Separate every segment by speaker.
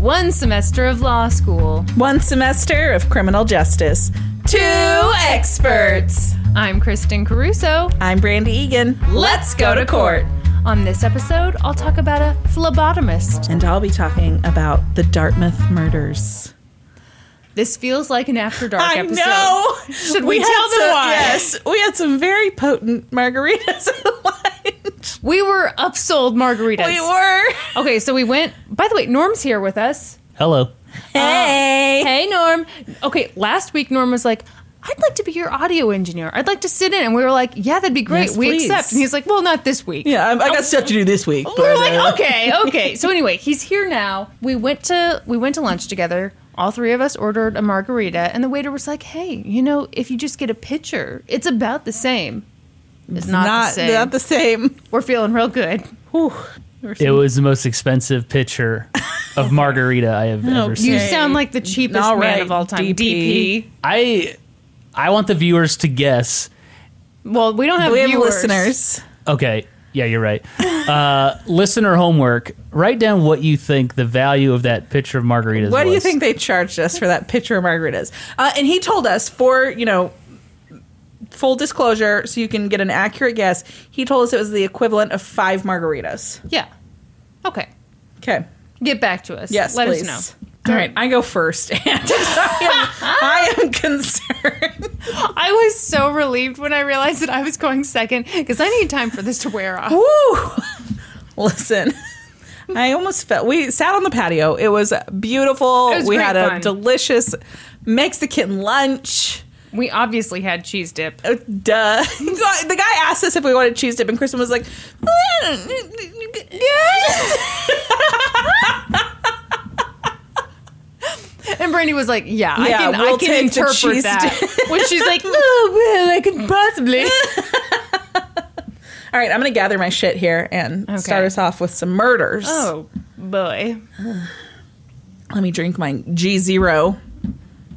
Speaker 1: One semester of law school.
Speaker 2: One semester of criminal justice.
Speaker 1: Two experts. I'm Kristen Caruso.
Speaker 2: I'm Brandy Egan.
Speaker 1: Let's go to court. On this episode, I'll talk about a phlebotomist.
Speaker 2: And I'll be talking about the Dartmouth murders.
Speaker 1: This feels like an after dark
Speaker 2: I
Speaker 1: episode.
Speaker 2: know.
Speaker 1: Should we,
Speaker 2: had
Speaker 1: tell them
Speaker 2: some-
Speaker 1: why?
Speaker 2: Yes, we had some very potent margaritas at lunch.
Speaker 1: We were upsold margaritas.
Speaker 2: We were.
Speaker 1: Okay, so we went. By the way, Norm's here with us.
Speaker 3: Hello.
Speaker 2: Hey.
Speaker 1: Hey, Norm. Okay, last week Norm was like, I'd like to be your audio engineer. I'd like to sit in. And we were like, yeah, that'd be great.
Speaker 2: Yes,
Speaker 1: we
Speaker 2: please.
Speaker 1: accept. And he's like, well, not this week.
Speaker 2: Yeah, I, I got stuff to do this week.
Speaker 1: Oh. We were
Speaker 2: but, uh,
Speaker 1: like, okay, okay. So anyway, he's here now. We went to we went to lunch together. All three of us ordered a margarita, and the waiter was like, "Hey, you know, if you just get a pitcher, it's about the same. It's not, the
Speaker 2: Not,
Speaker 1: same.
Speaker 2: not the same.
Speaker 1: We're feeling real good.
Speaker 3: It was the most expensive pitcher of margarita I have ever
Speaker 1: You
Speaker 3: seen.
Speaker 1: sound like the cheapest
Speaker 2: All
Speaker 1: man
Speaker 2: right,
Speaker 1: of all time. DP.
Speaker 2: DP.
Speaker 3: I I want the viewers to guess.
Speaker 1: Well, we don't have
Speaker 2: We have
Speaker 1: viewers.
Speaker 2: listeners.
Speaker 3: Okay, yeah, you're right. Uh, listener homework: write down what you think the value of that pitcher of margaritas.
Speaker 2: What do you
Speaker 3: was.
Speaker 2: think they charged us for that pitcher of margaritas? Uh, and he told us for you know full disclosure, so you can get an accurate guess. He told us it was the equivalent of five margaritas.
Speaker 1: Yeah. Okay.
Speaker 2: Okay.
Speaker 1: Get back to us.
Speaker 2: Yes.
Speaker 1: Let
Speaker 2: please.
Speaker 1: us know.
Speaker 2: All right, I go first, and I am, I am concerned.
Speaker 1: I was so relieved when I realized that I was going second because I need time for this to wear off.
Speaker 2: Woo! Listen, I almost fell. We sat on the patio. It was beautiful.
Speaker 1: It was
Speaker 2: we
Speaker 1: great
Speaker 2: had
Speaker 1: fun.
Speaker 2: a delicious Mexican lunch.
Speaker 1: We obviously had cheese dip.
Speaker 2: Uh, duh. the guy asked us if we wanted cheese dip, and Kristen was like, "Yes."
Speaker 1: And Brandy was like, "Yeah, I
Speaker 2: Yeah,
Speaker 1: can, I
Speaker 2: we'll
Speaker 1: can
Speaker 2: take the
Speaker 1: interpret
Speaker 2: cheese
Speaker 1: that."
Speaker 2: dip.
Speaker 1: when she's like, "Oh well, I could possibly."
Speaker 2: All right, I'm gonna gather my shit here and start us off with some murders.
Speaker 1: oh boy,
Speaker 2: Let me drink my G Zero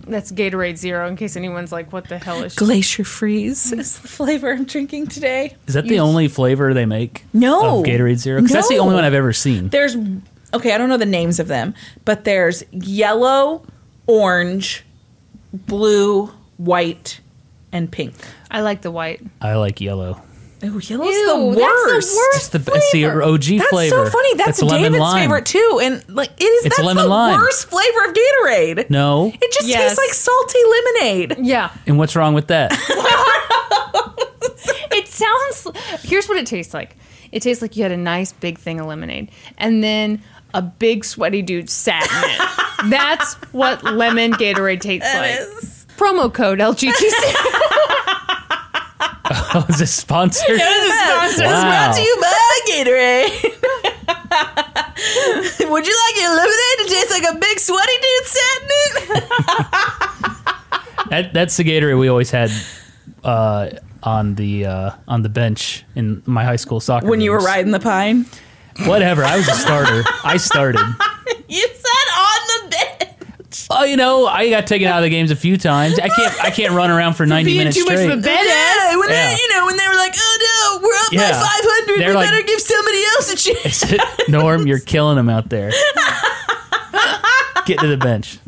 Speaker 1: that's Gatorade Zero. In case anyone's like, "What the hell is?" She?
Speaker 2: Glacier Freeze is the flavor I'm drinking today.
Speaker 3: Is that the only flavor they make?
Speaker 2: No.
Speaker 3: of Gatorade Zero. Because that's the
Speaker 2: No.
Speaker 3: only one I've ever seen.
Speaker 2: There's okay, I don't know the names of them, but there's yellow, orange, blue, white, and pink.
Speaker 1: I like the white.
Speaker 3: I like yellow.
Speaker 2: Oh, yellow's
Speaker 1: Ew,
Speaker 2: the worst.
Speaker 1: that's the worst.
Speaker 3: It's the it's the
Speaker 1: Flavor.
Speaker 3: OG
Speaker 2: That's
Speaker 3: flavor.
Speaker 2: so funny. That's
Speaker 3: It's lemon
Speaker 2: David's
Speaker 3: lime.
Speaker 2: favorite too, and like it is.
Speaker 3: It's
Speaker 2: that's
Speaker 3: lemon
Speaker 2: the
Speaker 3: lime.
Speaker 2: worst flavor of Gatorade.
Speaker 3: No.
Speaker 2: it just
Speaker 1: Yes.
Speaker 2: tastes like salty lemonade.
Speaker 1: Yeah,
Speaker 3: And what's wrong with that?
Speaker 1: it sounds. Here's what it tastes like. It tastes like you had a nice big thing of lemonade, and then a big sweaty dude sat in it. that's what lemon Gatorade tastes like. Promo code LGTC.
Speaker 3: oh, is this sponsored?
Speaker 2: It's
Speaker 3: Wow.
Speaker 2: brought to you by Gatorade. Would you like your lemonade to taste like a big sweaty dude sat in it?
Speaker 3: That, that's the Gatorade we always had uh, on the uh, on the bench in my high school soccer.
Speaker 2: When you were
Speaker 3: games.
Speaker 2: riding the pine,
Speaker 3: whatever. I was a starter. I started.
Speaker 2: you sat on the bed.
Speaker 3: Oh, you know, I got taken out of the games a few times. I can't. I can't run around for ninety
Speaker 1: being
Speaker 3: minutes
Speaker 1: too much of
Speaker 3: straight.
Speaker 1: a badass.
Speaker 2: Yeah, uh, when
Speaker 3: Yeah.
Speaker 2: They, you know when they were like, "Oh no, we're up by
Speaker 3: Yeah.
Speaker 2: 500.
Speaker 3: They're
Speaker 2: we
Speaker 3: like-
Speaker 2: better give somebody else a chance."
Speaker 3: Norm, you're killing him out there. Get to the bench.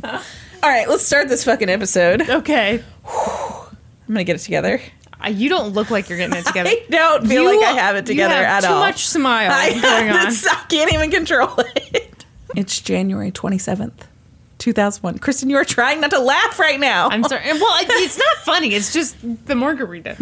Speaker 2: All right, let's start this fucking episode. I'm
Speaker 1: Okay.
Speaker 2: gonna get it together.
Speaker 1: Uh, You don't look like you're getting it together.
Speaker 2: I don't feel
Speaker 1: You-
Speaker 2: like I have it together
Speaker 1: you have
Speaker 2: at
Speaker 1: too
Speaker 2: all.
Speaker 1: much smile
Speaker 2: I,
Speaker 1: going on.
Speaker 2: it's- I can't even control it. It's January 27th. 2001. Kristen, you are trying not to laugh right now.
Speaker 1: I'm sorry. Well, it- it's not funny. It's just the margarita.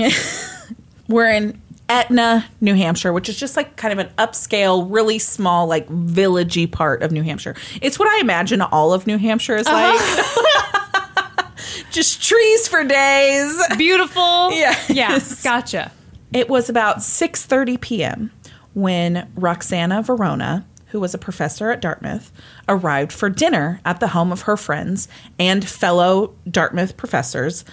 Speaker 2: We're in Etna, New Hampshire, which is just like kind of an upscale, really small, like villagey part of New Hampshire. It's what I imagine all of New Hampshire is Uh-huh. like. just trees for days.
Speaker 1: Beautiful.
Speaker 2: Yeah.
Speaker 1: Yeah. Gotcha.
Speaker 2: It was about 6:30 p.m. when Roxana Verona, who was a professor at Dartmouth, arrived for dinner at the home of her friends and fellow Dartmouth professors,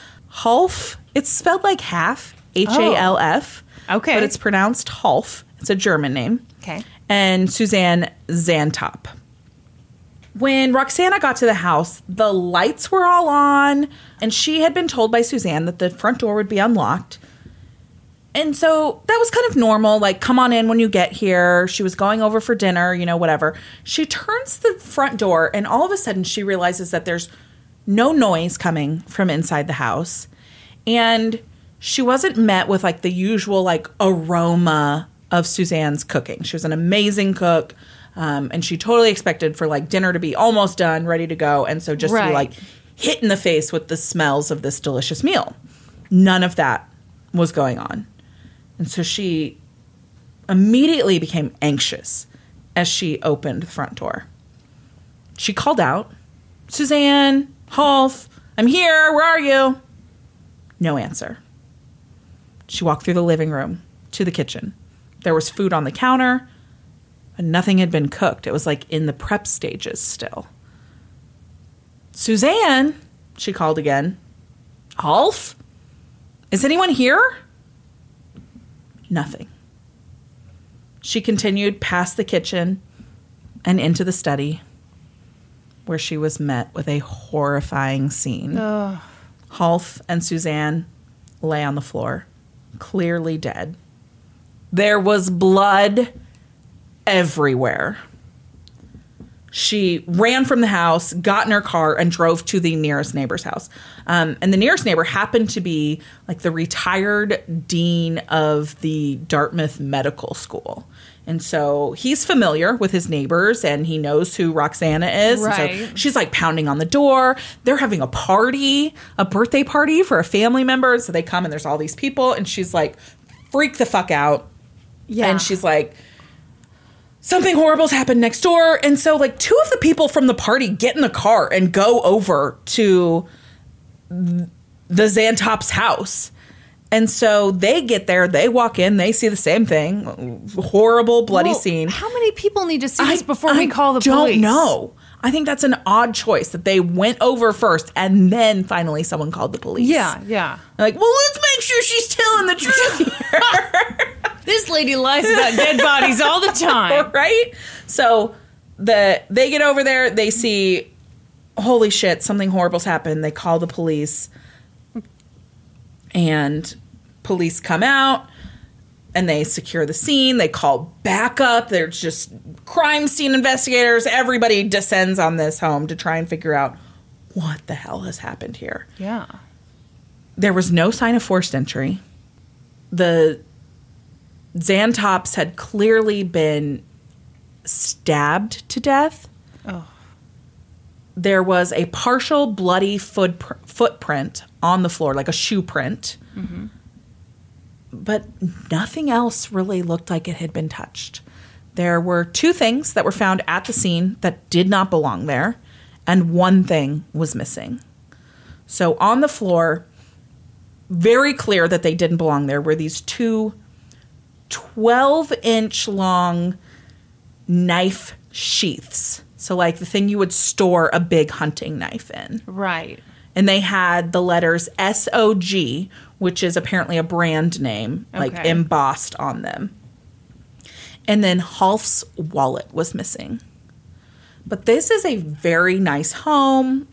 Speaker 2: Half. It's spelled like half, H A L F.
Speaker 1: Oh, Okay.
Speaker 2: But it's pronounced Half. It's a German name.
Speaker 1: Okay.
Speaker 2: And Suzanne Zantop. When Roxana got to the house, the lights were all on, and she had been told by Suzanne that the front door would be unlocked. And so that was kind of normal, like, come on in when you get here. She was going over for dinner, you know, whatever. She turns the front door, and all of a sudden she realizes that there's no noise coming from inside the house. And she wasn't met with like the usual, like, aroma of Suzanne's cooking. She was an amazing cook. Um, and she totally expected for like dinner to be almost done, ready to go. And so just to be
Speaker 1: Right.
Speaker 2: like hit in the face with the smells of this delicious meal. None of that was going on. And so she immediately became anxious as she opened the front door. She called out, Suzanne, Half, I'm here, where are you? No answer. She walked through the living room to the kitchen. There was food on the counter, but nothing had been cooked. It was like in the prep stages still. Suzanne, she called again. Half? Is anyone here? Nothing. She continued past the kitchen and into the study, where she was met with a horrifying scene. Half and Suzanne lay on the floor, clearly dead. There was blood everywhere. She ran from the house, got in her car, and drove to the nearest neighbor's house. Um, and the nearest neighbor happened to be like the retired dean of the Dartmouth Medical School. And so he's familiar with his neighbors and he knows who Roxana is. And
Speaker 1: Right.
Speaker 2: so She's like pounding on the door. They're having a party, a birthday party for a family member. So they come and there's all these people, and she's like, freak the fuck out.
Speaker 1: Yeah.
Speaker 2: And she's like, something horrible's happened next door. And so, like, two of the people from the party get in the car and go over to the Xantop's house. And so they get there, they walk in, they see the same thing horrible, bloody
Speaker 1: Well,
Speaker 2: scene.
Speaker 1: How many people need to see this before
Speaker 2: I
Speaker 1: we call the
Speaker 2: don't
Speaker 1: police?
Speaker 2: know. I think that's an odd choice that they went over first and then finally someone called the police.
Speaker 1: Yeah, yeah.
Speaker 2: Like, well, let's make sure she's telling the truth here.
Speaker 1: This lady lies about dead bodies all the time.
Speaker 2: right? So the they get over there, they see holy shit, something horrible's happened. They call the police and police come out and they secure the scene. They call backup. There's just crime scene investigators. Everybody descends on this home to try and figure out what the hell has happened here
Speaker 1: Yeah.
Speaker 2: there was no sign of forced entry. The Xantops had clearly been stabbed to death. There was a partial bloody foot footprint on the floor, like a shoe print. But nothing else really looked like it had been touched. There were two things that were found at the scene that did not belong there, and one thing was missing. So on the floor, very clear that they didn't belong there were these two 12 inch long knife sheaths. So, like the thing you would store a big hunting knife in.
Speaker 1: Right.
Speaker 2: And they had the letters SOG, which is apparently a brand name, like
Speaker 1: Okay.
Speaker 2: embossed on them. And then Half's wallet was missing. But this is a very nice home.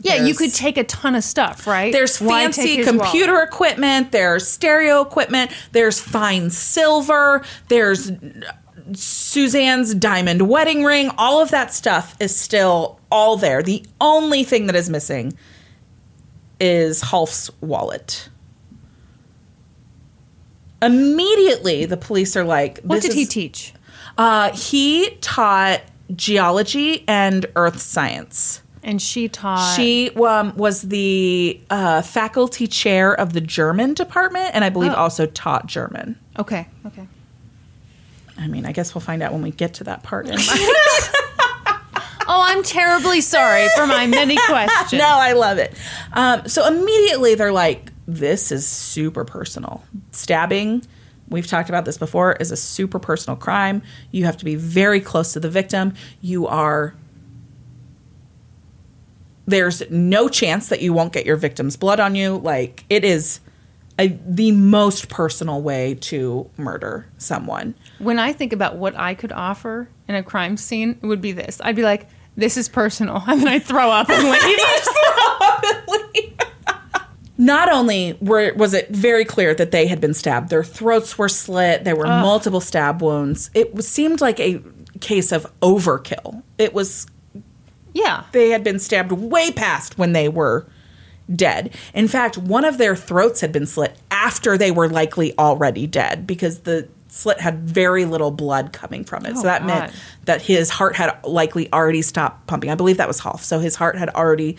Speaker 1: Yeah, you
Speaker 2: There's-
Speaker 1: could take a ton of stuff, right?
Speaker 2: There's
Speaker 1: Why
Speaker 2: fancy
Speaker 1: take his wallet?
Speaker 2: computer equipment, there's stereo equipment, there's fine silver, there's Suzanne's diamond wedding ring. All of that stuff is still all there. The only thing that is missing is Half's wallet. Immediately, the police are like,
Speaker 1: What
Speaker 2: this
Speaker 1: did he
Speaker 2: is-
Speaker 1: teach?
Speaker 2: Uh, he taught geology and earth science.
Speaker 1: And she taught.
Speaker 2: She um, was the uh, faculty chair of the German department, and I believe
Speaker 1: Oh.
Speaker 2: also taught German.
Speaker 1: Okay. Okay.
Speaker 2: I mean, I guess we'll find out when we get to that part. no,
Speaker 1: Oh, I'm terribly sorry for my many questions.
Speaker 2: I love it. Um, so immediately they're like, "This is super personal. Stabbing." We've talked about this before. Is a super personal crime. You have to be very close to the victim. You are. There's no chance that you won't get your victim's blood on you. Like it is, a, the most personal way to murder someone.
Speaker 1: When I think about what I could offer in a crime scene, it would be this. I'd be like, this is personal. And then I'd throw up and leave.
Speaker 2: not only were, was it very clear that they had been stabbed, their throats were slit, there were multiple stab wounds. It was, seemed like a case of overkill. It was
Speaker 1: yeah.
Speaker 2: they had been stabbed way past when they were dead. In fact, one of their throats had been slit after they were likely already dead because the slit had very little blood coming from it. so that
Speaker 1: God.
Speaker 2: meant that his heart had likely already stopped pumping. I believe that was Hoff. So his heart had already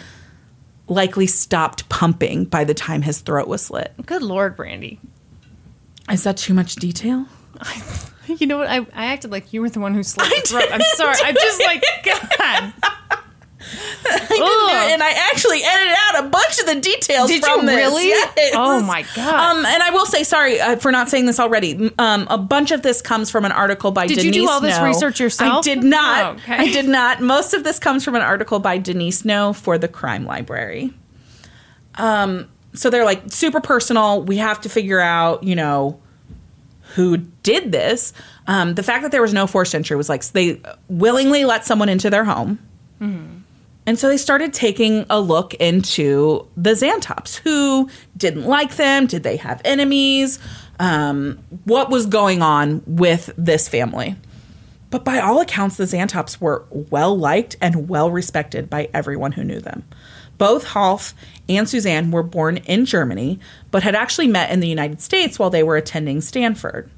Speaker 2: likely stopped pumping by the time his throat was slit.
Speaker 1: Good Lord, Brandy.
Speaker 2: Is that too much detail?
Speaker 1: You know what? I, I acted like you were the one who slit the throat. I'm sorry. I'm just like, God. Ugh.
Speaker 2: and I actually edited out a bunch of the details.
Speaker 1: Did
Speaker 2: from
Speaker 1: you
Speaker 2: this.
Speaker 1: really?
Speaker 2: Yes.
Speaker 1: Oh my God.
Speaker 2: Um, and I will say sorry uh, for not saying this already. M- Um, a bunch of this comes from an article by.
Speaker 1: Did you
Speaker 2: Denise
Speaker 1: do all this
Speaker 2: Noe.
Speaker 1: research yourself?
Speaker 2: I did not.
Speaker 1: Oh, okay.
Speaker 2: I did not. Most of this comes from an article by Denise No for the Crime Library. Um, so they're like super personal. We have to figure out, you know, who did this. Um, the fact that there was no forced entry was like they willingly let someone into their home. And so they started taking a look into the Xantops. Who didn't like them? Did they have enemies? Um, what was going on with this family? But by all accounts, the Xantops were well liked and well respected by everyone who knew them. Both Half and Suzanne were born in Germany, but had actually met in the United States while they were attending Stanford.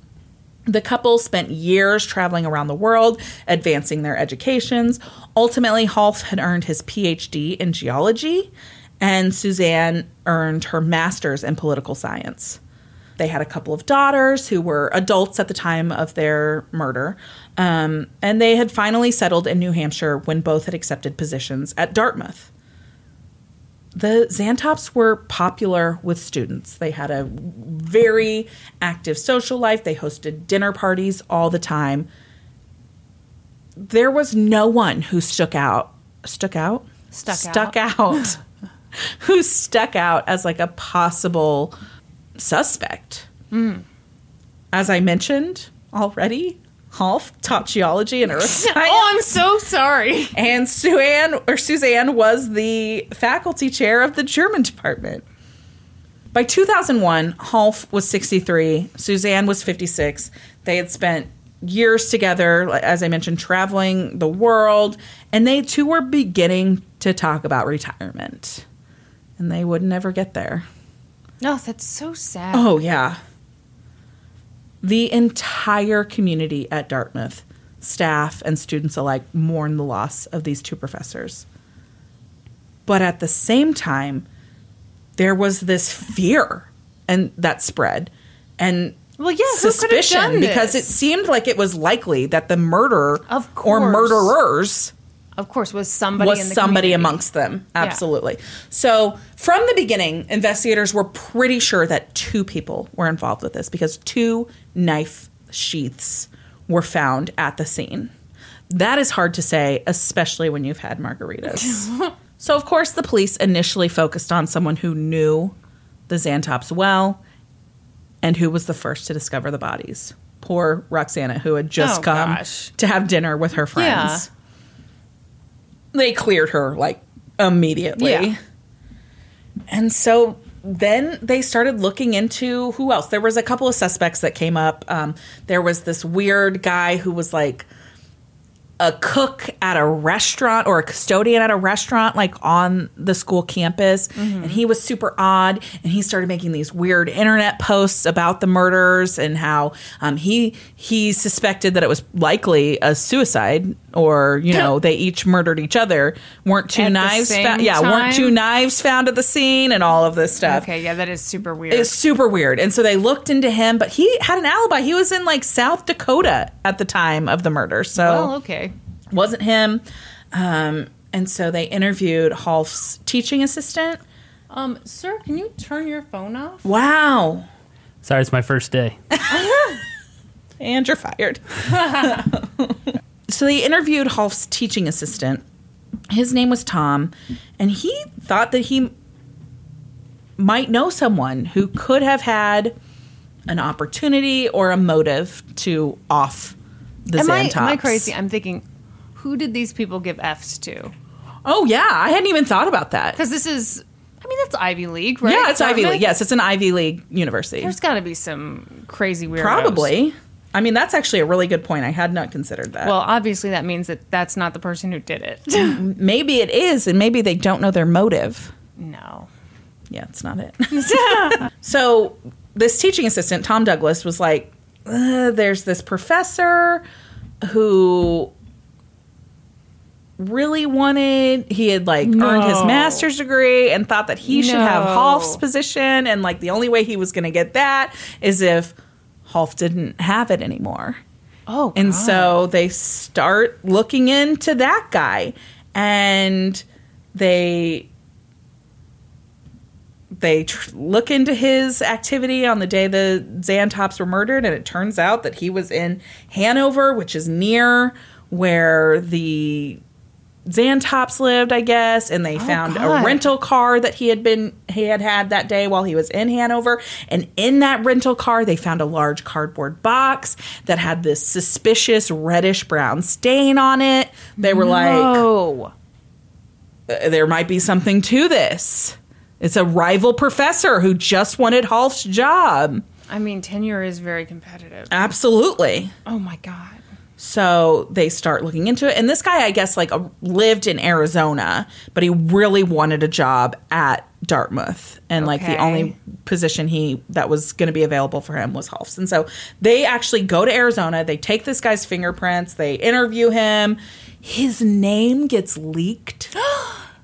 Speaker 2: The couple spent years traveling around the world, advancing their educations. Ultimately, Half had earned his PhD in geology, and Suzanne earned her master's in political science. They had a couple of daughters who were adults at the time of their murder, um, and they had finally settled in New Hampshire when both had accepted positions at Dartmouth the Xantops were popular with students. They had a very active social life. They hosted dinner parties all the time. There was no one who stuck out. Stuck out?
Speaker 1: Stuck
Speaker 2: stuck out. who stuck out as like a possible suspect.
Speaker 1: Mm.
Speaker 2: As I mentioned already, Half taught geology and earth science
Speaker 1: Oh, I'm so sorry.
Speaker 2: and Suzanne or Suzanne was the faculty chair of the German department. By 2001, Half was 63, Suzanne was 56. They had spent years together, like- as I mentioned, traveling the world, and they too were beginning to talk about retirement. And they would never get there.
Speaker 1: No, that's so sad.
Speaker 2: Oh, yeah. The entire community at Dartmouth, staff and students alike, mourn the loss of these two professors. But at the same time, there was this fear and that spread and
Speaker 1: Well, yeah, who could have
Speaker 2: suspicion
Speaker 1: done
Speaker 2: because it
Speaker 1: this?
Speaker 2: seemed like it was likely that the murderer
Speaker 1: Of
Speaker 2: or
Speaker 1: course.
Speaker 2: murderers
Speaker 1: Of course, was somebody
Speaker 2: was
Speaker 1: in the
Speaker 2: somebody
Speaker 1: community.
Speaker 2: amongst them. Absolutely. So from the beginning, investigators were pretty sure that two people were involved with this because two knife sheaths were found at the scene. That is hard to say, especially when you've had margaritas. so of course, the police initially focused on someone who knew the Xantops well and who was the first to discover the bodies. Poor Roxana, who had just
Speaker 1: Oh,
Speaker 2: come
Speaker 1: gosh.
Speaker 2: to have dinner with her friends
Speaker 1: Yeah.
Speaker 2: they cleared her like immediately.
Speaker 1: Yeah.
Speaker 2: And so then they started looking into who else. There was a couple of suspects that came up. Um, there was this weird guy who was like a cook at a restaurant or a custodian at a restaurant, like on the school campus.
Speaker 1: Mm-hmm.
Speaker 2: And he was super odd. And he started making these weird internet posts about the murders and how um, he he suspected that it was likely a suicide or you know they each murdered each other weren't two
Speaker 1: At the
Speaker 2: knives
Speaker 1: same
Speaker 2: found yeah
Speaker 1: time?
Speaker 2: weren't two knives found at the scene and all of this stuff
Speaker 1: Okay, yeah, that is super weird.
Speaker 2: it's super weird and so they looked into him but he had an alibi he was in like south dakota at the time of the murder so
Speaker 1: well, Oh, okay.
Speaker 2: wasn't him um, and so they interviewed Half's teaching assistant
Speaker 1: Um, sir, can you turn your phone off?
Speaker 2: wow
Speaker 3: Sorry, it's my first day.
Speaker 2: and you're fired. so they interviewed Half's teaching assistant. His name was Tom, and he thought that he might know someone who could have had an opportunity or a motive to off the
Speaker 1: Am I,
Speaker 2: Xantops.
Speaker 1: am I crazy? I'm thinking, who did these people give Fs to?
Speaker 2: Oh yeah, I hadn't even thought about that.
Speaker 1: Because this is, I mean, that's Ivy League, right?
Speaker 2: Yeah, it's Ivy
Speaker 1: Dartmouth?
Speaker 2: League. Yes, it's an Ivy League university.
Speaker 1: There's got to be some crazy weirdos.
Speaker 2: Probably. I mean, that's actually a really good point. I had not considered that.
Speaker 1: Well, obviously, that means that that's not the person who did it.
Speaker 2: maybe it is, and maybe they don't know their motive.
Speaker 1: no.
Speaker 2: yeah, it's not it. so this teaching assistant, Tom Douglas, was like, "Uh, there's this professor who really wanted he had like earned his
Speaker 1: No.
Speaker 2: master's degree and thought that he should have
Speaker 1: No.
Speaker 2: Hoff's position and like the only way he was going to get that is if Hoff didn't have it anymore.
Speaker 1: Oh,
Speaker 2: And
Speaker 1: God.
Speaker 2: so they start looking into that guy and they they tr- look into his activity on the day the Xantops were murdered and it turns out that he was in Hanover, which is near where the Xantops lived, I guess, and they found a
Speaker 1: God.
Speaker 2: rental car that he had been he had had that day while he was in Hanover, and in that rental car they found a large cardboard box that had this suspicious reddish brown stain on it. They were like,
Speaker 1: Oh.
Speaker 2: "Uh, there might be something to this. It's a rival professor who just wanted Half's job.
Speaker 1: I mean, tenure is very competitive.
Speaker 2: Absolutely.
Speaker 1: Oh, my God.
Speaker 2: So they start looking into it. And this guy, I guess, like a, lived in Arizona, but he really wanted a job at Dartmouth. And like the
Speaker 1: Okay.
Speaker 2: only position he that was going to be available for him was Hoff's. And so they actually go to Arizona. They take this guy's fingerprints. They interview him. His name gets leaked.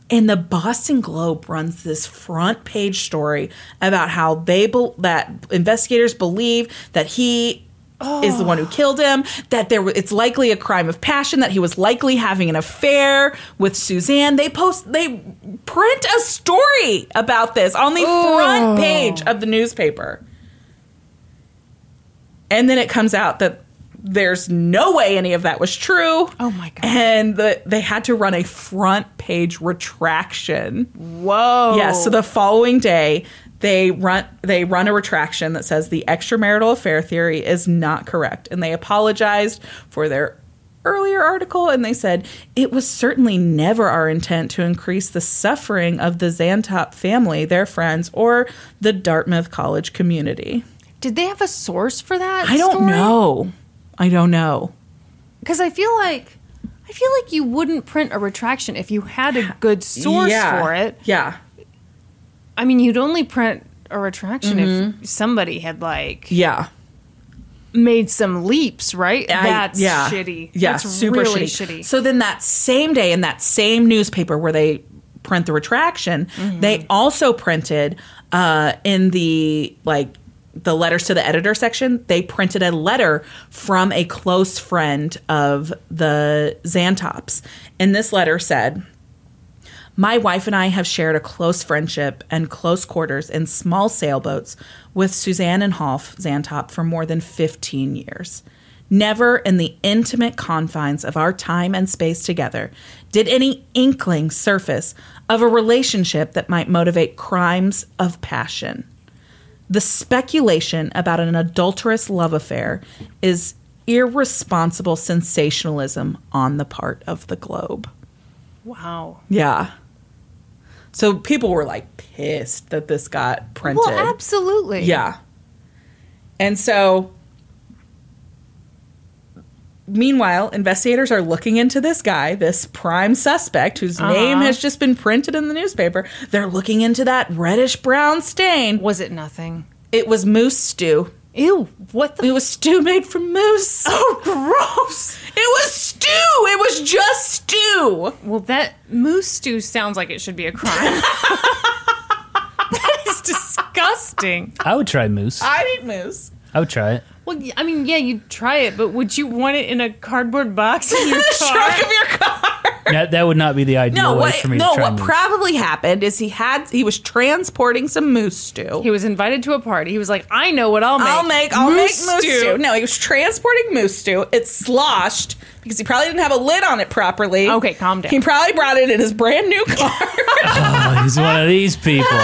Speaker 2: And the Boston Globe runs this front page story about how they bel that investigators believe that he is the one
Speaker 1: Oh.
Speaker 2: who killed him. That there, wa- it's likely a crime of passion. That he was likely having an affair with Suzanne. They post, they print a story about this on the front page of the newspaper, and then it comes out that there's no way any of that was true.
Speaker 1: Oh my God.
Speaker 2: And the, they had to run a front page retraction.
Speaker 1: Whoa.
Speaker 2: Yes. so the following day, they run they run a retraction that says the extramarital affair theory is not correct, and they apologized for their earlier article and they said it was certainly never our intent to increase the suffering of the Xantop family, their friends, or the Dartmouth College community.
Speaker 1: Did they have a source for that?
Speaker 2: I don't
Speaker 1: story?
Speaker 2: know. I don't know.
Speaker 1: Because I feel like I feel like you wouldn't print a retraction if you had a good source
Speaker 2: Yeah.
Speaker 1: for it.
Speaker 2: Yeah.
Speaker 1: I mean, you'd only print a retraction
Speaker 2: Mm-hmm.
Speaker 1: if somebody had like
Speaker 2: Yeah.
Speaker 1: made some leaps, right?
Speaker 2: I-
Speaker 1: That's
Speaker 2: yeah.
Speaker 1: shitty.
Speaker 2: Yeah,
Speaker 1: That's
Speaker 2: super
Speaker 1: really
Speaker 2: shitty.
Speaker 1: shitty.
Speaker 2: So then that same day in that same newspaper where they print the retraction,
Speaker 1: Mm-hmm.
Speaker 2: they also printed uh, in the like the letters to the editor section, they printed a letter from a close friend of the Xantops. And this letter said, my wife and I have shared a close friendship and close quarters in small sailboats with Suzanne and Hoff Zantop for more than 15 years. Never in the intimate confines of our time and space together did any inkling surface of a relationship that might motivate crimes of passion. The speculation about an adulterous love affair is irresponsible sensationalism on the part of the globe.
Speaker 1: wow.
Speaker 2: Yeah. So people were like pissed that this got printed.
Speaker 1: Well, absolutely.
Speaker 2: Yeah. And so meanwhile, investigators are looking into this guy, this prime suspect whose name has just been printed in the newspaper. They're looking into that reddish brown stain.
Speaker 1: Was it nothing?
Speaker 2: It was moose stew.
Speaker 1: Ew, what the?
Speaker 2: It was stew made from moose.
Speaker 1: Oh, gross.
Speaker 2: It was stew. It was just stew.
Speaker 1: Well, that moose stew sounds like it should be a crime. that is disgusting.
Speaker 3: I would try moose.
Speaker 2: I eat moose.
Speaker 3: I would try it.
Speaker 1: Well, y- I mean, yeah, you'd try it, but would you want it in a cardboard box in your
Speaker 2: The
Speaker 1: car?
Speaker 2: shark of your car.
Speaker 3: That, that would not be the ideal
Speaker 2: No,
Speaker 3: way
Speaker 2: what,
Speaker 3: for me
Speaker 2: no,
Speaker 3: to try
Speaker 2: what
Speaker 3: moose.
Speaker 2: probably happened is he had he was transporting some moose stew.
Speaker 1: He was invited to a party. He was like, I know what I'll make.
Speaker 2: I'll make I'll make moose stew. No, he was transporting moose stew. It sloshed because he probably didn't have a lid on it properly.
Speaker 1: Okay, calm down.
Speaker 2: He probably brought it in his brand new car.
Speaker 3: Oh, he's one of these people.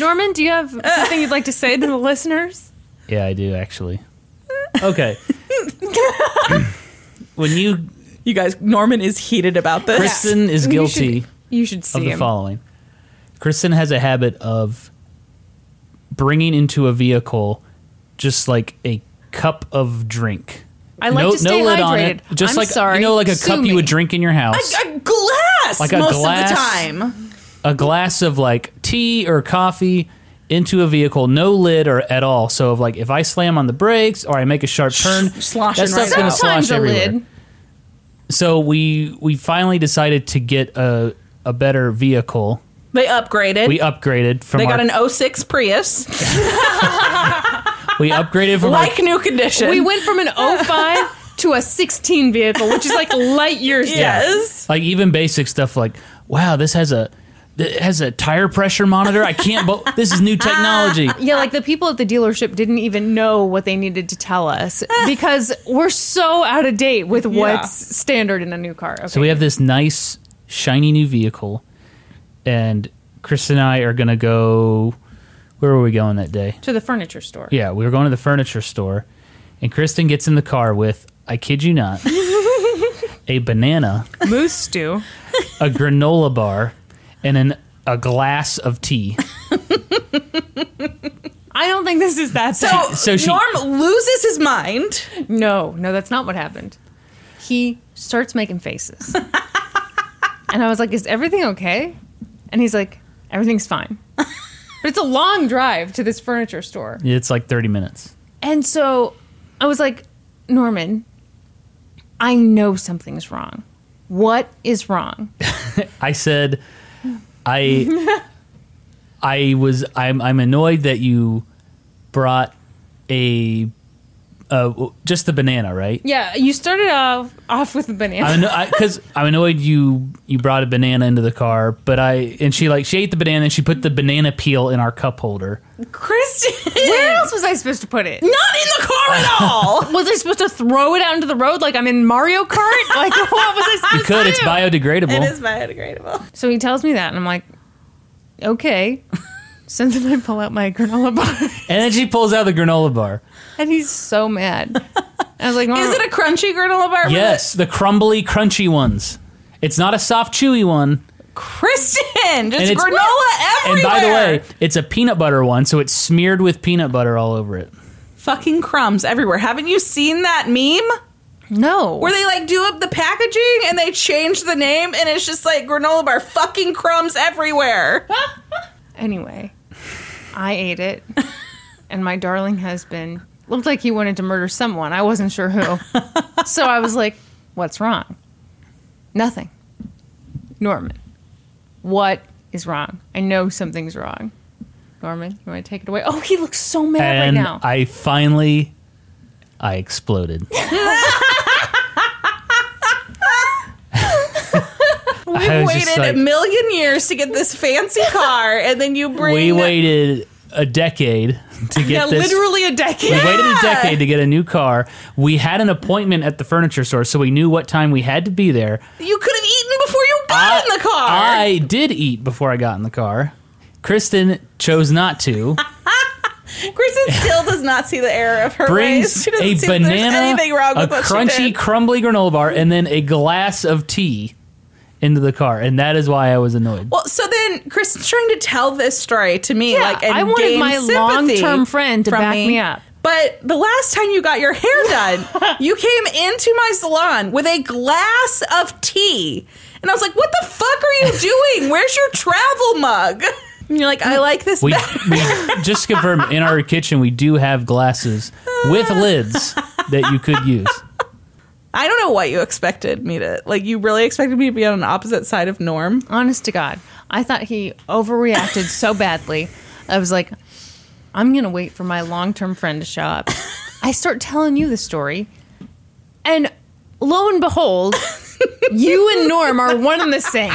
Speaker 1: Norman, do you have something you'd like to say to the listeners?
Speaker 3: Yeah, I do actually. Okay. when you
Speaker 2: you guys, Norman is heated about this.
Speaker 3: Kristen is guilty
Speaker 1: You should, you should see
Speaker 3: of the
Speaker 1: him.
Speaker 3: following. Kristen has a habit of bringing into a vehicle just like a cup of drink.
Speaker 1: I like to stay hydrated.
Speaker 3: Just
Speaker 1: I'm
Speaker 3: like
Speaker 1: sorry.
Speaker 3: you know, like a
Speaker 1: Sue
Speaker 3: cup you would
Speaker 1: me.
Speaker 3: drink in your house,
Speaker 2: A, a glass
Speaker 3: Like a
Speaker 2: most of
Speaker 3: glass.
Speaker 2: the time.
Speaker 3: a glass of like tea or coffee into a vehicle, no lid or at all. So if like if I slam on the brakes or I make a sharp turn,
Speaker 2: sloshing
Speaker 3: that stuff's
Speaker 2: right
Speaker 3: gonna
Speaker 2: out.
Speaker 1: Sometimes
Speaker 3: slosh
Speaker 1: a
Speaker 3: everywhere.
Speaker 1: lid.
Speaker 3: So we we finally decided to get a a better vehicle.
Speaker 2: They upgraded.
Speaker 3: We upgraded from
Speaker 2: they
Speaker 3: our,
Speaker 2: got an 06 Prius,
Speaker 3: we upgraded from our
Speaker 2: like new condition.
Speaker 1: We went from an 05 to a 16 vehicle, which is like light years.
Speaker 3: Yeah.
Speaker 2: Yes.
Speaker 3: Like even basic stuff like, wow, this has a it has a tire pressure monitor. I can't. Bo- this is new technology.
Speaker 1: Yeah, like the people at the dealership didn't even know what they needed to tell us because we're so out of date with what's standard in a new car. Okay.
Speaker 3: So we have this nice shiny new vehicle, and Chris and I are gonna go. Where were we going that day?
Speaker 1: to the furniture store.
Speaker 3: Yeah, we were going to the furniture store, and Kristen gets in the car with, I kid you not, a banana,
Speaker 1: Moose stew.
Speaker 3: a granola bar, and an a glass of tea.
Speaker 1: I don't think this is that.
Speaker 2: So,
Speaker 1: bad.
Speaker 3: so she-
Speaker 2: Norm loses his mind.
Speaker 1: No, no, that's not what happened. He starts making faces. and I was like, Is everything okay? And he's like, Everything's fine. But it's a long drive to this furniture store.
Speaker 3: It's like thirty minutes.
Speaker 1: And so I was like, Norman, I know something's wrong. What is wrong?
Speaker 3: I said, I, I was, I'm, I'm annoyed that you brought a, uh, w- just the banana, right?
Speaker 1: Yeah, you started off off with a banana.
Speaker 3: I'm anno- because I'm annoyed you you brought a banana into the car, but I and she like she ate the banana and she put the banana peel in our cup holder.
Speaker 2: Kristen,
Speaker 1: Where else was I supposed to put it?
Speaker 2: not in the car at all.
Speaker 1: Was I supposed to throw it out into the road like I'm in Mario Kart? Like what was I supposed
Speaker 3: You could,
Speaker 1: to
Speaker 3: it's
Speaker 1: do?
Speaker 3: biodegradable.
Speaker 2: it is biodegradable.
Speaker 1: So he tells me that, and I'm like, okay. so then I pull out my granola bar,
Speaker 3: and then she pulls out the granola bar.
Speaker 1: and he's so mad. I was like,
Speaker 2: Is it a crunchy granola bar?
Speaker 3: Yes, the crumbly, crunchy ones. It's not a soft, chewy one.
Speaker 2: Kristen, just
Speaker 3: it's-
Speaker 2: granola everywhere.
Speaker 3: And by the way, it's a peanut butter one, so it's smeared with peanut butter all over it.
Speaker 2: fucking crumbs everywhere. Haven't you seen that meme?
Speaker 1: no?
Speaker 2: Where they like do up the packaging and they change the name and it's just like granola bar fucking crumbs everywhere.
Speaker 1: anyway, I ate it, and my darling husband looked like he wanted to murder someone. I wasn't sure who, so I was like, what's wrong? Nothing. Norman, what is wrong? I know something's wrong. Norman, you want to take it away? Oh, he looks so mad
Speaker 3: and
Speaker 1: right now.
Speaker 3: I finally, I exploded.
Speaker 2: We
Speaker 3: I was just
Speaker 2: waited
Speaker 3: like-
Speaker 2: a million years to get this fancy car and then you bring
Speaker 3: we waited a decade to get
Speaker 2: yeah,
Speaker 3: this.
Speaker 2: literally a decade.
Speaker 3: We waited a decade to get a new car. We had an appointment at the furniture store, so we knew what time we had to be there.
Speaker 2: You could have eaten before you got in the car.
Speaker 3: I did eat before I got in the car. Kristen chose not to.
Speaker 2: Kristen still does not see the error of her ways.
Speaker 3: brings
Speaker 2: She doesn't
Speaker 3: a
Speaker 2: see that there's
Speaker 3: banana,
Speaker 2: anything wrong
Speaker 3: a
Speaker 2: with what she
Speaker 3: crunchy,
Speaker 2: did.
Speaker 3: crumbly granola bar, and then a glass of tea into the car, and that is why I was annoyed.
Speaker 2: Well, so then Kristen's trying to tell this story to me,
Speaker 1: Yeah,
Speaker 2: like and
Speaker 1: I wanted
Speaker 2: gain
Speaker 1: my
Speaker 2: sympathy
Speaker 1: long-term friend to
Speaker 2: from
Speaker 1: back me up.
Speaker 2: But the last time you got your hair done, you came into my salon with a glass of tea, and I was like, "What the fuck are you doing? Where's your travel mug?" And you're like, I like this
Speaker 3: We,
Speaker 2: better.
Speaker 3: we just to confirm in our kitchen we do have glasses with lids that you could use.
Speaker 2: I don't know what you expected me to like. You really expected me to be on an opposite side of norm.
Speaker 1: Honest to God, I thought he overreacted so badly. I was like, I'm going to wait for my long term friend to show up. I start telling you the story. And lo and behold, you and Norm are one and the same.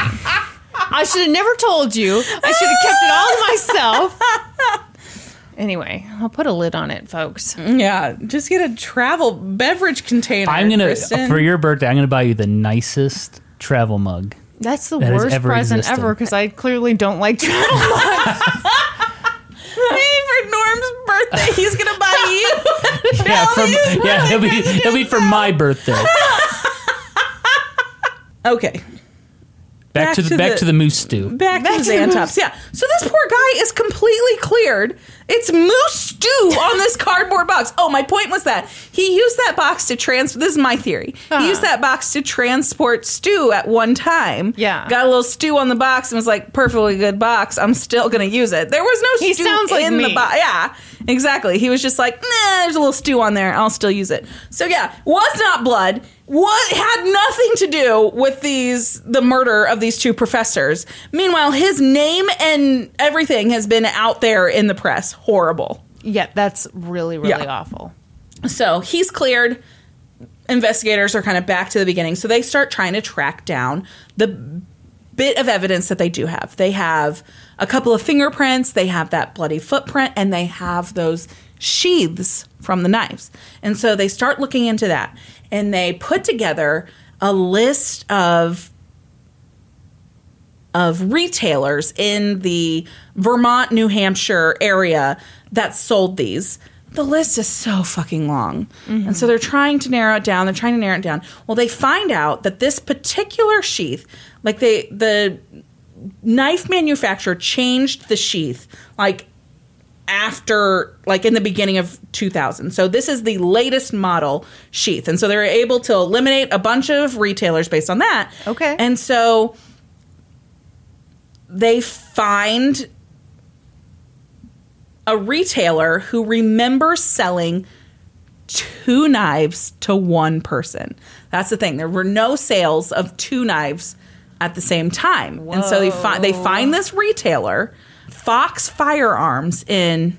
Speaker 1: I should have never told you. I should have kept it all to myself. Anyway, I'll put a lid on it, folks.
Speaker 2: Yeah, just get a travel beverage container.
Speaker 3: I'm gonna
Speaker 2: Kristen.
Speaker 3: for your birthday. I'm gonna buy you the nicest travel mug.
Speaker 1: That's the
Speaker 3: That has
Speaker 1: worst
Speaker 3: ever
Speaker 1: present
Speaker 3: existed.
Speaker 1: ever because I clearly don't like travel.
Speaker 2: Hey, for Norm's birthday, he's gonna buy you.
Speaker 3: Yeah, for, yeah, it'll be it'll be for my birthday. Back,
Speaker 2: Okay, Back
Speaker 3: to the
Speaker 2: to
Speaker 3: back
Speaker 2: the-
Speaker 3: to the moose stew.
Speaker 2: back, to the Xantops. Yeah. So this poor guy is completely cleared. It's moose stew on this cardboard box. Oh, my point was that he used that box to trans. This is my theory. He used that box to transport stew at one time.
Speaker 1: Yeah.
Speaker 2: Got a little stew on the box and was like, perfectly good box. I'm still gonna use it. There was no
Speaker 1: He
Speaker 2: stew
Speaker 1: sounds like
Speaker 2: in
Speaker 1: me.
Speaker 2: the box. Yeah. Exactly. He was just like, nah, there's a little stew on there. I'll still use it. So yeah, was not blood. What had nothing to do with these the murder of these two professors. Meanwhile, his name and everything has been out there in the press. Horrible.
Speaker 1: yeah, that's really, really
Speaker 2: Yeah.
Speaker 1: awful.
Speaker 2: So he's cleared. Investigators are kind of back to the beginning. So they start trying to track down the bit of evidence that they do have. They have a couple of fingerprints, they have that bloody footprint, and they have those sheaths from the knives. And so they start looking into that and they put together a list of of retailers in the Vermont, New Hampshire area that sold these. The list is so fucking long. And so they're trying to narrow it down. They're trying to narrow it down. Well, they find out that this particular sheath, like they the knife manufacturer changed the sheath like after like in the beginning of 2000 so this is the latest model sheath and so they're able to eliminate a bunch of retailers based on that
Speaker 1: Okay.
Speaker 2: and so they find a retailer who remembers selling two knives to one person. That's the thing. There were no sales of two knives at the same time. And so they find they find this retailer, Fox Firearms in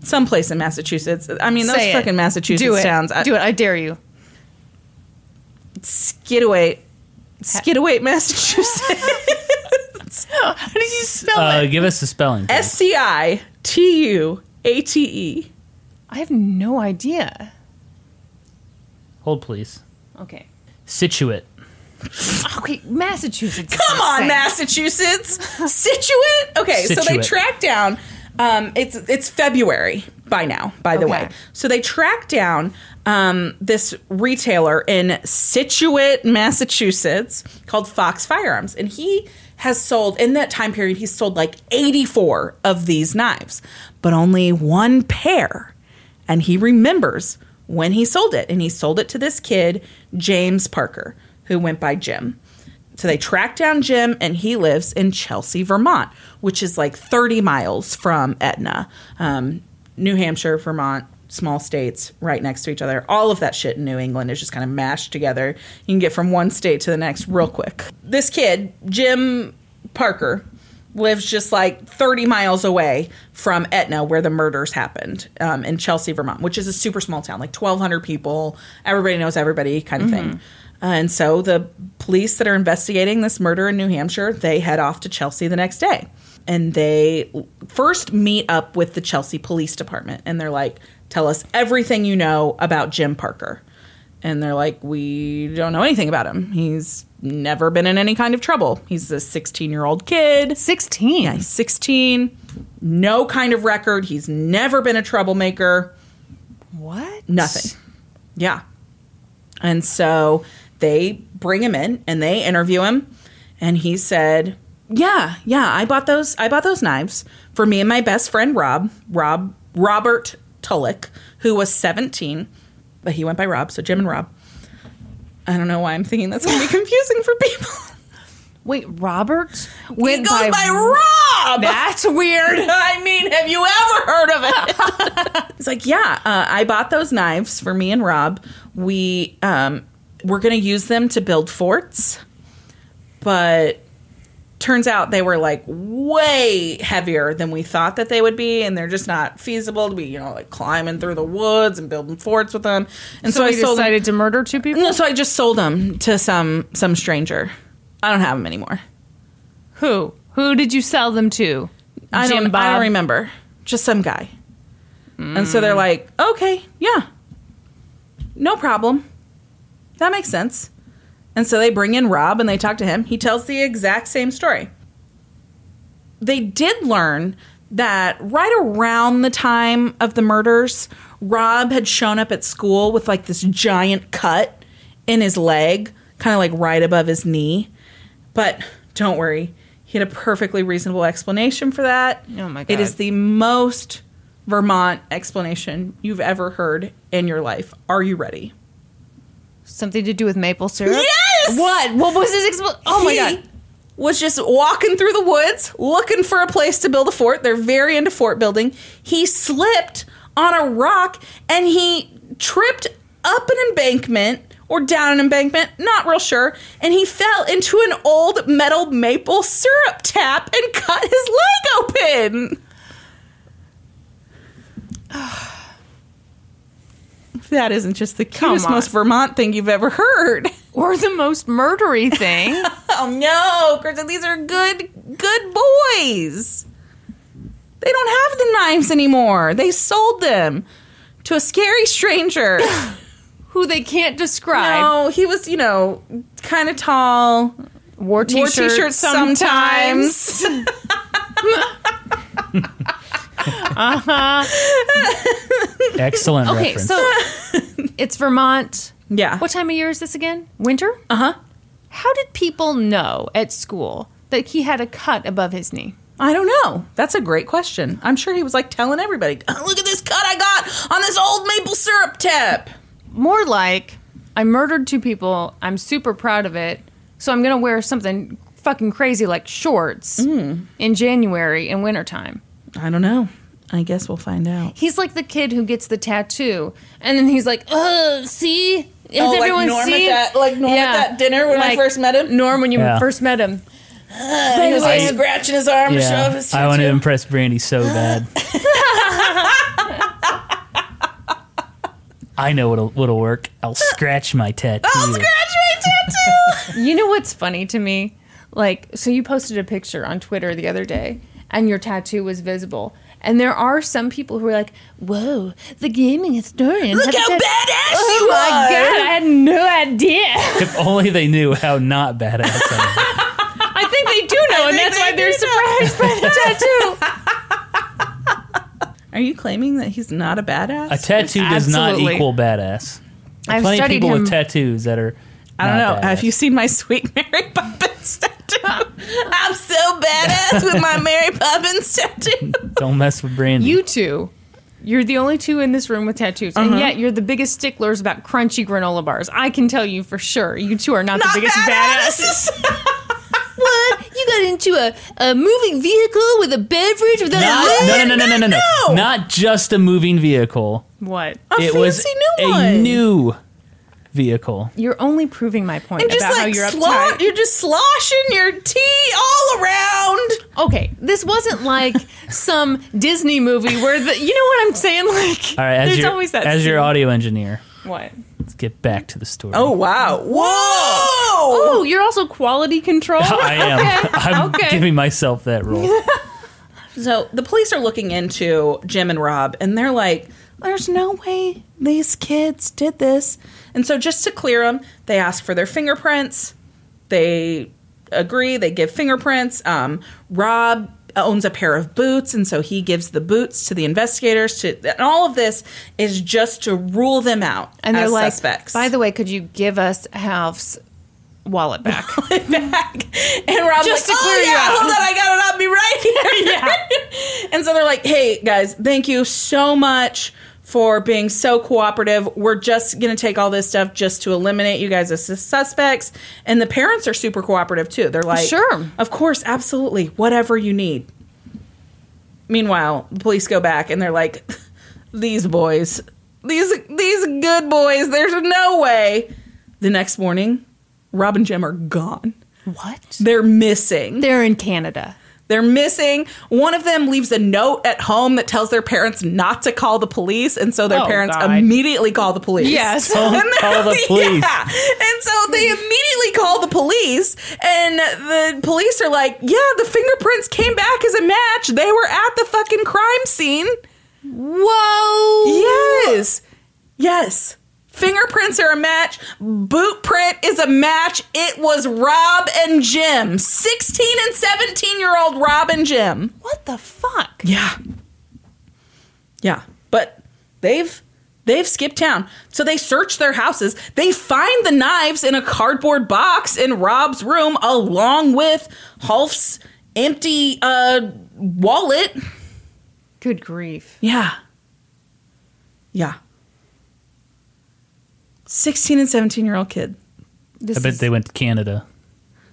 Speaker 2: someplace in Massachusetts. I mean, those
Speaker 1: Say it.
Speaker 2: freaking Massachusetts
Speaker 1: Do it.
Speaker 2: towns. uh, I-
Speaker 1: Do it. I dare you.
Speaker 2: Skidaway. Skidaway, Massachusetts.
Speaker 1: How did you spell
Speaker 3: Uh,
Speaker 1: it?
Speaker 3: give us the spelling.
Speaker 2: S C I T U A T E.
Speaker 1: I have no idea.
Speaker 3: Hold please.
Speaker 1: Okay.
Speaker 3: Situate.
Speaker 1: Okay, Massachusetts. is
Speaker 2: Come on,
Speaker 1: insane.
Speaker 2: Massachusetts, Situate. Okay, so they
Speaker 3: Situate.
Speaker 2: track down. Um, it's it's February by now. By the
Speaker 1: Okay.
Speaker 2: way, so they track down um, this retailer in Situate, Massachusetts, called Fox Firearms, and he has sold in that time period. He's sold like eighty four of these knives, but only one pair, and he remembers when he sold it, and he sold it to this kid James Parker, who went by Jim. So they track down Jim, and he lives in Chelsea, Vermont, which is like 30 miles from Etna. Um, New Hampshire, Vermont, small states right next to each other. All of that shit in New England is just kind of mashed together. You can get from one state to the next real quick. This kid, Jim Parker, lives just like 30 miles away from Etna, where the murders happened um, in Chelsea, Vermont, which is a super small town, like 1,200 people. Everybody knows everybody, kind of thing. Uh, and so the police that are investigating this murder in New Hampshire, they head off to Chelsea the next day. And they first meet up with the Chelsea Police Department. And they're like, tell us everything you know about Jim Parker. And they're like, we don't know anything about him. He's never been in any kind of trouble. He's a 16 year old kid.
Speaker 1: 16.
Speaker 2: He's 16, no kind of record. He's never been a troublemaker,
Speaker 1: What?
Speaker 2: nothing. Yeah. And so they bring him in and they interview him and he said, "Yeah, yeah, I bought those I bought those knives for me and my best friend Rob, Rob Robert Tullock, who was 17, but he went by Rob, so Jim and Rob. I don't know why I'm thinking that's going to be confusing for people.
Speaker 1: Wait, Robert?
Speaker 2: He
Speaker 1: Went
Speaker 2: goes by, Rob. job.
Speaker 1: That's weird.
Speaker 2: I mean, have you ever heard of it? He's like, yeah, uh, I bought those knives for me and Rob. We um, we're gonna use them to build forts, but turns out they were like way heavier than we thought that they would be, and they're just not feasible to be, you know, like climbing through the woods and building forts with them. And so,
Speaker 1: So
Speaker 2: I
Speaker 1: he
Speaker 2: sold them.
Speaker 1: decided to murder two people.
Speaker 2: No, so I just sold them to some some stranger. I don't have them anymore.
Speaker 1: Who? Who did you sell them to?
Speaker 2: I
Speaker 1: Jim
Speaker 2: don't,
Speaker 1: Bob.
Speaker 2: I don't remember. Just some guy. And so they're like, okay, yeah, no problem. That makes sense. And so they bring in Rob and they talk to him. He tells the exact same story. They did learn that right around the time of the murders, Rob had shown up at school with like this giant cut in his leg, kind of like right above his knee. But don't worry, he had a perfectly reasonable explanation for that.
Speaker 1: Oh my
Speaker 2: It is
Speaker 1: God.
Speaker 2: the most Vermont explanation you've ever heard in your life. Are you ready?
Speaker 1: Something to do with maple syrup?
Speaker 2: Yes!
Speaker 1: What? What was his expl- Oh my
Speaker 2: He
Speaker 1: god.
Speaker 2: Was just walking through the woods looking for a place to build a fort. They're very into fort building. He slipped on a rock and he tripped up an embankment or down an embankment, not real sure, and he fell into an old metal maple syrup tap and cut his leg open. If that isn't just the cutest,
Speaker 1: on.
Speaker 2: most Vermont thing you've ever heard.
Speaker 1: Or the most murdery thing.
Speaker 2: Oh no, Kristen, these are good good boys. They don't have the knives anymore. They sold them to a scary stranger.
Speaker 1: who they can't describe.
Speaker 2: no, he was, you know, kind of tall.
Speaker 1: War
Speaker 2: Wore
Speaker 1: t-shirts,
Speaker 2: t-shirts
Speaker 1: sometimes.
Speaker 2: sometimes.
Speaker 3: Excellent
Speaker 1: Okay,
Speaker 3: reference.
Speaker 1: so it's Vermont.
Speaker 2: Yeah.
Speaker 1: What time of year is this again? Winter? Uh
Speaker 2: Uh-huh.
Speaker 1: huh. How did people know at school that he had a cut above his knee?
Speaker 2: I don't know. That's a great question. I'm sure he was like telling everybody, "Oh, "Look at this cut I got on this old maple syrup tip."
Speaker 1: More like, I murdered two people. I'm super proud of it. So I'm going to wear something fucking crazy like shorts
Speaker 2: Mm.
Speaker 1: in January in wintertime.
Speaker 2: I don't know. I guess we'll find out.
Speaker 1: He's like the kid who gets the tattoo, and then he's like, "Oh, see, has
Speaker 2: Oh, like
Speaker 1: everyone
Speaker 2: Norm at
Speaker 1: seen
Speaker 2: that- like Norm at that dinner when I first met him?
Speaker 1: Norm, when you
Speaker 3: Yeah.
Speaker 1: first met him,
Speaker 2: he was
Speaker 3: I-
Speaker 2: scratching his arm
Speaker 3: yeah, I want to impress Brandy so bad. I know what'll what'll work. I'll scratch my tattoo.
Speaker 2: I'll scratch my tattoo.
Speaker 1: you know what's funny to me? Like, so you posted a picture on Twitter the other day, and your tattoo was visible. And there are some people who are like, "Whoa, the gaming historian!
Speaker 2: Look
Speaker 1: had a
Speaker 2: how
Speaker 1: tat-
Speaker 2: badass
Speaker 1: Oh
Speaker 2: you
Speaker 1: my
Speaker 2: are.
Speaker 1: god, I had no idea.
Speaker 3: If only they knew how not badass I am.
Speaker 1: I think they do know, and that's
Speaker 2: they
Speaker 1: why
Speaker 2: do
Speaker 1: they're
Speaker 2: know.
Speaker 1: surprised by the tattoo.
Speaker 2: Are you claiming that he's not a badass?
Speaker 3: A tattoo does not
Speaker 1: Absolutely.
Speaker 3: equal badass. There are
Speaker 1: I've
Speaker 3: plenty of
Speaker 1: studied
Speaker 3: people
Speaker 1: him.
Speaker 3: with tattoos that are.
Speaker 2: I don't know.
Speaker 3: not
Speaker 2: Have
Speaker 3: badass.
Speaker 2: you seen my sweet Mary Poppins tattoo? I'm so badass with my Mary Poppins tattoo.
Speaker 3: Don't mess with Brandy.
Speaker 1: You two, you're the only two in this room with tattoos,
Speaker 2: Uh-huh.
Speaker 1: and yet you're the biggest sticklers about crunchy granola bars. I can tell you for sure, you two are not, the biggest badasses. What? You got into a, a moving vehicle with a beverage without
Speaker 3: Not, no, no, no, no, no, no, no. Not just a moving vehicle.
Speaker 1: What?
Speaker 2: A
Speaker 3: it was
Speaker 2: fancy new
Speaker 3: a
Speaker 2: one.
Speaker 3: new vehicle.
Speaker 1: You're only proving my point
Speaker 2: You're
Speaker 1: about
Speaker 2: just
Speaker 1: how
Speaker 2: like
Speaker 1: you're
Speaker 2: slosh.
Speaker 1: uptight.
Speaker 2: You're just sloshing your tea all around.
Speaker 1: Okay, this wasn't like some Disney movie where the you know what I'm saying. Like,
Speaker 3: All right, as
Speaker 1: there's
Speaker 3: your
Speaker 1: always that.
Speaker 3: as your
Speaker 1: scene.
Speaker 3: audio engineer,
Speaker 1: what?
Speaker 3: let's get back to the story.
Speaker 2: Oh wow! Whoa!
Speaker 1: Oh, you're also quality control.
Speaker 3: I am.
Speaker 1: Okay.
Speaker 3: I'm
Speaker 1: okay.
Speaker 3: giving myself that role.
Speaker 2: So the police are looking into Jim and Rob, and they're like, "There's no way these kids did this." And so, just to clear them, they ask for their fingerprints. They agree. They give fingerprints. Um, Rob owns a pair of boots, and so he gives the boots to the investigators. To and all of this is just to rule them out
Speaker 1: and they're
Speaker 2: as
Speaker 1: like,
Speaker 2: suspects.
Speaker 1: by the way, could you give us Half's wallet back?
Speaker 2: back. And Rob's
Speaker 1: Just to
Speaker 2: like, oh,
Speaker 1: clear you
Speaker 2: yeah,
Speaker 1: out."
Speaker 2: hold on, I got it. I'll be right here. and so they're like, hey, guys, thank you so much for being so cooperative. We're just going to take all this stuff just to eliminate you guys as sus- suspects. And the parents are super cooperative, too. They're like,
Speaker 1: Sure.
Speaker 2: Of course, absolutely, whatever you need. Meanwhile, the police go back and they're like, "These boys, these these good boys. There's no way." The next morning, Rob and Jim are gone.
Speaker 1: What?
Speaker 2: They're missing.
Speaker 1: They're in Canada.
Speaker 2: They're missing. One of them leaves a note at home that tells their parents not to call the police, and so their
Speaker 1: Oh,
Speaker 2: parents
Speaker 1: God.
Speaker 2: immediately call the police.
Speaker 1: Yes.
Speaker 3: Don't
Speaker 2: And
Speaker 3: call the police.
Speaker 2: Yeah. And so they immediately call the police, and the police are like, "Yeah, the fingerprints came back as a match. They were at the fucking crime scene."
Speaker 1: Whoa.
Speaker 2: Yes. Yes. Fingerprints are a match. Boot print is a match. It was Rob and Jim, 16 and 17 year old Rob and Jim.
Speaker 1: What the fuck?
Speaker 2: Yeah. Yeah. But they've they've skipped town. So they search their houses. They find the knives in a cardboard box in Rob's room along with Holf's empty uh wallet.
Speaker 1: Good grief.
Speaker 2: Yeah. Yeah. 16 and 17 year old kid.
Speaker 1: This
Speaker 3: I bet
Speaker 1: is-
Speaker 3: they went to Canada.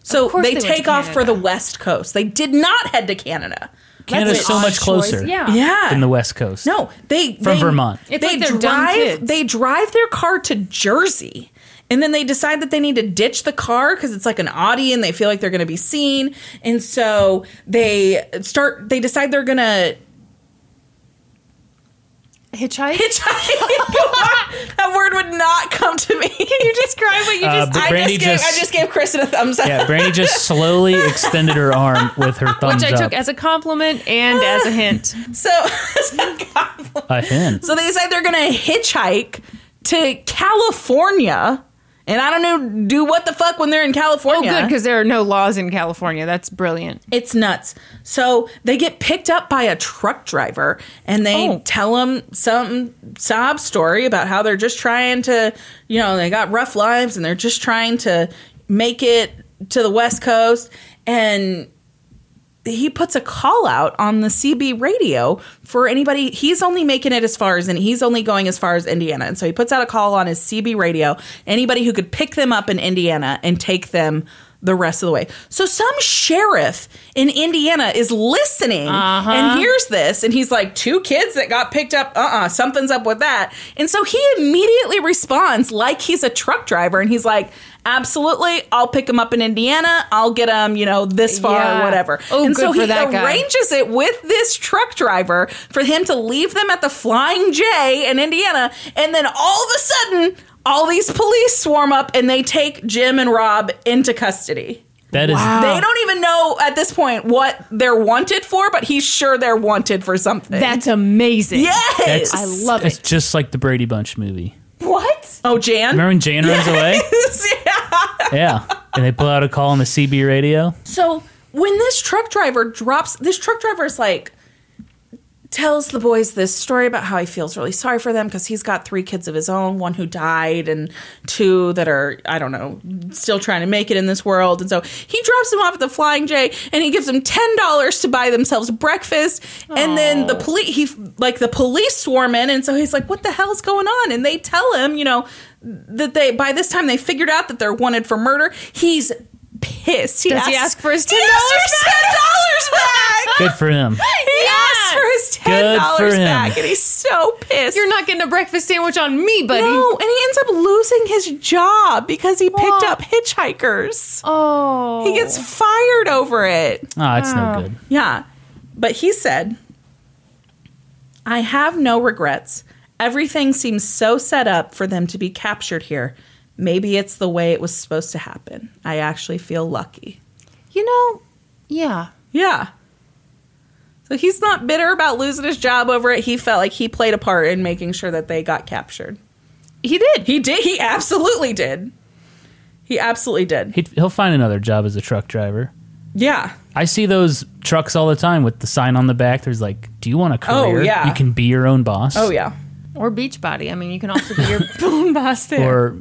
Speaker 2: So
Speaker 1: course
Speaker 2: they,
Speaker 1: they went to
Speaker 2: take off for the
Speaker 1: Canada.
Speaker 2: West Coast. They did not head to Canada.
Speaker 3: Canada's
Speaker 1: an
Speaker 3: so
Speaker 1: odd
Speaker 3: much
Speaker 1: choice.
Speaker 3: closer
Speaker 1: Yeah.
Speaker 2: Yeah.
Speaker 3: than the West Coast.
Speaker 2: No, they
Speaker 3: From
Speaker 2: they-
Speaker 3: Vermont.
Speaker 1: It's
Speaker 2: they
Speaker 1: like they're
Speaker 2: drive.
Speaker 1: dumb kids.
Speaker 2: They drive their car to Jersey, and then they decide that they need to ditch the car because it's like an Audi, and they feel like they're going to be seen, and so they start. They decide they're going to
Speaker 1: Hitchhike?
Speaker 2: hitchhike. that word would not come to me. Can you describe what you
Speaker 3: Uh, just- but
Speaker 2: I
Speaker 3: Brandy
Speaker 2: just, gave, I
Speaker 3: just-
Speaker 2: just gave Kristen a thumbs up.
Speaker 3: Yeah, Brandy just slowly extended her arm with her thumbs
Speaker 1: Which I
Speaker 3: up.
Speaker 1: took as a compliment and as a hint.
Speaker 2: So,
Speaker 3: a hint.
Speaker 2: so they decide they're going to hitchhike to California. And I don't know, do what the fuck when they're in
Speaker 1: Oh,
Speaker 2: California.
Speaker 1: good, because there are no laws in California. That's brilliant.
Speaker 2: It's nuts. So they get picked up by a truck driver and they
Speaker 1: Oh.
Speaker 2: tell him some sob story about how they're just trying to, you know, they got rough lives and they're just trying to make it to the West Coast. And he puts a call out on the CB radio for anybody. He's only making it as far as, and he's only going as far as Indiana. And so he puts out a call on his CB radio, anybody who could pick them up in Indiana and take them the rest of the way. So some sheriff in Indiana is listening and hears this, and he's like, Two kids that got picked up, uh uh something's up with that. And so he immediately responds like he's a truck driver, and he's like, Absolutely, I'll pick them up in Indiana. I'll get them, you know, this far
Speaker 1: Yeah.
Speaker 2: or whatever.
Speaker 1: Oh,
Speaker 2: and
Speaker 1: good
Speaker 2: so
Speaker 1: for
Speaker 2: he
Speaker 1: that guy.
Speaker 2: arranges it with this truck driver for him to leave them at the Flying J in Indiana, and then all of a sudden, all these police swarm up and they take Jim and Rob into custody.
Speaker 3: That is
Speaker 2: They don't even know at this point what they're wanted for, but he's sure they're wanted for something.
Speaker 1: That's amazing.
Speaker 2: yes.
Speaker 3: That's-
Speaker 1: I love
Speaker 3: it's
Speaker 1: it.
Speaker 3: just like the Brady Bunch movie.
Speaker 1: What?
Speaker 2: oh, Jan.
Speaker 3: Remember when Jane runs away?
Speaker 2: yeah.
Speaker 3: Yeah. And they pull out a call on the CB radio.
Speaker 2: So when this truck driver drops, this truck driver is like, tells the boys this story about how he feels really sorry for them because he's got three kids of his own one who died and two that are i don't know still trying to make it in this world and so he drops them off at the flying j and he gives them $10 to buy themselves breakfast and then the police he like the police swarm in and so he's like what the hell's going on and they tell him you know that they by this time they figured out that they're wanted for murder he's pissed
Speaker 1: Does he ask for his
Speaker 2: he asks for $10 back
Speaker 3: Good for him.
Speaker 2: he asked for his ten
Speaker 3: Good for
Speaker 2: dollars
Speaker 3: him.
Speaker 2: back, and he's so pissed.
Speaker 1: You're not getting a breakfast sandwich on me, buddy.
Speaker 2: no, and he ends up losing his job because he picked
Speaker 1: Aw.
Speaker 2: up hitchhikers.
Speaker 1: Oh.
Speaker 2: He gets fired over it.
Speaker 3: Oh, it's
Speaker 2: Ah.
Speaker 3: no good.
Speaker 2: Yeah, but he said, "I have no regrets. Everything seems so set up for them to be captured here." Maybe it's the way it was supposed to happen. I actually feel lucky.
Speaker 1: You know, yeah.
Speaker 2: Yeah. So he's not bitter about losing his job over it. He felt like he played a part in making sure that they got captured.
Speaker 1: He did.
Speaker 2: He did. He absolutely did. He absolutely did.
Speaker 3: He'd, he'll find another job as a truck driver.
Speaker 2: Yeah.
Speaker 3: I see those trucks all the time with the sign on the back. There's like, do you want a
Speaker 2: Oh,
Speaker 3: career?
Speaker 2: yeah.
Speaker 3: You can be your own boss.
Speaker 2: Oh yeah.
Speaker 1: Or Beachbody. I mean, you can also be your own boss there.
Speaker 3: Or,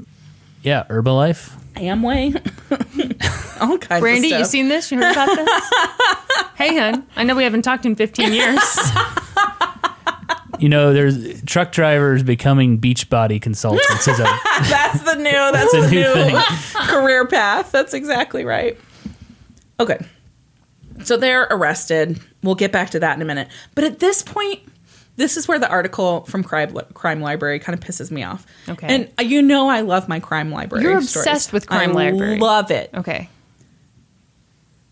Speaker 3: yeah, Herbalife.
Speaker 2: Amway. All kinds
Speaker 1: Brandy, you
Speaker 2: of stuff.
Speaker 1: seen this? You heard about this? hey, hun. I know we haven't talked in 15 years.
Speaker 3: You know, there's truck drivers becoming Beachbody consultants. Is a,
Speaker 2: that's the new. That's
Speaker 3: a
Speaker 2: the
Speaker 3: new
Speaker 2: new
Speaker 3: thing.
Speaker 2: career path. That's exactly right. Okay. So they're arrested. We'll get back to that in a minute. But at this point, this is where the article from Crime, Crime Library kind of pisses me off.
Speaker 1: Okay.
Speaker 2: And uh, you know I love my Crime Library.
Speaker 1: You're
Speaker 2: stories.
Speaker 1: obsessed with Crime
Speaker 2: I
Speaker 1: Library.
Speaker 2: Love it.
Speaker 1: Okay.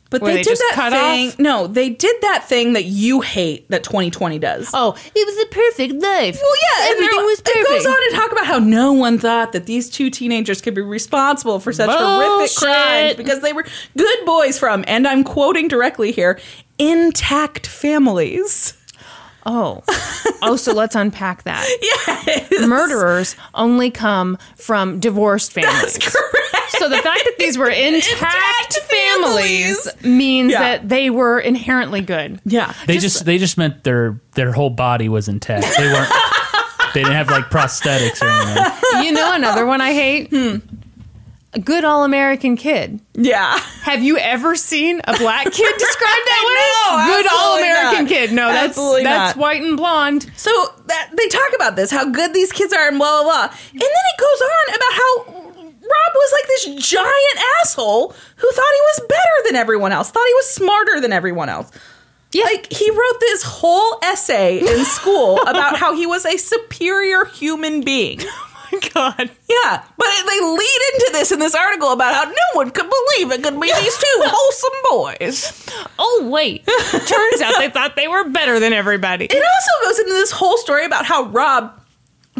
Speaker 2: But
Speaker 1: Where
Speaker 2: they,
Speaker 1: they
Speaker 2: did
Speaker 1: just
Speaker 2: that
Speaker 1: cut
Speaker 2: thing.
Speaker 1: off?
Speaker 2: No, they did that thing that you hate that 2020 does.
Speaker 1: Oh, it was the perfect life.
Speaker 2: Well, yeah, and
Speaker 1: everything
Speaker 2: they're-
Speaker 1: was perfect.
Speaker 2: It goes on to talk about how no one thought that these two teenagers could be responsible for such horrific
Speaker 1: Bullshit.
Speaker 2: crimes because they were good boys from, and I'm quoting directly here, intact families.
Speaker 1: Oh. Oh, so let's unpack that. Murderers only come from divorced families.
Speaker 2: Correct.
Speaker 1: So the fact that these were intact,
Speaker 2: Intact
Speaker 1: families,
Speaker 2: families.
Speaker 1: means
Speaker 2: Yeah.
Speaker 1: that they were inherently good.
Speaker 2: Yeah.
Speaker 3: They just, they just meant their their whole body was intact. They weren't. they didn't have like prosthetics or anything.
Speaker 1: You know another one I hate? Hmm. A good all American kid.
Speaker 2: Yeah.
Speaker 1: Have you ever seen a black kid described
Speaker 2: No,
Speaker 1: that way? good
Speaker 2: absolutely
Speaker 1: all American
Speaker 2: not.
Speaker 1: kid. No, that's
Speaker 2: Absolutely
Speaker 1: that's
Speaker 2: not.
Speaker 1: white and blonde.
Speaker 2: So that they talk about this, how good these kids are, and blah blah blah. And then it goes on about how Rob was like this giant asshole who thought he was better than everyone else, thought he was smarter than everyone else.
Speaker 1: Yeah.
Speaker 2: Like he wrote this whole essay in school about how he was a superior human being.
Speaker 1: Oh God.
Speaker 2: Yeah, but they lead into this in this article about how no one could believe it could be these two wholesome boys.
Speaker 1: Oh wait. Turns out they thought they were better than everybody.
Speaker 2: it also goes into this whole story about how Rob,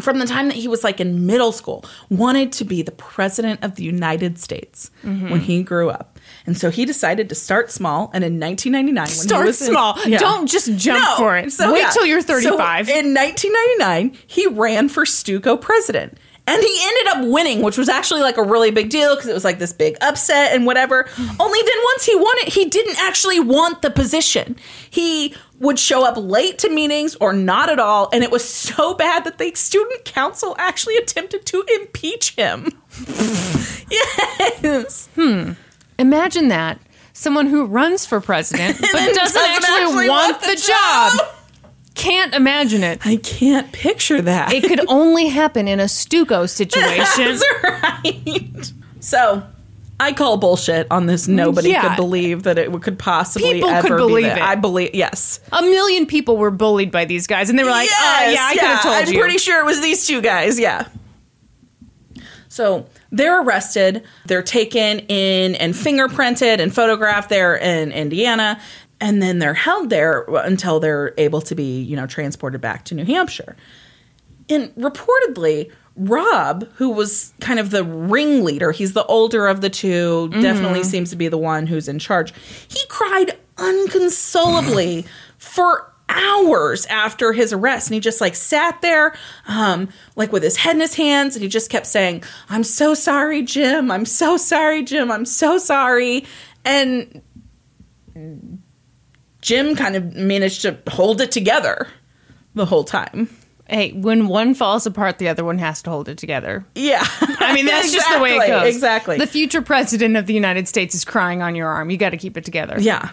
Speaker 2: from the time that he was like in middle school, wanted to be the president of the United States
Speaker 1: Mm-hmm.
Speaker 2: when he grew up. And so he decided to start small. And in 1999, when he
Speaker 1: Start
Speaker 2: was in-
Speaker 1: small.
Speaker 2: Yeah.
Speaker 1: Don't just jump
Speaker 2: No.
Speaker 1: for it.
Speaker 2: So,
Speaker 1: Wait
Speaker 2: yeah.
Speaker 1: till you're
Speaker 2: So
Speaker 1: 35.
Speaker 2: in 1999, he ran for Stuco president. And he ended up winning, which was actually like a really big deal because it was like this big upset and whatever. Only then, once he won it, he didn't actually want the position. He would show up late to meetings or not at all. And it was so bad that the student council actually attempted to impeach him. yes.
Speaker 1: Imagine that. Someone who runs for president but doesn't,
Speaker 2: doesn't
Speaker 1: actually,
Speaker 2: actually
Speaker 1: want the, job. Can't imagine it.
Speaker 2: I can't picture that.
Speaker 1: It could only happen in a Stuco situation.
Speaker 2: right. So I call bullshit on this. Nobody
Speaker 1: Yeah.
Speaker 2: could believe that it could possibly
Speaker 1: People could
Speaker 2: ever
Speaker 1: believe
Speaker 2: be that.
Speaker 1: it.
Speaker 2: I believe yes.
Speaker 1: A million people were bullied by these guys, and they were like, "Oh yeah, I could have told
Speaker 2: am
Speaker 1: you."
Speaker 2: pretty sure it was these two guys. Yeah. So they're arrested. They're taken in and fingerprinted and photographed there in Indiana, and then they're held there until they're able to be, you know, transported back to New Hampshire. And reportedly, Rob, who was kind of the ringleader, he's the older of the 2 definitely seems to be the one who's in charge. He cried unconsolably for hours after his arrest and he just like sat there um like with his head in his hands and he just kept saying i'm so sorry jim i'm so sorry jim i'm so sorry and jim kind of managed to hold it together the whole time
Speaker 1: hey, when one falls apart, the other one has to hold it together.
Speaker 2: Yeah.
Speaker 1: I mean, that's just the way it goes.
Speaker 2: Exactly.
Speaker 1: The future president of the United States is crying on your arm. You got to keep it together.
Speaker 2: yeah.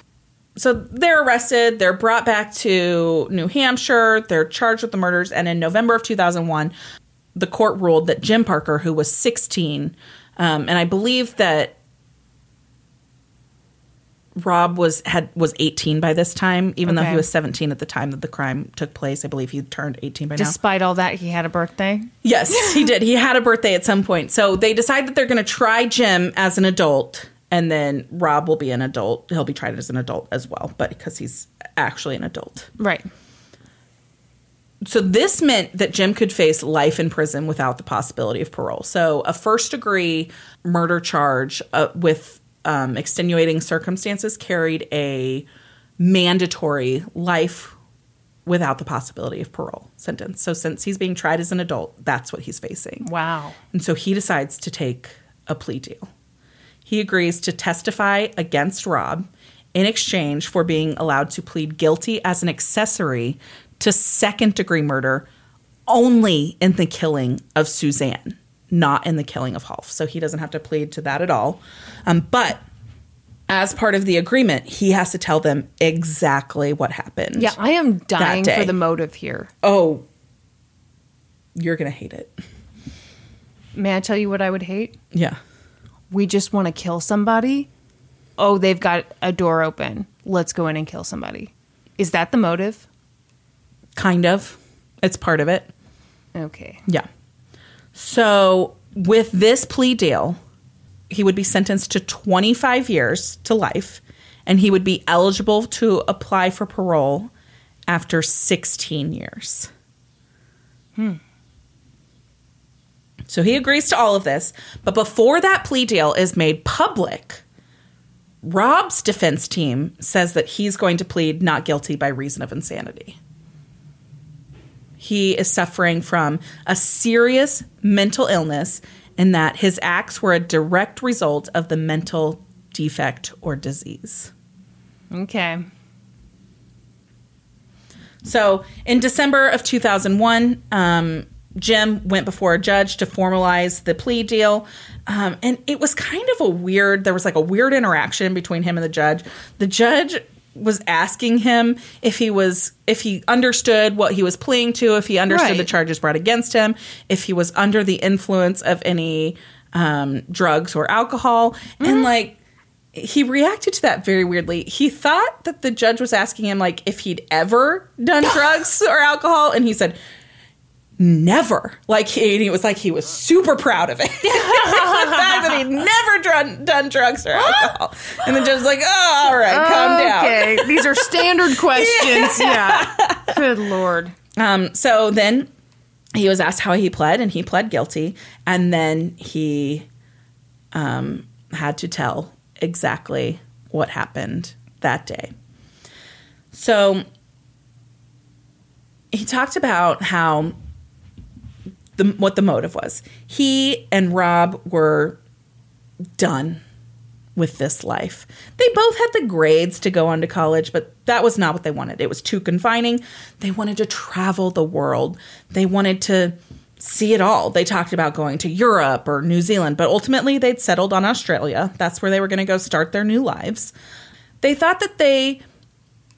Speaker 2: So they're arrested, they're brought back to New Hampshire, they're charged with the murders, and in November of 2001, the court ruled that Jim Parker, who was 16, um, and I believe that Rob was had was 18 by this time, even though
Speaker 1: Okay.
Speaker 2: he was 17 at the time that the crime took place. I believe he turned 18 by now.
Speaker 1: Despite all that, he had a birthday.
Speaker 2: Yes, he did. He had a birthday at some point. So they decide that they're going to try Jim as an adult, and then Rob will be an adult. He'll be tried as an adult as well, but because he's actually an adult.
Speaker 1: Right.
Speaker 2: So this meant that Jim could face life in prison without the possibility of parole. So a first degree murder charge uh, with um, extenuating circumstances carried a mandatory life without the possibility of parole sentence. So since he's being tried as an adult, that's what he's facing.
Speaker 1: Wow.
Speaker 2: And so he decides to take a plea deal. He agrees to testify against Rob in exchange for being allowed to plead guilty as an accessory to second degree murder only in the killing of Suzanne, not in the killing of Rolf. So he doesn't have to plead to that at all. Um, but as part of the agreement, he has to tell them exactly what happened.
Speaker 1: Yeah, I am dying
Speaker 2: day.
Speaker 1: for the motive here.
Speaker 2: Oh, you're going to hate it.
Speaker 1: May I tell you what I would hate?
Speaker 2: Yeah.
Speaker 1: We just want to kill somebody oh, they've got a door open. Let's go in and kill somebody. Is that the motive?
Speaker 2: Kind of. It's part of it.
Speaker 1: Okay.
Speaker 2: Yeah. So with this plea deal, he would be sentenced to 25 years to life and he would be eligible to apply for parole after 16 years. Hmm. So he agrees to all of this, but before that plea deal is made public, Rob's defense team says that he's going to plead not guilty by reason of insanity. He is suffering from a serious mental illness in that his acts were a direct result of the mental defect or disease.
Speaker 1: Okay.
Speaker 2: So in December of 2001, um, Jim went before a judge to formalize the plea deal. Um, and it was kind of a weird, there was like a weird interaction between him and the judge. The judge was asking him if he was, if he understood what he was pleading to, if he understood
Speaker 1: Right.
Speaker 2: the charges brought against him, if he was under the influence of any um, drugs or alcohol. And like, he reacted to that very weirdly. He thought that the judge was asking him like if he'd ever done drugs or alcohol, and he said never. Like he, and he was like he was super proud of it, the fact that he'd never done done drugs or alcohol. And the judge was like, oh, all right, calm down.
Speaker 1: Okay. These are standard questions. Yeah. Good lord.
Speaker 2: Um, so then he was asked how he pled, and he pled guilty. And then he um, had to tell exactly what happened that day. So he talked about how the what the motive was. He and Rob were done with this life. They both had the grades to go on to college, but that was not what they wanted. It was too confining. They wanted to travel the world. They wanted to see it all. They talked about going to Europe or New Zealand, but ultimately they'd settled on Australia. That's where they were going to go start their new lives. They thought that they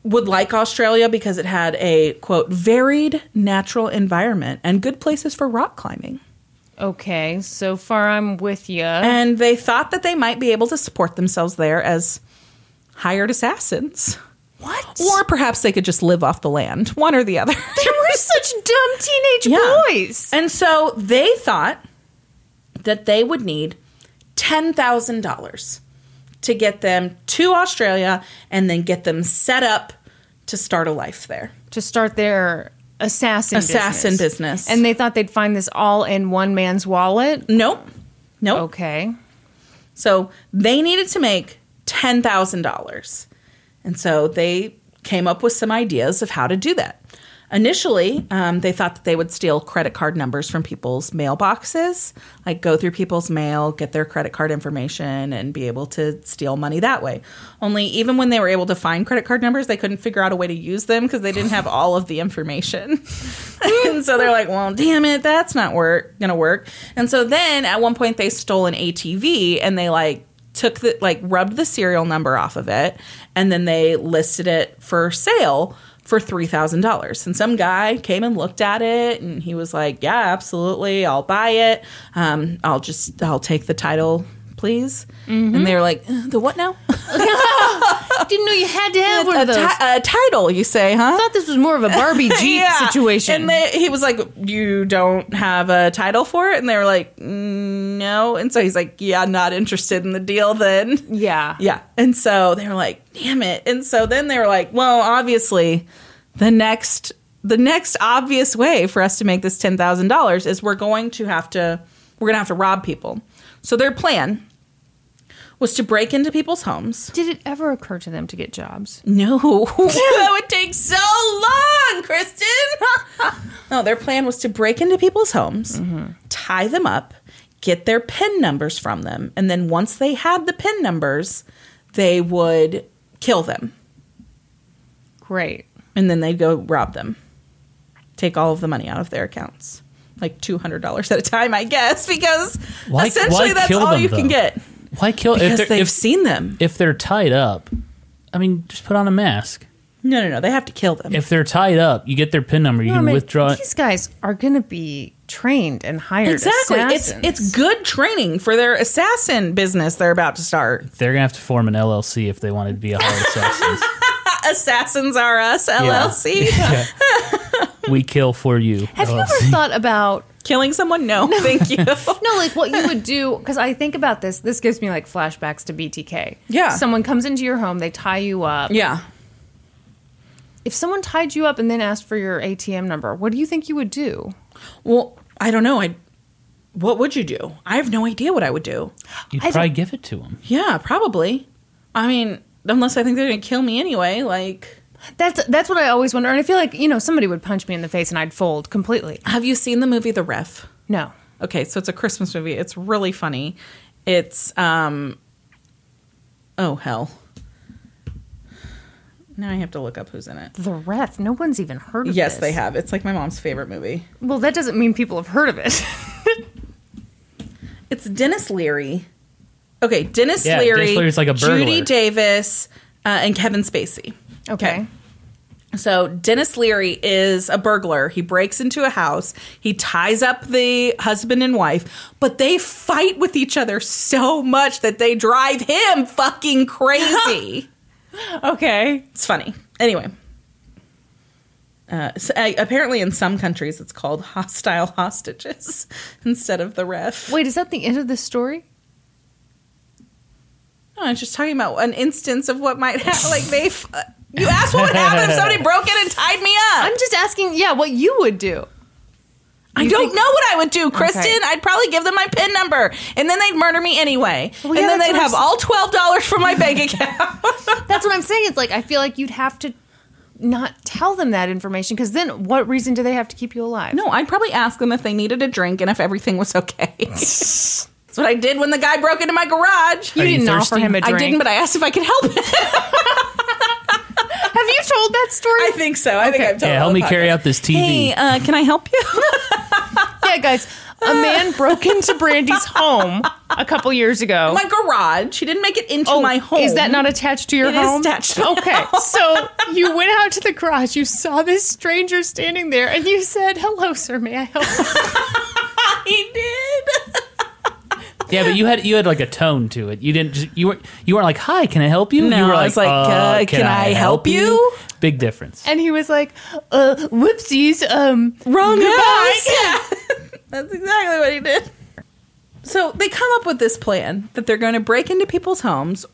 Speaker 2: would like Australia because it had a quote varied natural environment and good places for rock climbing.
Speaker 1: Okay. So far, I'm with you.
Speaker 2: And they thought that they might be able to support themselves there as hired assassins.
Speaker 1: What?
Speaker 2: Or perhaps they could just live off the land, one or the other.
Speaker 1: They were such dumb teenage
Speaker 2: Yeah.
Speaker 1: boys.
Speaker 2: And so they thought that they would need $10,000 to get them to Australia and then get them set up to start a life there.
Speaker 1: To start their assassin
Speaker 2: Assassin business.
Speaker 1: And they thought they'd find this all in one man's wallet.
Speaker 2: Nope. Nope.
Speaker 1: Okay.
Speaker 2: So they needed to make $10,000. And so they came up with some ideas of how to do that. Initially, um, they thought that they would steal credit card numbers from people's mailboxes, like go through people's mail, get their credit card information, and be able to steal money that way. Only, even when they were able to find credit card numbers, they couldn't figure out a way to use them because they didn't have all of the information. and so they're like, well, damn it, that's not work gonna work. And so then at one point they stole an ATV and they like took the like rubbed the serial number off of it and then they listed it for sale for three thousand dollars. And some guy came and looked at it and he was like, Yeah, absolutely, I'll buy it. Um, I'll just I'll take the title, please.
Speaker 1: Mm-hmm.
Speaker 2: And they were like, "Uh, the what now?
Speaker 1: Didn't know you had to have one
Speaker 2: a,
Speaker 1: of those.
Speaker 2: ti- a title, you say, huh?
Speaker 1: I thought this was more of a Barbie Jeep
Speaker 2: Yeah.
Speaker 1: situation.
Speaker 2: And they, he was like, "You don't have a title for it," and they were like, "Mm, "No." And so he's like, "Yeah, not interested in the deal then."
Speaker 1: yeah.
Speaker 2: Yeah. And so they were like, "Damn it!" And so then they were like, "Well, obviously, the next the next obvious way for us to make this ten thousand dollars is we're going to have to we're going to have to rob people." So their plan was to break into people's homes.
Speaker 1: Did it ever occur to them to get jobs?
Speaker 2: No, that would take so long, Kristen. no, their plan was to break into people's homes, tie them up, get their PIN numbers from them, and then once they had the PIN numbers, they would kill them,
Speaker 1: Great.
Speaker 2: and then they'd go rob them, take all of the money out of their accounts, like two hundred dollars at a time, I guess, because
Speaker 3: Why- why
Speaker 2: essentially that's
Speaker 3: kill
Speaker 2: all
Speaker 3: them,
Speaker 2: you can
Speaker 3: though?
Speaker 2: get
Speaker 3: Why kill
Speaker 2: because
Speaker 3: if they're
Speaker 2: they've
Speaker 3: if,
Speaker 2: seen them.
Speaker 3: if they're tied up? I mean, just put on a mask.
Speaker 2: No, no, no, they have to kill them.
Speaker 3: If they're tied up, you get their pin number. You
Speaker 1: No, I
Speaker 3: can
Speaker 1: mean,
Speaker 3: withdraw it.
Speaker 1: These guys are going to be trained and hired
Speaker 2: Exactly. It's
Speaker 1: assassins.
Speaker 2: it's good training for their assassin business they're about to start.
Speaker 3: They're gonna have to form an LLC if they wanted to be a hired assassins.
Speaker 2: Assassins are us LLC.
Speaker 3: we kill for you. Oh,
Speaker 1: Have you ever thought about
Speaker 2: Killing someone? No, thank you.
Speaker 1: no, like what you would do? Because I think about this. This gives me like flashbacks to BTK.
Speaker 2: Yeah.
Speaker 1: someone comes into your home, they tie you up.
Speaker 2: Yeah.
Speaker 1: If someone tied you up and then asked for your ATM number, what do you think you would do?
Speaker 2: Well, I don't know. I what would you do? I have no idea what I would do.
Speaker 3: You'd
Speaker 1: I
Speaker 3: probably
Speaker 1: don't-
Speaker 3: give it to him.
Speaker 2: Yeah, probably. I mean, unless I think they're gonna kill me anyway. Like,
Speaker 1: That's that's what I always wonder, and I feel like you know somebody would punch me in the face and I'd fold completely.
Speaker 2: have you seen the movie The Ref?
Speaker 1: No,
Speaker 2: Okay, so it's a Christmas movie. It's really funny. It's um oh hell. Now I have to look up who's in it.
Speaker 1: the ref. No one's even heard of
Speaker 2: Yes,
Speaker 1: this.
Speaker 2: they have. It's like my mom's favorite movie.
Speaker 1: Well, that doesn't mean people have heard of it.
Speaker 2: It's Dennis Leary. Okay, Dennis
Speaker 3: Yeah,
Speaker 2: Leary.
Speaker 3: Dennis Leary's like a
Speaker 2: Judy
Speaker 3: burglar.
Speaker 2: Davis uh, and Kevin Spacey.
Speaker 1: Okay.
Speaker 2: So Dennis Leary is a burglar. He breaks into a house. He ties up the husband and wife, but they fight with each other so much that they drive him fucking crazy.
Speaker 1: Okay.
Speaker 2: it's funny. Anyway. Uh, so, uh, apparently, in some countries, it's called hostile hostages instead of the ref.
Speaker 1: Wait, is that the end of the story?
Speaker 2: No, I was Oh, just talking about an instance of what might happen. Like they, f- you asked what would happen if somebody broke in and tied me up.
Speaker 1: I'm just asking. Yeah, what you would do?
Speaker 2: I
Speaker 1: you
Speaker 2: don't
Speaker 1: think-
Speaker 2: know what I would do, Kristen. I'd probably give them my pin number, and then they'd murder me anyway,
Speaker 1: Well,
Speaker 2: and
Speaker 1: yeah,
Speaker 2: then
Speaker 1: that's
Speaker 2: they'd
Speaker 1: what I'm
Speaker 2: have
Speaker 1: s-
Speaker 2: all twelve dollars from my bank account.
Speaker 1: That's what I'm saying. It's like I feel like you'd have to not tell them that information because then what reason do they have to keep you alive?
Speaker 2: no, I'd probably ask them if they needed a drink and if everything was okay. That's what I did when the guy broke into my garage.
Speaker 1: you
Speaker 3: Are you
Speaker 1: didn't offer
Speaker 3: thirsty?
Speaker 1: him a drink.
Speaker 2: I didn't, but I asked if I could help him.
Speaker 1: have you told that story?
Speaker 2: I think so. I think I've told.
Speaker 3: Yeah, help me carry out this TV.
Speaker 2: Oh, Hey, uh, can I help you?
Speaker 1: yeah, guys. A man broke into Brandy's home a couple years ago.
Speaker 2: my garage. He didn't make it into my home.
Speaker 1: Oh, Is that not attached to your
Speaker 2: It is
Speaker 1: home?
Speaker 2: attached to my
Speaker 1: okay.
Speaker 2: home.
Speaker 1: So you went out to the garage, you saw this stranger standing there, and you said, Hello, sir, may I help you?
Speaker 2: He did.
Speaker 3: Yeah, but you had you had like a tone to it. You didn't just, you were you weren't like, "Hi, can I help you?"
Speaker 2: No,
Speaker 3: you were
Speaker 2: I was like, uh, "Can I help you?"
Speaker 3: Big difference.
Speaker 1: And he was like, uh, whoopsies, um
Speaker 2: Wrong
Speaker 1: goodbye."
Speaker 2: That's exactly what he did. So they come up with this plan that they're going to break into people's homes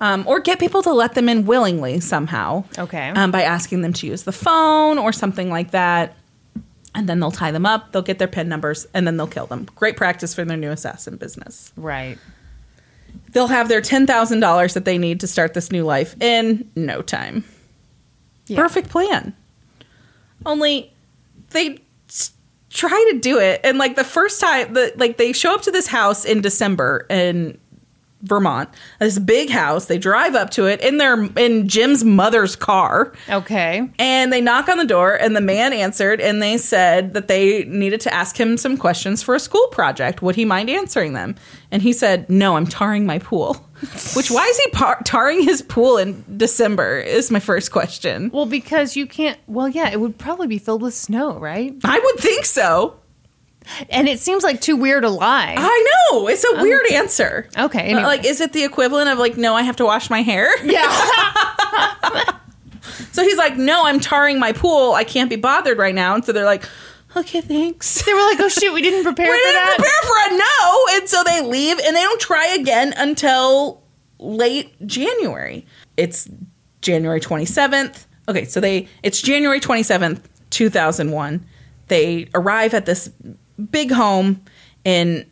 Speaker 2: um, or get people to let them in willingly somehow.
Speaker 1: Okay.
Speaker 2: Um, by asking them to use the phone or something like that. And then they'll tie them up, they'll get their PIN numbers, and then they'll kill them. Great practice for their new assassin business.
Speaker 1: Right.
Speaker 2: They'll have their $10,000 that they need to start this new life in no time.
Speaker 1: Yeah.
Speaker 2: Perfect plan. Only they s- try to do it and like the first time the like they show up to this house in December in Vermont. This big house, they drive up to it in their in Jim's mother's car.
Speaker 1: Okay.
Speaker 2: And they knock on the door, and the man answered, and they said that they needed to ask him some questions for a school project. Would he mind answering them? And he said, No, I'm tarring my pool. Which, why is he par- tarring his pool in December? Is my first question.
Speaker 1: Well, because you can't. Well, yeah, it would probably be filled with snow, right?
Speaker 2: I would think so.
Speaker 1: And it seems like too weird a lie.
Speaker 2: I know. It's a weird answer.
Speaker 1: Okay,
Speaker 2: But,
Speaker 1: anyway.
Speaker 2: Like, is it the equivalent of, like, no, I have to wash my hair?
Speaker 1: Yeah.
Speaker 2: So he's like, No, I'm tarring my pool. I can't be bothered right now. And so they're like, Okay, thanks.
Speaker 1: they were like, oh, shoot, we didn't prepare
Speaker 2: We
Speaker 1: for
Speaker 2: didn't
Speaker 1: that.
Speaker 2: prepare for a no, and so they leave, and they don't try again until late January. It's January twenty seventh. Okay, so they it's January twenty seventh, two thousand one. They arrive at this big home in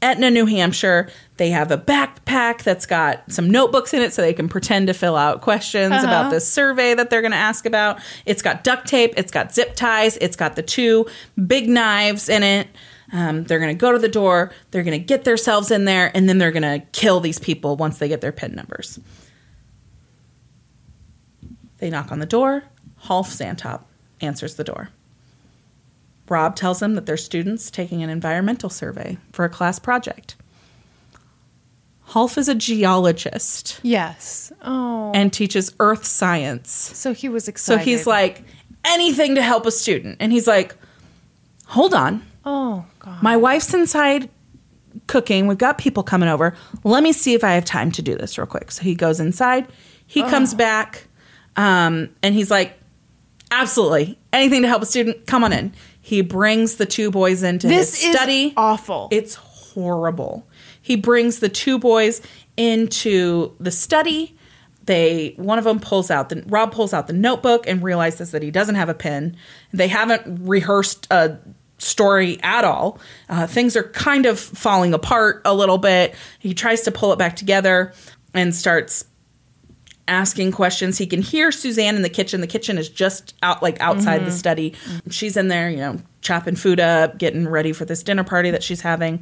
Speaker 2: Etna, New Hampshire. They have a backpack that's got some notebooks in it so they can pretend to fill out questions about this survey that they're going to ask about. It's got duct tape, it's got zip ties, it's got the two big knives in it. Um, they're going to go to the door, they're going to get themselves in there, and then they're going to kill these people once they get their PIN numbers. They knock on the door. Half Santop answers the door. Rob tells them that they're students taking an environmental survey for a class project. Half is a geologist
Speaker 1: Yes. Oh.
Speaker 2: and teaches earth science.
Speaker 1: So he was
Speaker 2: So
Speaker 1: excited.
Speaker 2: he's like, anything to help a student. And he's like, Hold on.
Speaker 1: Oh God.
Speaker 2: My wife's inside cooking. We've got people coming over. Let me see if I have time to do this real quick. So he goes inside. He comes back um, and he's like, absolutely. Anything to help a student, come on in. He brings the two boys into
Speaker 1: This
Speaker 2: his
Speaker 1: is
Speaker 2: study.
Speaker 1: awful.
Speaker 2: It's horrible. He brings the two boys into the study. They one of them pulls out the Rob pulls out the notebook and realizes that he doesn't have a pen. They haven't rehearsed a story at all. Uh, things are kind of falling apart a little bit. He tries to pull it back together and starts asking questions. He can hear Suzanne in the kitchen. The kitchen is just out like outside the study. She's in there, you know, chopping food up, getting ready for this dinner party that she's having.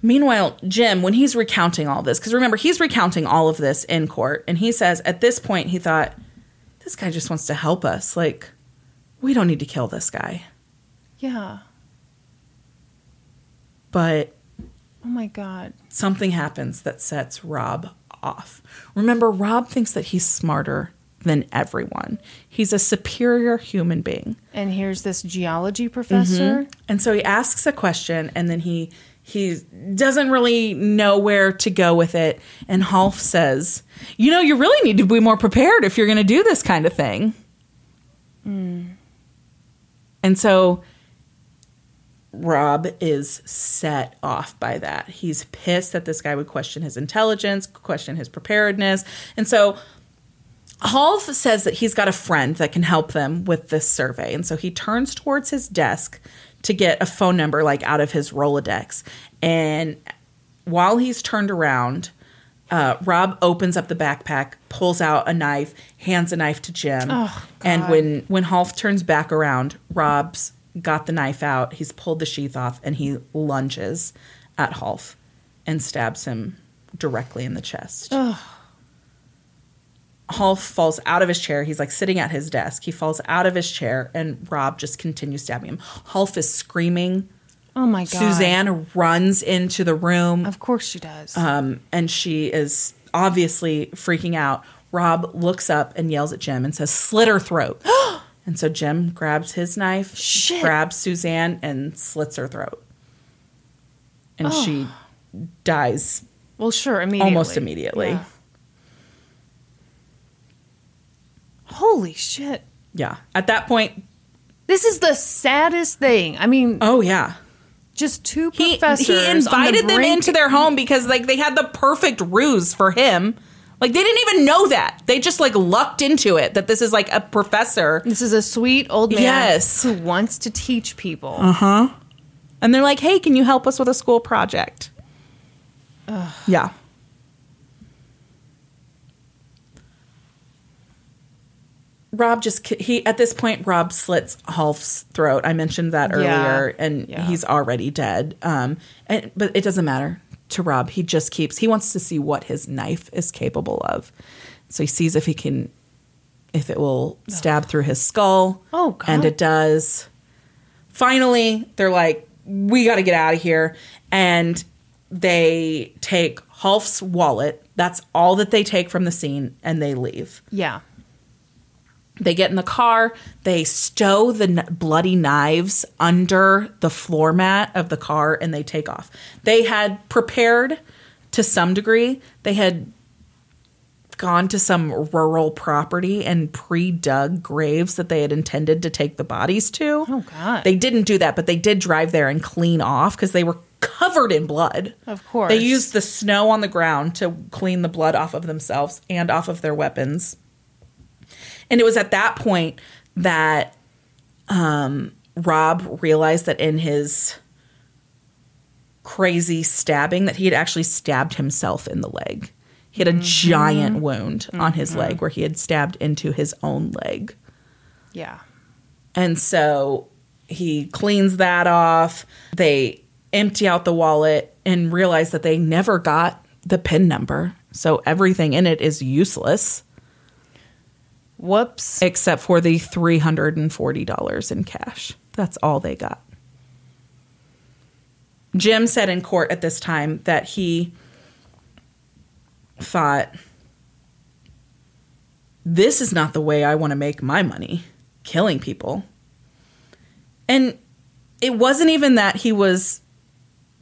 Speaker 2: Meanwhile, Jim, when he's recounting all this, because remember, he's recounting all of this in court, and he says at this point, he thought, this guy just wants to help us. Like, we don't need to kill this guy.
Speaker 1: yeah.
Speaker 2: But
Speaker 1: Oh my God.
Speaker 2: something happens that sets Rob off. Remember, Rob thinks that he's smarter than everyone, he's a superior human being.
Speaker 1: And here's this geology professor.
Speaker 2: And so he asks a question and then he he doesn't really know where to go with it and Half says, "You know, you really need to be more prepared if you're going to do this kind of thing." And so Rob is set off by that. He's pissed that this guy would question his intelligence, question his preparedness. And so Half says that he's got a friend that can help them with this survey. And so he turns towards his desk to get a phone number like out of his Rolodex. And while he's turned around, uh, Rob opens up the backpack, pulls out a knife, hands a knife to Jim. and when when Half turns back around, Rob's got the knife out. He's pulled the sheath off and he lunges at Half and stabs him directly in the chest. Hall falls out of his chair. He's like sitting at his desk. He falls out of his chair, and Rob just continues stabbing him. Half is screaming.
Speaker 1: Oh my God.
Speaker 2: Suzanne runs into the room,
Speaker 1: Of course she does.
Speaker 2: um, and she is obviously freaking out. Rob looks up and yells at Jim and says, "Slit her throat." and so Jim grabs his knife,
Speaker 1: Shit.
Speaker 2: grabs Suzanne, and slits her throat, and she dies
Speaker 1: well, sure. Immediately.
Speaker 2: almost immediately.
Speaker 1: Yeah. Holy shit.
Speaker 2: yeah, at that point,
Speaker 1: This is the saddest thing. I mean,
Speaker 2: oh yeah.
Speaker 1: just two
Speaker 2: he,
Speaker 1: professors.
Speaker 2: he invited them into their home because like they had the perfect ruse for him like they didn't even know that they just like lucked into it that this is like a professor
Speaker 1: This is a sweet old man
Speaker 2: Yes. Uh-huh.
Speaker 1: who wants to teach people.
Speaker 2: and they're like hey can you help us with a school project yeah Rob just ki- he at this point Rob slits Half's throat. I mentioned that
Speaker 1: Yeah.
Speaker 2: earlier, and
Speaker 1: Yeah.
Speaker 2: he's already dead. Um, and, but it doesn't matter to Rob. He just keeps. He wants to see what his knife is capable of, so he sees if he can, if it will stab through his skull.
Speaker 1: Oh, God.
Speaker 2: And it does. Finally, they're like, "We got to get out of here," and they take Half's wallet. That's all that they take from the scene, and they leave.
Speaker 1: Yeah.
Speaker 2: They get in the car. They stow the kn- bloody knives under the floor mat of the car and they take off. They had prepared to some degree. They had gone to some rural property and pre dug graves that they had intended to take the bodies to.
Speaker 1: Oh, God.
Speaker 2: They didn't do that, but they did drive there and clean off because they were covered in blood.
Speaker 1: Of course.
Speaker 2: They used the snow on the ground to clean the blood off of themselves and off of their weapons. And it was at that point that um, Rob realized that in his crazy stabbing that he had actually stabbed himself in the leg. He had a giant wound on his leg where he had stabbed into his own leg.
Speaker 1: Yeah.
Speaker 2: And so he cleans that off. They empty out the wallet and realize that they never got the PIN number. So everything in it is useless
Speaker 1: Whoops.
Speaker 2: except for the $340 in cash. That's all they got. Jim said in court at this time that he thought, this is not the way I want to make my money, killing people. And it wasn't even that he was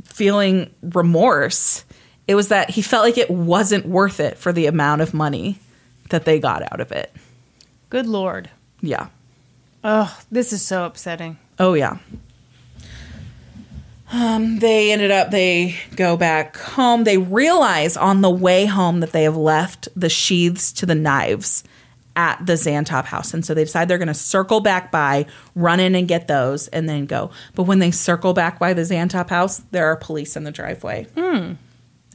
Speaker 2: feeling remorse. It was that he felt like it wasn't worth it for the amount of money that they got out of it.
Speaker 1: Good lord.
Speaker 2: Yeah.
Speaker 1: Oh, this is so upsetting.
Speaker 2: Oh yeah. Um, they ended up they go back home. They realize on the way home that they have left the sheaths to the knives at the Xantop house. And so they decide they're gonna circle back by, run in and get those, and then go. But when they circle back by the Xantop house, there are police in the driveway.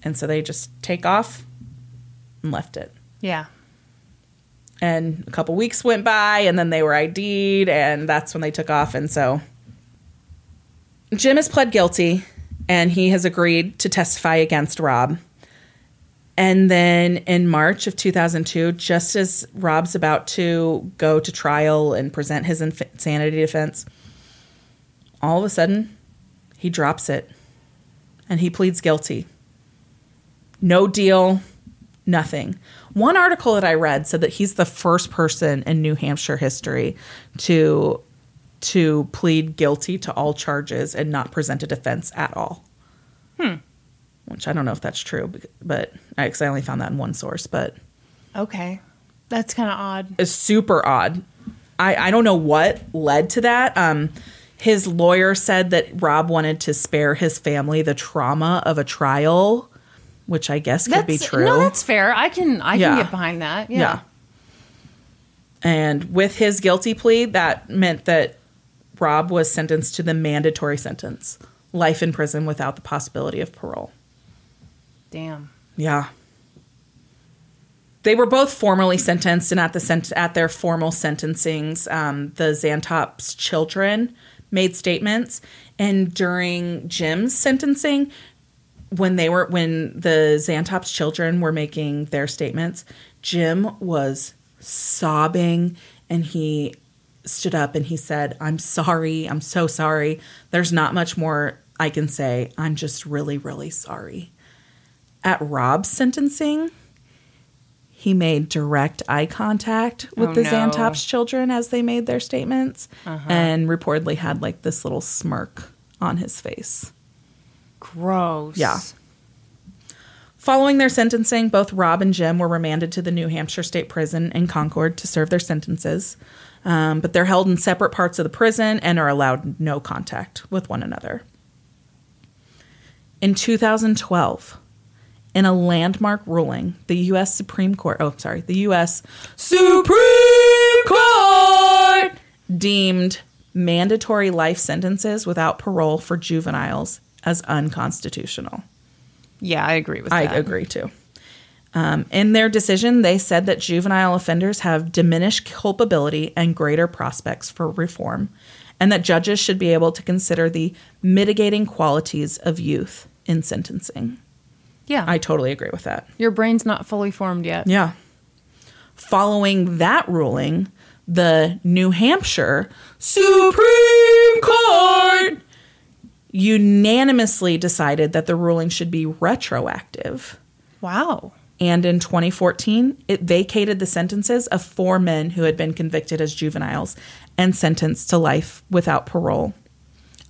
Speaker 2: And so they just take off and left it
Speaker 1: Yeah.
Speaker 2: and a couple weeks went by and then they were ID'd and that's when they took off and so Jim has pled guilty and he has agreed to testify against Rob. And then in March of 2002, just as Rob's about to go to trial and present his inf- insanity defense, all of a sudden he drops it and he pleads guilty. No deal, nothing. One article that I read said that he's the first person in New Hampshire history to to plead guilty to all charges and not present a defense at all. Hmm. Which I don't know if that's true, bec- but I, 'cause I only found that in one source, but
Speaker 1: Okay. That's kind of odd.
Speaker 2: is super odd. I, I don't know what led to that. Um, his lawyer said that Rob wanted to spare his family the trauma of a trial, which I guess could
Speaker 1: That's
Speaker 2: be true.
Speaker 1: No, that's fair. I can I
Speaker 2: Yeah.
Speaker 1: can get behind that. Yeah.
Speaker 2: And with his guilty plea, that meant that Rob was sentenced to the mandatory sentence life in prison without the possibility of parole.
Speaker 1: Damn.
Speaker 2: Yeah. They were both formally sentenced, and at the sent- at their formal sentencings, um, the Xantop's children made statements. And during Jim's sentencing, when they were when the Xantop's children were making their statements, Jim was sobbing, and he stood up and he said, "I'm sorry. I'm so sorry. There's not much more I can say. I'm just really, really sorry." at Rob's sentencing, he made direct eye contact with
Speaker 1: Oh,
Speaker 2: the
Speaker 1: no. Uh-huh.
Speaker 2: Xantop's children as they made their statements and reportedly had like this little smirk on his face.
Speaker 1: Gross.
Speaker 2: Yeah. Following their sentencing, both Rob and Jim were remanded to the New Hampshire State Prison in Concord to serve their sentences. Um, but they're held in separate parts of the prison and are allowed no contact with one another. In 2012, in a landmark ruling, the U.S. Supreme Court, oh, sorry, the U.S. Supreme Court deemed mandatory life sentences without parole for juveniles as unconstitutional.
Speaker 1: Yeah, I agree with
Speaker 2: I
Speaker 1: that.
Speaker 2: agree too. Um, in their decision, they said that juvenile offenders have diminished culpability and greater prospects for reform, and that judges should be able to consider the mitigating qualities of youth in sentencing.
Speaker 1: Yeah.
Speaker 2: I totally agree with that.
Speaker 1: Your brain's not fully formed yet.
Speaker 2: Yeah. Following that ruling, the New Hampshire Supreme Court unanimously decided that the ruling should be retroactive.
Speaker 1: Wow.
Speaker 2: And in 2014, it vacated the sentences of four men who had been convicted as juveniles and sentenced to life without parole.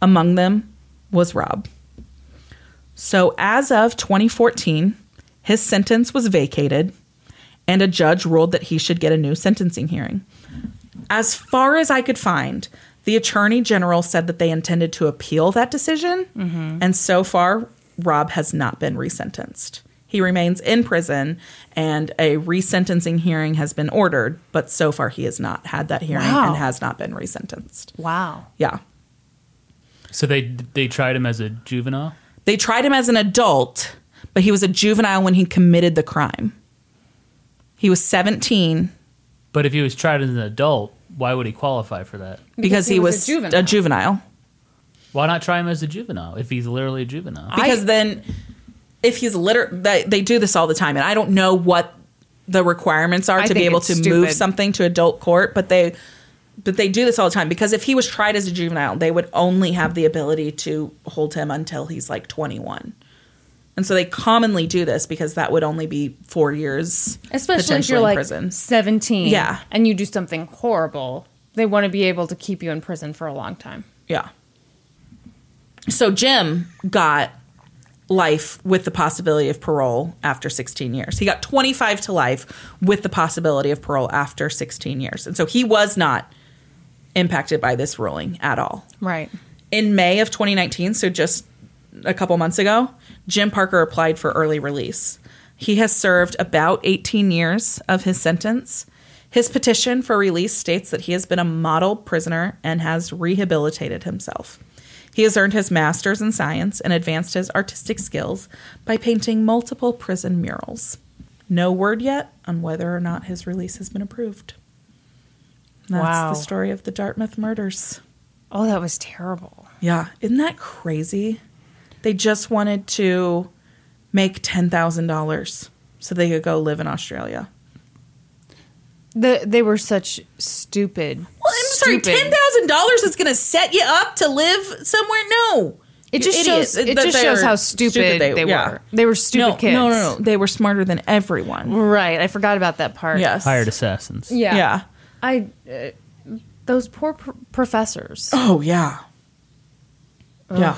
Speaker 2: Among them was Rob. So, as of 2014, his sentence was vacated, and a judge ruled that he should get a new sentencing hearing. As far as I could find, the attorney general said that they intended to appeal that decision, and so far, Rob has not been resentenced. He remains in prison, and a resentencing hearing has been ordered, but so far, he has not had that hearing
Speaker 1: Wow.
Speaker 2: and has not been resentenced.
Speaker 1: Wow.
Speaker 2: Yeah.
Speaker 3: So they they tried him as a juvenile.
Speaker 2: They tried him as an adult, but he was a juvenile when he committed the crime. He was 17
Speaker 3: But if he was tried as an adult, why would he qualify for that?
Speaker 2: because, he, was, a juvenile.
Speaker 3: Why not try him as a juvenile if he's literally a juvenile?
Speaker 2: Because then, if he's liter, they, they do this all the time, and I don't know what the requirements are
Speaker 1: I
Speaker 2: to be
Speaker 1: think
Speaker 2: able
Speaker 1: it's
Speaker 2: to move
Speaker 1: stupid.
Speaker 2: something to adult court, but they. But they do this all the time because if he was tried as a juvenile, they would only have the ability to hold him until he's like 21. And so they commonly do this because that would only be four years.
Speaker 1: Especially if
Speaker 2: potentially
Speaker 1: you're
Speaker 2: in
Speaker 1: like
Speaker 2: prison.
Speaker 1: 17
Speaker 2: Yeah.
Speaker 1: and you do something horrible, they want to be able to keep you in prison for a long time.
Speaker 2: Yeah. So Jim got life with the possibility of parole after 16 years. He got 25 to life with the possibility of parole after 16 years. And so he was not impacted by this ruling at all.
Speaker 1: Right.
Speaker 2: In May of 2019, so just a couple months ago, Jim Parker applied for early release. He has served about 18 years of his sentence. His petition for release states that he has been a model prisoner and has rehabilitated himself. He has earned his master's in science and advanced his artistic skills by painting multiple prison murals. No word yet on whether or not his release has been approved. That's
Speaker 1: Wow.
Speaker 2: the story of the Dartmouth murders.
Speaker 1: Oh, that was terrible.
Speaker 2: Yeah, isn't that crazy? They just wanted to make $10,000 so they could go live in Australia.
Speaker 1: The, they were such stupid.
Speaker 2: Well, I'm sorry,
Speaker 1: stupid-
Speaker 2: $10,000 is going to set you up to live somewhere? No.
Speaker 1: It just shows. It
Speaker 2: that
Speaker 1: just shows
Speaker 2: they're
Speaker 1: how stupid, they,
Speaker 2: yeah.
Speaker 1: were. They were stupid
Speaker 2: no,
Speaker 1: kids.
Speaker 2: No, no, no. They were smarter than everyone.
Speaker 1: Right. I forgot about that part.
Speaker 2: Yes.
Speaker 3: hired assassins.
Speaker 1: Yeah.
Speaker 2: Yeah.
Speaker 1: I. Uh, those poor pr- professors.
Speaker 2: Oh, yeah. Yeah.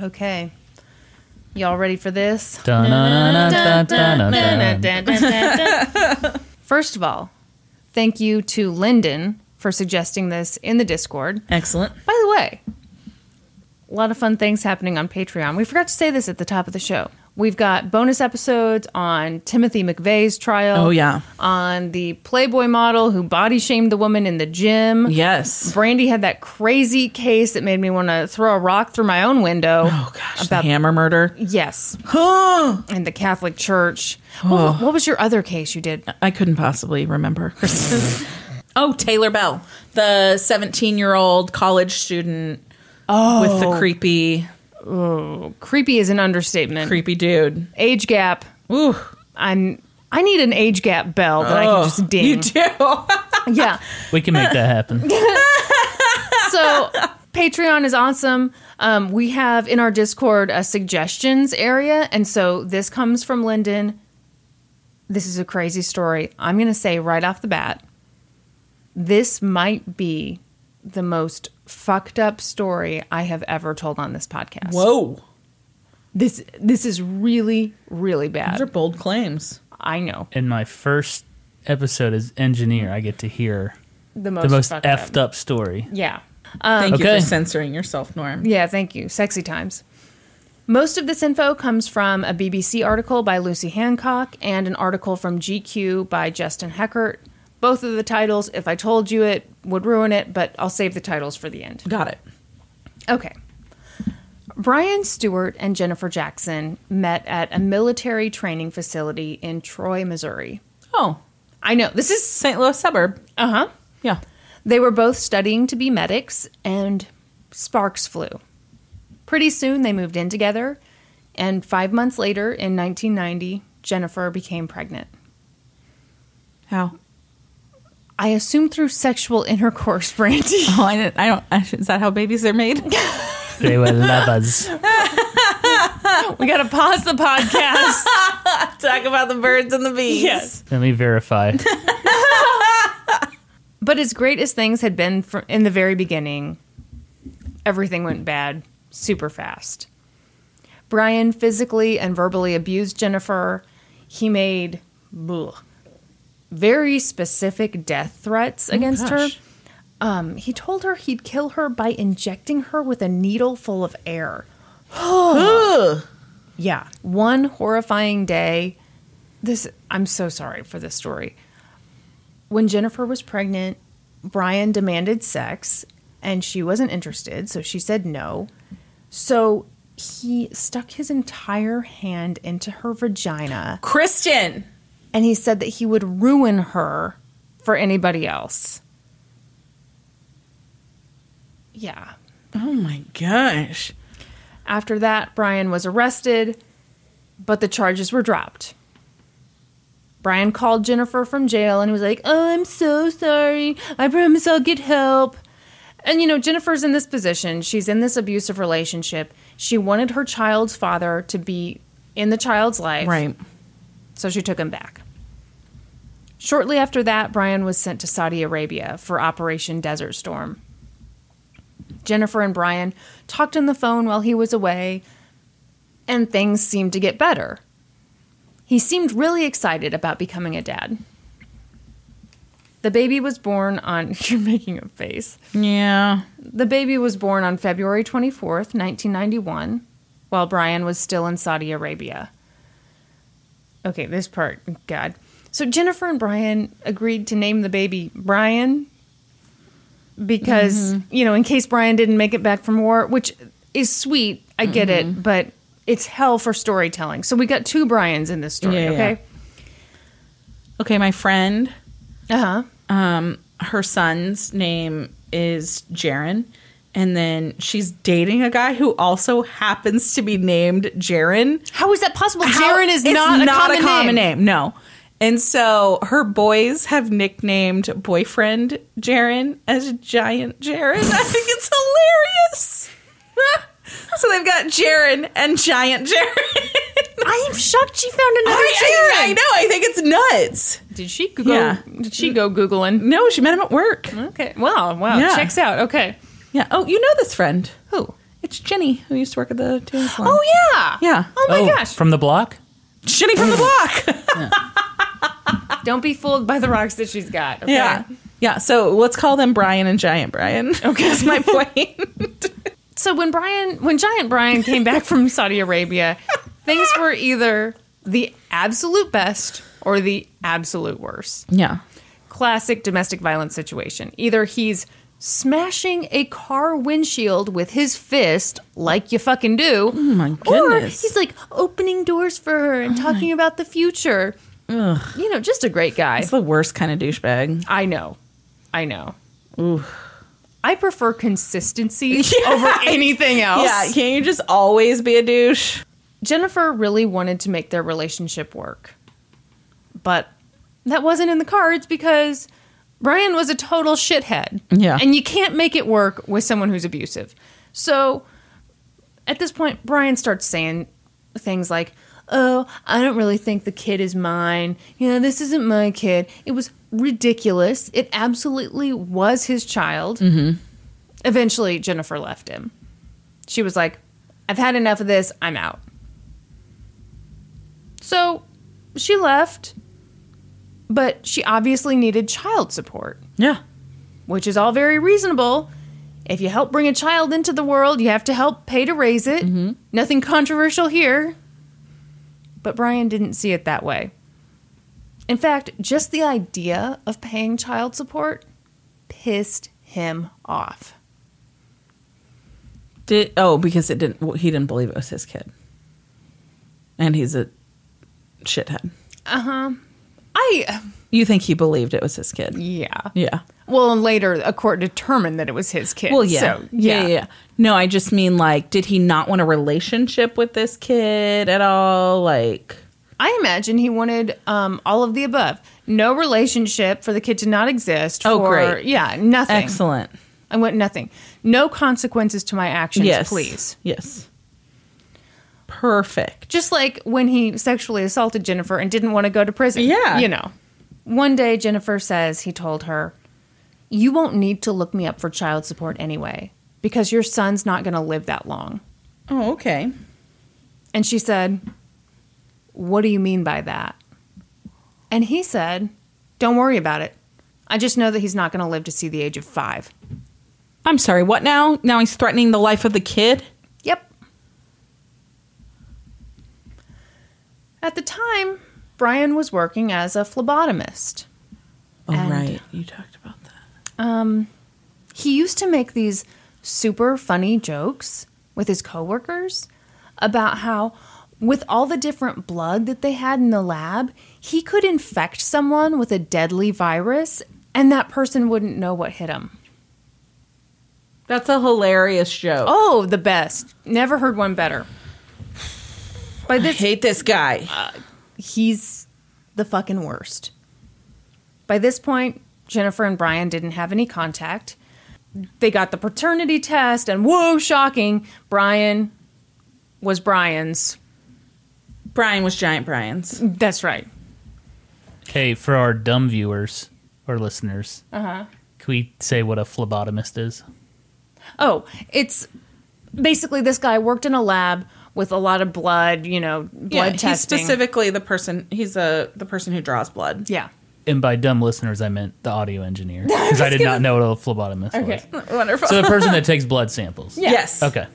Speaker 1: Okay. Y'all ready for this?
Speaker 3: Dun-dun-dun-dun-dun-dun-dun.
Speaker 1: First of all, thank you to Lyndon for suggesting this in the Discord.
Speaker 2: Excellent.
Speaker 1: By the way, a lot of fun things happening on Patreon. We forgot to say this at the top of the show. We've got bonus episodes on Timothy McVeigh's trial.
Speaker 2: Oh, yeah.
Speaker 1: On the Playboy model who body shamed the woman in the gym.
Speaker 2: Yes.
Speaker 1: Brandy had that crazy case that made me want to throw a rock through my own window.
Speaker 2: Oh, gosh. the hammer murder.
Speaker 1: Yes. and the Catholic Church.
Speaker 2: Oh.
Speaker 1: What, what was your other case you did?
Speaker 2: I couldn't possibly remember. Kristen. oh, Taylor Bell, the 17 year old college student with the creepy,
Speaker 1: Creepy is an understatement.
Speaker 2: creepy dude.
Speaker 1: Age gap.
Speaker 2: Ooh.
Speaker 1: I'm. I need an age gap bell that I can just ding.
Speaker 2: Oh, You do.
Speaker 1: yeah.
Speaker 3: We can make that happen.
Speaker 1: So Patreon is awesome. Um, we have in our Discord a suggestions area, and so this comes from Lyndon. This is a crazy story. I'm going to say right off the bat, this might be the most fucked up story I have ever told on this podcast.
Speaker 2: Whoa.
Speaker 1: This this is really really
Speaker 2: Those are
Speaker 1: bad.
Speaker 2: bold claims.
Speaker 1: I know
Speaker 3: In my first episode as engineer, I get to hear
Speaker 1: the most
Speaker 3: the most
Speaker 1: fucked
Speaker 3: effed
Speaker 1: up.
Speaker 3: up story.
Speaker 1: Yeah.
Speaker 2: Thank you
Speaker 3: Okay.
Speaker 2: for censoring yourself, Norm.
Speaker 1: Yeah, thank you. Sexy times. Most of this info comes from a BBC article by Lucy Hancock and an article from GQ by Justin Heckert. Both of the titles, if I told you it, would ruin it, but I'll save the titles for the end.
Speaker 2: Got it.
Speaker 1: Okay. Brian Stewart and Jennifer Jackson met at a military training facility in Troy, Missouri.
Speaker 2: Oh,
Speaker 1: I know, this is.
Speaker 2: St. Louis suburb.
Speaker 1: Uh huh.
Speaker 2: Yeah.
Speaker 1: They were both studying to be medics, and sparks flew. Pretty soon, they moved in together, and five months later, in 1990, Jennifer became pregnant.
Speaker 2: How?
Speaker 1: I assume through sexual intercourse, Brandy.
Speaker 2: Oh, I, didn't, I don't. I, is that how babies are made?
Speaker 3: They were lovers.
Speaker 1: we gotta pause the podcast.
Speaker 2: Talk about the birds and the bees. Yes.
Speaker 3: Let me verify.
Speaker 1: Oh But as great as things had been fr in the very beginning, everything went bad super fast. Brian physically and verbally abused Jennifer. He made ugh, very specific death threats against her. um, he told her he'd kill her by injecting her with a needle full of air. yeah, one horrifying day. This I'm so sorry for this story. When Jennifer was pregnant, Brian demanded sex and she wasn't interested, so she said no. So he stuck his entire hand into her vagina
Speaker 2: Kristen.
Speaker 1: and he said that he would ruin her for anybody else. Yeah.
Speaker 2: Oh my gosh.
Speaker 1: After that, Brian was arrested, but the charges were dropped. Brian called Jennifer from jail and he was like, I'm so sorry. I promise I'll get help. And you know, Jennifer's in this position. She's in this abusive relationship. She wanted her child's father to be in the child's life.
Speaker 2: Right.
Speaker 1: so she took him back. Shortly after that, Brian was sent to Saudi Arabia for Operation Desert Storm. Jennifer and Brian talked on the phone while he was away, and things seemed to get better. He seemed really excited about becoming a dad. The baby was born on. You're making a face.
Speaker 2: Yeah.
Speaker 1: The baby was born on February 24th, 1991, while Brian was still in Saudi Arabia. Okay, this part, God. So Jennifer and Brian agreed to name the baby Brian because, you know, in case Brian didn't make it back from war, which is sweet. I get it, but it's hell for storytelling. So we got two Brians in this story,
Speaker 2: Yeah, yeah.
Speaker 1: okay?
Speaker 2: Okay, my friend,
Speaker 1: Uh huh.
Speaker 2: um, her son's name is Jaren. And then she's dating a guy who also happens to be named Jaren.
Speaker 1: How is that possible?
Speaker 2: How-
Speaker 1: Jaren is
Speaker 2: it's
Speaker 1: not, a common, name.
Speaker 2: No. And so her boys have nicknamed boyfriend Jaren as Giant Jaren. I think it's hilarious. so they've got Jaren and Giant Jaren.
Speaker 1: I am shocked she found another
Speaker 2: I,
Speaker 1: Jaren.
Speaker 2: I know. I think it's nuts.
Speaker 1: Did she Google?
Speaker 2: Yeah.
Speaker 1: Did she go googling?
Speaker 2: No, she met him at work.
Speaker 1: Okay. Wow. Wow.
Speaker 2: Yeah.
Speaker 1: Checks out. Okay.
Speaker 2: Yeah. Oh, you know this friend.
Speaker 1: Who?
Speaker 2: It's Jenny, who used to work at the tanning salon.
Speaker 1: Oh yeah.
Speaker 2: Um, Yeah.
Speaker 1: Oh my
Speaker 3: oh,
Speaker 1: gosh.
Speaker 3: from the block.
Speaker 2: Jenny from the block.
Speaker 1: Don't be fooled by the rocks that she's got. Okay?
Speaker 2: yeah. Yeah. So let's call them Brian and Giant Brian. Okay. That's my point.
Speaker 1: So when Brian, when Giant Brian came back from Saudi Arabia, things were either the absolute best or the absolute worst.
Speaker 2: yeah.
Speaker 1: classic domestic violence situation. Either he's smashing a car windshield with his fist, like you fucking do.
Speaker 2: Oh my
Speaker 1: Or
Speaker 2: goodness. Oh
Speaker 1: he's like opening doors for her and talking about the future. You know, just a great guy.
Speaker 2: It's the worst kind of douchebag.
Speaker 1: I know. I know. I prefer consistency over anything else.
Speaker 2: Yeah, can't you just always be a douche?
Speaker 1: Jennifer really wanted to make their relationship work. But that wasn't in the cards because Brian was a total shithead.
Speaker 2: Yeah.
Speaker 1: And you can't make it work with someone who's abusive. So at this point, Brian starts saying things like, Oh, I don't really think the kid is mine. You know, this isn't my kid. It was ridiculous. It absolutely was his child. Eventually, Jennifer left him. She was like, I've had enough of this. I'm out. So she left, but she obviously needed child support,
Speaker 2: Yeah.
Speaker 1: which is all very reasonable. If you help bring a child into the world, you have to help pay to raise it.
Speaker 2: Mm-hmm.
Speaker 1: Nothing controversial here. But Brian didn't see it that way. In fact, just the idea of paying child support pissed him off.
Speaker 2: Did oh because it didn't well, he didn't believe it was his kid, and he's a shithead.
Speaker 1: I,
Speaker 2: You think he believed it was his kid?
Speaker 1: yeah.
Speaker 2: Yeah.
Speaker 1: Well, and later a court determined that it was his kid.
Speaker 2: Well, yeah.
Speaker 1: So,
Speaker 2: yeah, yeah, yeah. No, I just mean like, did he not want a relationship with this kid at all? Like,
Speaker 1: I imagine he wanted um, all of the above. No relationship for the kid to not exist.
Speaker 2: Oh,
Speaker 1: for,
Speaker 2: great.
Speaker 1: Yeah, nothing.
Speaker 2: excellent.
Speaker 1: I want nothing. No consequences to my actions,
Speaker 2: Yes,
Speaker 1: please.
Speaker 2: Yes. Perfect.
Speaker 1: Just like when he sexually assaulted Jennifer and didn't want to go to prison.
Speaker 2: Yeah.
Speaker 1: You know. One day, Jennifer says he told her, You won't need to look me up for child support anyway, because your son's not going to live that long.
Speaker 2: Oh, okay.
Speaker 1: And she said, What do you mean by that? And he said, Don't worry about it. I just know that he's not going to live to see the age of five.
Speaker 2: I'm sorry, what now? Now he's threatening the life of the kid?
Speaker 1: Yep. At the time, Brian was working as a phlebotomist.
Speaker 2: Oh,
Speaker 1: And-
Speaker 2: right. You talked about that.
Speaker 1: Um, He used to make these super funny jokes with his coworkers about how, with all the different blood that they had in the lab, he could infect someone with a deadly virus and that person wouldn't know what hit him.
Speaker 2: That's a hilarious joke.
Speaker 1: Oh, the best. Never heard one better. By
Speaker 2: I
Speaker 1: this
Speaker 2: hate this guy.
Speaker 1: he's the fucking worst. By this point, Jennifer and Brian didn't have any contact. They got the paternity test, and whoa, shocking, Brian was Brian's.
Speaker 2: Brian was Giant Brian's.
Speaker 1: That's right.
Speaker 3: Hey, for our dumb viewers or listeners, uh-huh. can we say what a phlebotomist is?
Speaker 1: Oh, it's basically this guy worked in a lab with a lot of blood, you know, blood testing.
Speaker 2: he's specifically the person he's a the person who draws blood.
Speaker 1: Yeah.
Speaker 3: And by dumb listeners, I meant the audio engineer because I, did not know what a phlebotomist was.
Speaker 2: Wonderful.
Speaker 3: So the person that takes blood samples.
Speaker 2: Yes.
Speaker 3: Okay.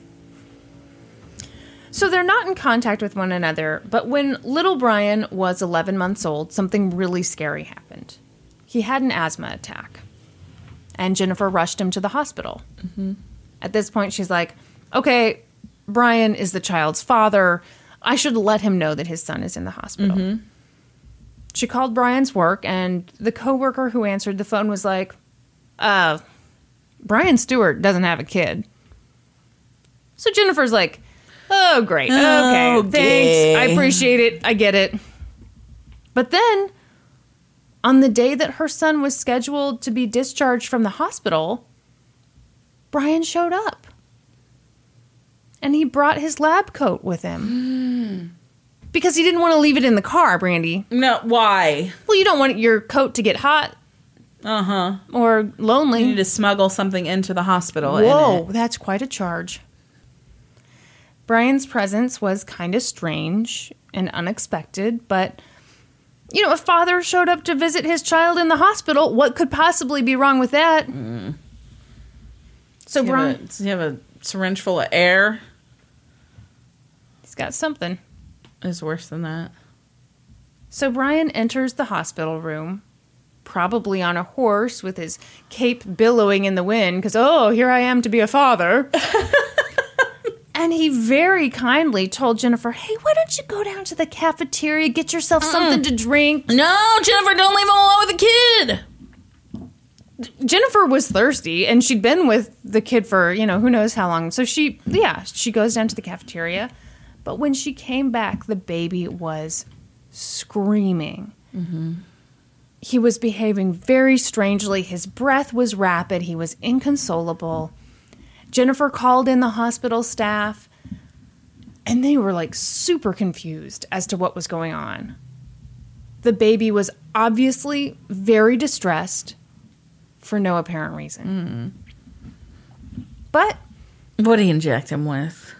Speaker 1: So they're not in contact with one another, but when little Brian was 11 months old, something really scary happened. He had an asthma attack, and Jennifer rushed him to the hospital. At this point, she's like, okay, Brian is the child's father. I should let him know that his son is in the hospital. She called Brian's work, and the coworker who answered the phone was like, uh, Brian Stewart doesn't have a kid. So Jennifer's like, oh, great. Okay. Thanks. I appreciate it. I get it. But then, on the day that her son was scheduled to be discharged from the hospital, Brian showed up. And he brought his lab coat with him. because he didn't want to leave it in the car, Brandy.
Speaker 2: No, why?
Speaker 1: Well, you don't want your coat to get hot. Uh huh. Or lonely.
Speaker 2: You need to smuggle something into the hospital. in
Speaker 1: Whoa,
Speaker 2: it.
Speaker 1: that's quite a charge. Brian's presence was kind of strange and unexpected, but you know, a father showed up to visit his child in the hospital. What could possibly be wrong with that?
Speaker 2: Mm.
Speaker 1: So
Speaker 2: Does he have a-
Speaker 1: Brian,
Speaker 2: does he have a syringe full of air?
Speaker 1: he's got something.
Speaker 2: Is worse than that.
Speaker 1: So Brian enters the hospital room, probably on a horse with his cape billowing in the wind, because, oh, here I am to be a father. and he very kindly told Jennifer, hey, why don't you go down to the cafeteria, get yourself something to drink?
Speaker 2: No, Jennifer, don't leave him alone with a kid.
Speaker 1: Jennifer was thirsty and she'd been with the kid for, you know, who knows how long. So she, yeah, she goes down to the cafeteria. But when she came back, the baby was screaming. He was behaving very strangely. His breath was rapid. He was inconsolable. Jennifer called in the hospital staff and they were like super confused as to what was going on. The baby was obviously very distressed for no apparent reason. But
Speaker 2: What do you inject him with?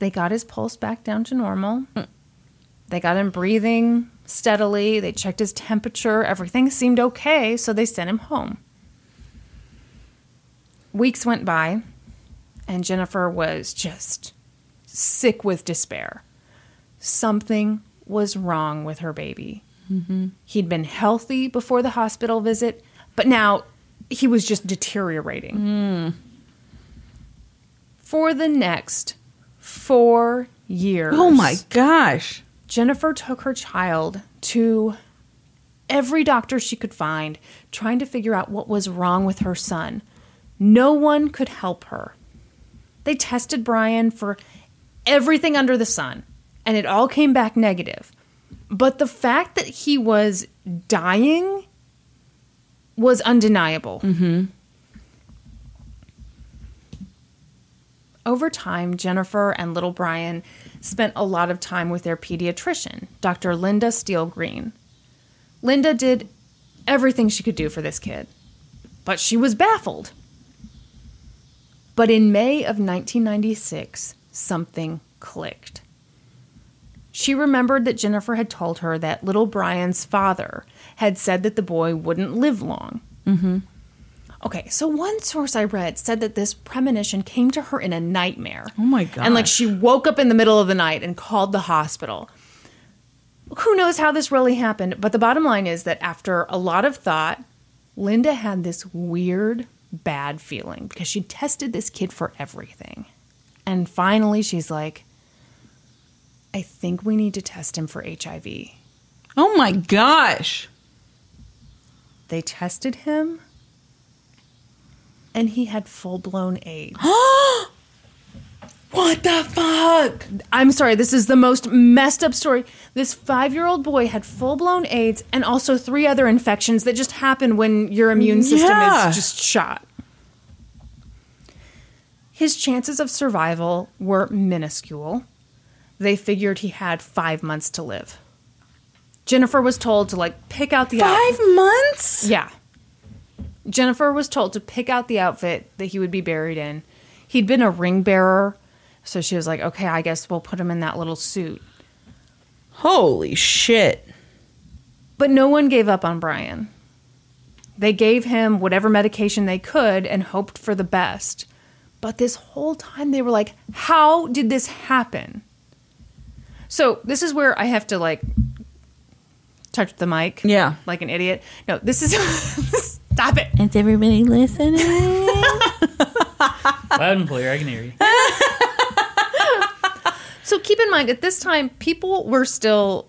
Speaker 1: they got his pulse back down to normal. They got him breathing steadily. They checked his temperature. Everything seemed okay, so they sent him home. Weeks went by, and Jennifer was just sick with despair. Something was wrong with her baby.
Speaker 2: Mm-hmm.
Speaker 1: He'd been healthy before the hospital visit, but now he was just deteriorating.
Speaker 2: Mm.
Speaker 1: For the next four years.
Speaker 2: Oh my gosh.
Speaker 1: Jennifer took her child to every doctor she could find, trying to figure out what was wrong with her son. No one could help her. They tested Brian for everything under the sun, and it all came back negative. But the fact that he was dying was undeniable. Over time, Jennifer and little Brian spent a lot of time with their pediatrician, Dr. Linda Steele Green. Linda did everything she could do for this kid, but she was baffled. But in May of 1996, something clicked. She remembered that Jennifer had told her that little Brian's father had said that the boy wouldn't live long. Mm-hmm. Okay, so one source I read said that this premonition came to her in a nightmare. Oh
Speaker 2: my
Speaker 1: And like
Speaker 2: gosh.
Speaker 1: she woke up in the middle of the night and called the hospital. Who knows how this really happened, but the bottom line is that after a lot of thought, Linda had this weird, bad feeling because she tested this kid for everything. And finally, she's like, I think we need to test him for HIV.
Speaker 2: Oh my gosh.
Speaker 1: They tested him, and he had full blown AIDS.
Speaker 2: What the fuck?
Speaker 1: I'm sorry, this is the most messed up story. This five year old boy had full blown AIDS and also three other infections that just happen when your immune system
Speaker 2: Yeah.
Speaker 1: is just shot. His chances of survival were minuscule. They figured he had five months to live. Jennifer was told to like pick out the outfit.
Speaker 2: Five months?
Speaker 1: Yeah. Jennifer was told to pick out the outfit that he would be buried in. He'd been a ring bearer, so she was like, okay, I guess we'll put him in that little suit.
Speaker 2: Holy shit.
Speaker 1: But no one gave up on Brian. They gave him whatever medication they could and hoped for the best. But this whole time they were like, how did this happen? So this is where I have to like touch the mic.
Speaker 2: Yeah.
Speaker 1: Like an idiot. No, this is. Stop it.
Speaker 2: Is everybody listening?
Speaker 3: Loud and clear. I can hear you.
Speaker 1: So keep in mind, at this time, people were still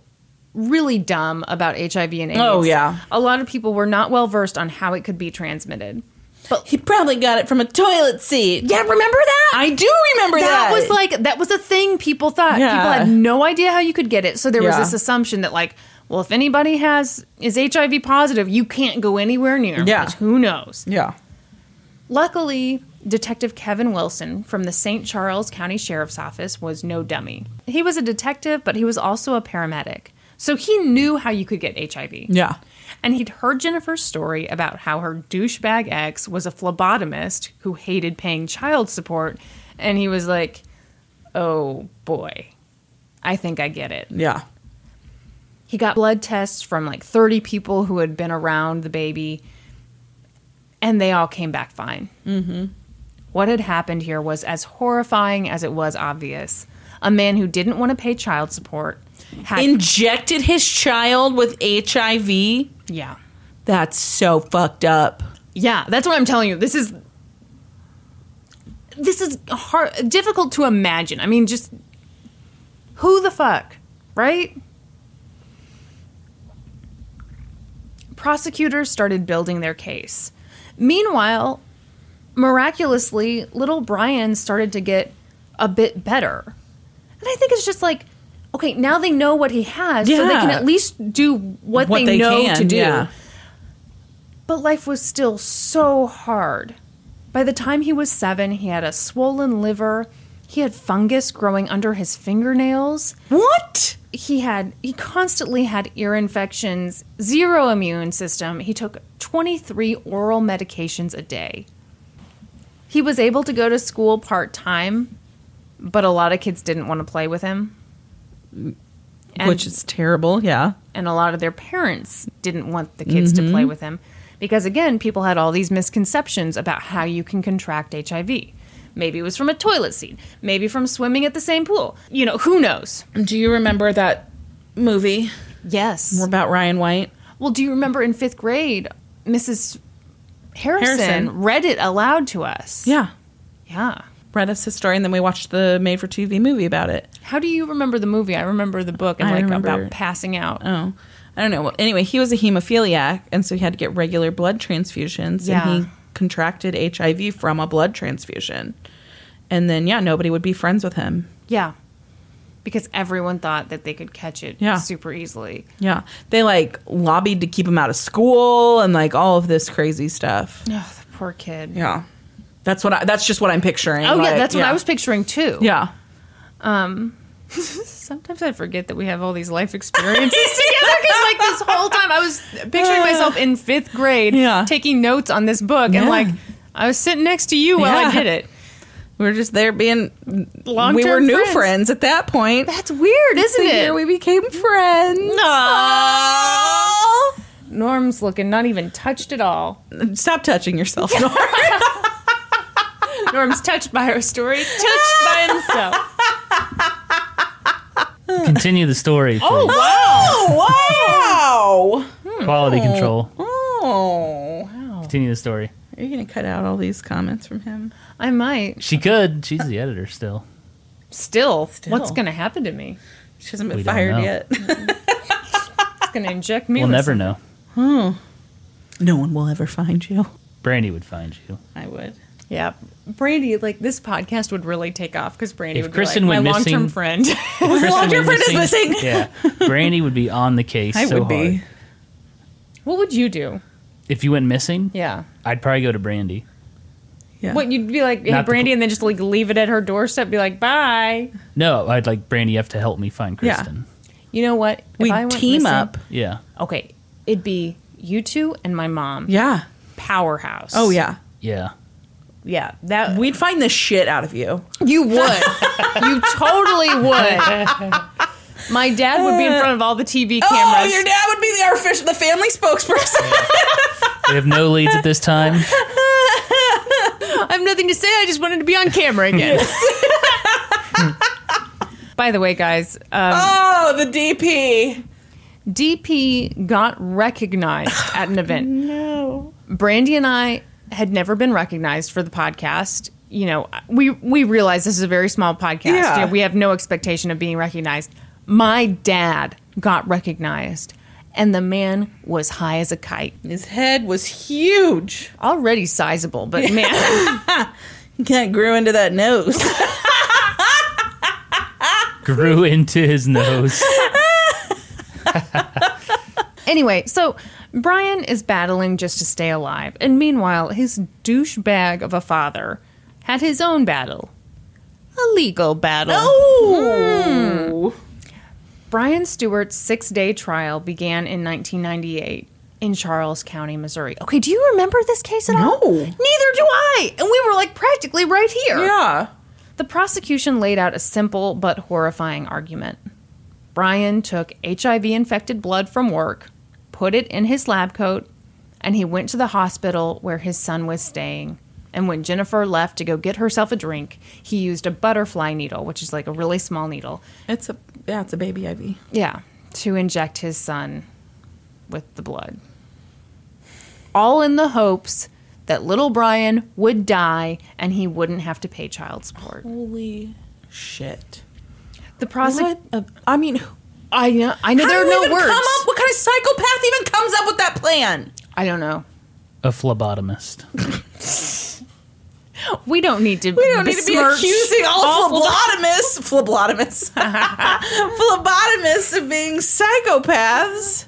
Speaker 1: really dumb about HIV and AIDS.
Speaker 2: Oh, yeah.
Speaker 1: A lot of people were not well versed on how it could be transmitted.
Speaker 2: he probably got it from a toilet seat.
Speaker 1: Yeah, remember that?
Speaker 2: I do remember
Speaker 1: that
Speaker 2: that.
Speaker 1: was like that was a thing people thought.
Speaker 2: Yeah.
Speaker 1: People had no idea how you could get it. So there was
Speaker 2: Yeah.
Speaker 1: this assumption that like, well, if anybody has is HIV positive, you can't go anywhere near.
Speaker 2: Yeah.
Speaker 1: because Who knows?
Speaker 2: Yeah.
Speaker 1: Luckily, Detective Kevin Wilson from the St. Charles County Sheriff's Office was no dummy. He was a detective, but he was also a paramedic. So he knew how you could get HIV.
Speaker 2: Yeah.
Speaker 1: And he'd heard Jennifer's story about how her douchebag ex was a phlebotomist who hated paying child support. And he was like, oh boy, I think I get it.
Speaker 2: Yeah.
Speaker 1: He got blood tests from like 30 people who had been around the baby, and they all came back fine. Mm-hmm. What had happened here was as horrifying as it was obvious. A man who didn't want to pay child support had.
Speaker 2: Injected his child with HIV.
Speaker 1: yeah.
Speaker 2: That's so fucked up.
Speaker 1: Yeah, that's what I'm telling you. This is. This is hard, difficult to imagine. I mean, just who the fuck, right? prosecutors started building their case. Meanwhile, miraculously, little Brian started to get a bit better. And I think it's just like, okay, now they know what he has, so they can
Speaker 2: Yeah.
Speaker 1: at least do what,
Speaker 2: What
Speaker 1: they,
Speaker 2: they
Speaker 1: know
Speaker 2: can,
Speaker 1: to do.
Speaker 2: yeah.
Speaker 1: But life was still so hard. By the time he was seven, he had a swollen liver. He had fungus growing under his fingernails
Speaker 2: What?
Speaker 1: he had he constantly had ear infections, zero immune system. He took 23 oral medications a day. He was able to go to school part-time, but a lot of kids didn't want to play with him. And,
Speaker 2: Which is terrible. Yeah.
Speaker 1: and a lot of their parents didn't want the kids to
Speaker 2: Mm-hmm.
Speaker 1: play with him because again, people had all these misconceptions about how you can contract HIV. Maybe it was from a toilet seat, maybe from swimming at the same pool. You know, who knows?
Speaker 2: Do you remember that movie
Speaker 1: Yes.
Speaker 2: about Ryan White?
Speaker 1: Well, do you remember in fifth grade, Mrs. Harrison,
Speaker 2: Harrison.
Speaker 1: read it aloud to us?
Speaker 2: Yeah.
Speaker 1: Yeah.
Speaker 2: Read us his story, and then we watched the made for TV movie about it.
Speaker 1: How do you remember the movie? I remember the book and
Speaker 2: I
Speaker 1: like
Speaker 2: remember-
Speaker 1: about passing out.
Speaker 2: Oh, I don't know. Well, anyway, he was a hemophiliac, and so he had to get regular blood transfusions,
Speaker 1: Yeah.
Speaker 2: and he contracted HIV from a blood transfusion. And then, yeah, nobody would be friends with him.
Speaker 1: Yeah. Because everyone thought that they could catch it
Speaker 2: Yeah.
Speaker 1: super easily.
Speaker 2: Yeah, they like lobbied to keep him out of school and like all of this crazy stuff.
Speaker 1: Oh, the poor kid.
Speaker 2: Yeah, that's what I, that's just what I'm picturing.
Speaker 1: Oh, yeah,
Speaker 2: like,
Speaker 1: that's what I was picturing too.
Speaker 2: Yeah,
Speaker 1: Sometimes I forget that we have all these life experiences together because, like, this whole time I was picturing myself in fifth grade
Speaker 2: Yeah.
Speaker 1: taking notes on this book,
Speaker 2: Yeah.
Speaker 1: and like, I was sitting next to you while I
Speaker 2: Yeah.
Speaker 1: did it.
Speaker 2: it We were just there being
Speaker 1: Long-term
Speaker 2: We were new
Speaker 1: friends.
Speaker 2: friends, at that point.
Speaker 1: That's weird, isn't
Speaker 2: the
Speaker 1: it?
Speaker 2: year we became friends. Aw.
Speaker 1: Norm's looking not even touched at all.
Speaker 2: Stop touching yourself. Nora.
Speaker 1: Norm's touched by our story, touched by himself.
Speaker 3: Continue the story. For
Speaker 1: Oh, wow.
Speaker 2: oh wow!
Speaker 3: quality control.
Speaker 2: Oh,
Speaker 3: Continue the story.
Speaker 2: are you gonna cut out all these comments from him?
Speaker 1: I might.
Speaker 3: She could. She's the editor still.
Speaker 1: Still, what's
Speaker 2: Still.
Speaker 1: going to happen to me?
Speaker 2: She hasn't been
Speaker 3: We don't know.
Speaker 2: fired yet.
Speaker 1: It's going to inject me
Speaker 3: We'll
Speaker 1: with
Speaker 3: never
Speaker 1: some-
Speaker 3: know.
Speaker 2: no one will ever find you.
Speaker 3: Brandy would find you.
Speaker 2: I would.
Speaker 1: Yeah. Brandy, like this podcast would really take off because Brandy
Speaker 3: If
Speaker 1: would
Speaker 3: Kristen
Speaker 1: be like,
Speaker 3: went
Speaker 1: my long-term
Speaker 3: missing-
Speaker 1: friend.
Speaker 2: long-term friend is missing.
Speaker 3: Yeah, Brandy would be on the case.
Speaker 2: I
Speaker 3: so
Speaker 2: would be.
Speaker 3: hard.
Speaker 1: what would you do?
Speaker 3: If you went missing,
Speaker 1: Yeah.
Speaker 3: I'd probably go to Brandy.
Speaker 2: Yeah.
Speaker 1: What you'd be like, hey,
Speaker 3: Not the
Speaker 1: Brandy,
Speaker 3: cl-
Speaker 1: and then just like leave it at her doorstep, be like, bye.
Speaker 3: No, I'd like Brandy. You have to help me find
Speaker 2: Yeah.
Speaker 3: Kristen.
Speaker 1: You know what? If
Speaker 2: we
Speaker 1: I went
Speaker 2: team
Speaker 1: missing-
Speaker 2: up.
Speaker 3: Yeah.
Speaker 1: Okay, it'd be you two and my mom.
Speaker 2: Yeah.
Speaker 1: Powerhouse.
Speaker 2: Oh yeah.
Speaker 3: Yeah.
Speaker 1: yeah. That
Speaker 2: We'd find the shit out of you.
Speaker 1: you would. you totally would. My dad would be in front of all the TV cameras.
Speaker 2: Oh, your dad would be the our fish, the family spokesperson.
Speaker 3: We have no leads at this time.
Speaker 1: I have nothing to say. I just wanted to be on camera again. By the way, guys, um,
Speaker 2: oh, the DP.
Speaker 1: DP got recognized at an event. no. Brandy and I had never been recognized for the podcast. You know, we we realize this is a very small podcast.
Speaker 2: Yeah.
Speaker 1: You know, we have no expectation of being recognized. My dad got recognized, and the man was high as a kite.
Speaker 2: His head was huge.
Speaker 1: Already sizable, but man.
Speaker 2: He kind of grew into that nose.
Speaker 3: Grew into his nose.
Speaker 1: Anyway, so Brian is battling just to stay alive, and meanwhile, his douchebag of a father had his own battle. A legal battle.
Speaker 2: oh.
Speaker 1: Brian Stewart's six day trial began in 1998 in Charles County, Missouri. Okay, do you remember this case at all?
Speaker 2: No.
Speaker 1: Neither do I. And we were like practically right here.
Speaker 2: Yeah.
Speaker 1: The prosecution laid out a simple but horrifying argument. Brian took HIV infected blood from work, put it in his lab coat, and he went to the hospital where his son was staying. And when Jennifer left to go get herself a drink, he used a butterfly needle, which is like a really small needle,
Speaker 2: It's a yeah, it's a baby IV.
Speaker 1: yeah, to inject his son with the blood. All in the hopes that little Brian would die and he wouldn't have to pay child support.
Speaker 2: Oh, Holy shit.
Speaker 1: The prosecution.
Speaker 2: a, I mean,
Speaker 1: I know. I know. there are no words.
Speaker 2: what kind of psychopath even comes up with that plan?
Speaker 1: I don't know.
Speaker 3: A phlebotomist.
Speaker 1: We don't need to.
Speaker 2: We don't need to be accusing all, phlebotomists, phlebotomists, phlebotomists of being psychopaths.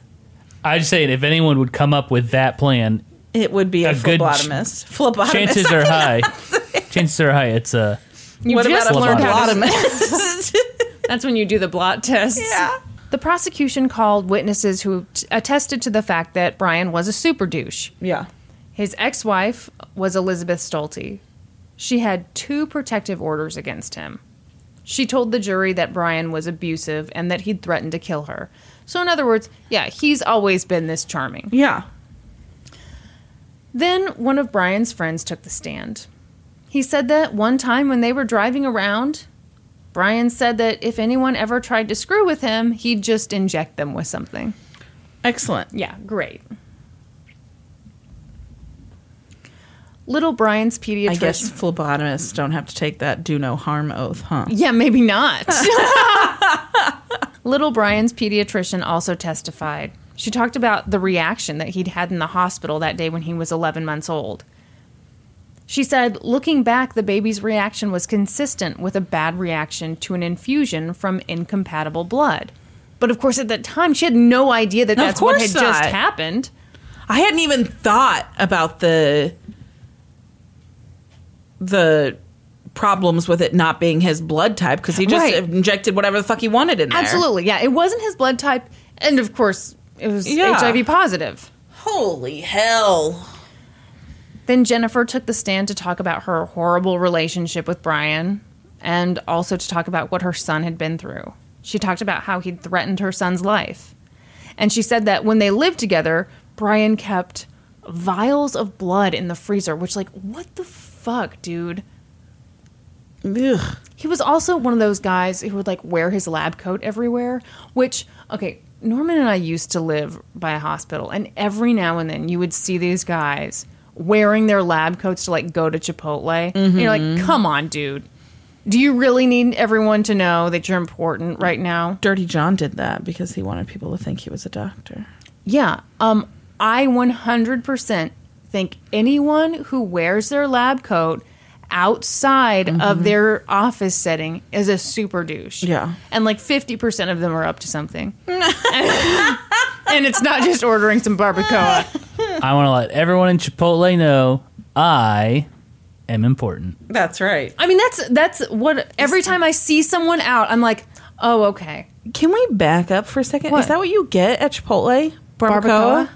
Speaker 3: I'm just saying, if anyone would come up with that plan,
Speaker 2: It would be a,
Speaker 3: A good
Speaker 2: phlebotomist. phlebotomist.
Speaker 3: chances are high. Chances are high. It's a
Speaker 1: You
Speaker 2: what
Speaker 1: just
Speaker 2: about a
Speaker 1: learned how to.
Speaker 2: phlebotomist?
Speaker 1: That's when you do the blot test.
Speaker 2: yeah.
Speaker 1: The prosecution called witnesses who t- attested to the fact that Brian was a super douche.
Speaker 2: Yeah.
Speaker 1: His ex-wife was Elizabeth Stolte. She had two protective orders against him. She told the jury that Brian was abusive and that he'd threatened to kill her. So in other words, yeah, he's always been this charming.
Speaker 2: Yeah.
Speaker 1: Then one of Brian's friends took the stand. He said that one time when they were driving around, Brian said that if anyone ever tried to screw with him, he'd just inject them with something.
Speaker 2: Excellent.
Speaker 1: Yeah, great. Little Brian's pediatrician.
Speaker 2: I guess phlebotomists don't have to take that do no harm oath, huh?
Speaker 1: Yeah, maybe not. Little Brian's pediatrician also testified. She talked about the reaction that he'd had in the hospital that day when he was 11 months old. She said, looking back, the baby's reaction was consistent with a bad reaction to an infusion from incompatible blood. But of course, at that time, she had no idea that
Speaker 2: No, of
Speaker 1: that's what had
Speaker 2: course
Speaker 1: just
Speaker 2: not.
Speaker 1: happened.
Speaker 2: I hadn't even thought about the the problems with it not being his blood type because he just
Speaker 1: Right.
Speaker 2: injected whatever the fuck he wanted in there.
Speaker 1: Absolutely, yeah. It wasn't his blood type, and of course, it was
Speaker 2: Yeah.
Speaker 1: HIV positive.
Speaker 2: Holy hell.
Speaker 1: Then Jennifer took the stand to talk about her horrible relationship with Brian and also to talk about what her son had been through. She talked about how he'd threatened her son's life. And she said that when they lived together, Brian kept vials of blood in the freezer, which, like, what the fuck, dude?
Speaker 2: Ugh.
Speaker 1: He was also one of those guys who would like wear his lab coat everywhere, which, okay, Norman and I used to live by a hospital, and every now and then you would see these guys wearing their lab coats to like go to Chipotle. And you're like, come on, dude. Do you really need everyone to know that you're important right now?
Speaker 2: Dirty John did that because he wanted people to think he was a doctor.
Speaker 1: Yeah. Um, I 100% think anyone who wears their lab coat outside of their office setting is a super douche.
Speaker 2: Yeah.
Speaker 1: And like 50% of them are up to something. and it's not just ordering some barbacoa.
Speaker 3: I want to let everyone in Chipotle know I am important.
Speaker 2: That's right.
Speaker 1: I mean, that's that's what every time I see someone out, I'm like, "Oh, okay."
Speaker 2: Can we back up for a second? Is
Speaker 1: What?
Speaker 2: that what you get at Chipotle?
Speaker 1: Barbacoa? Mm-hmm.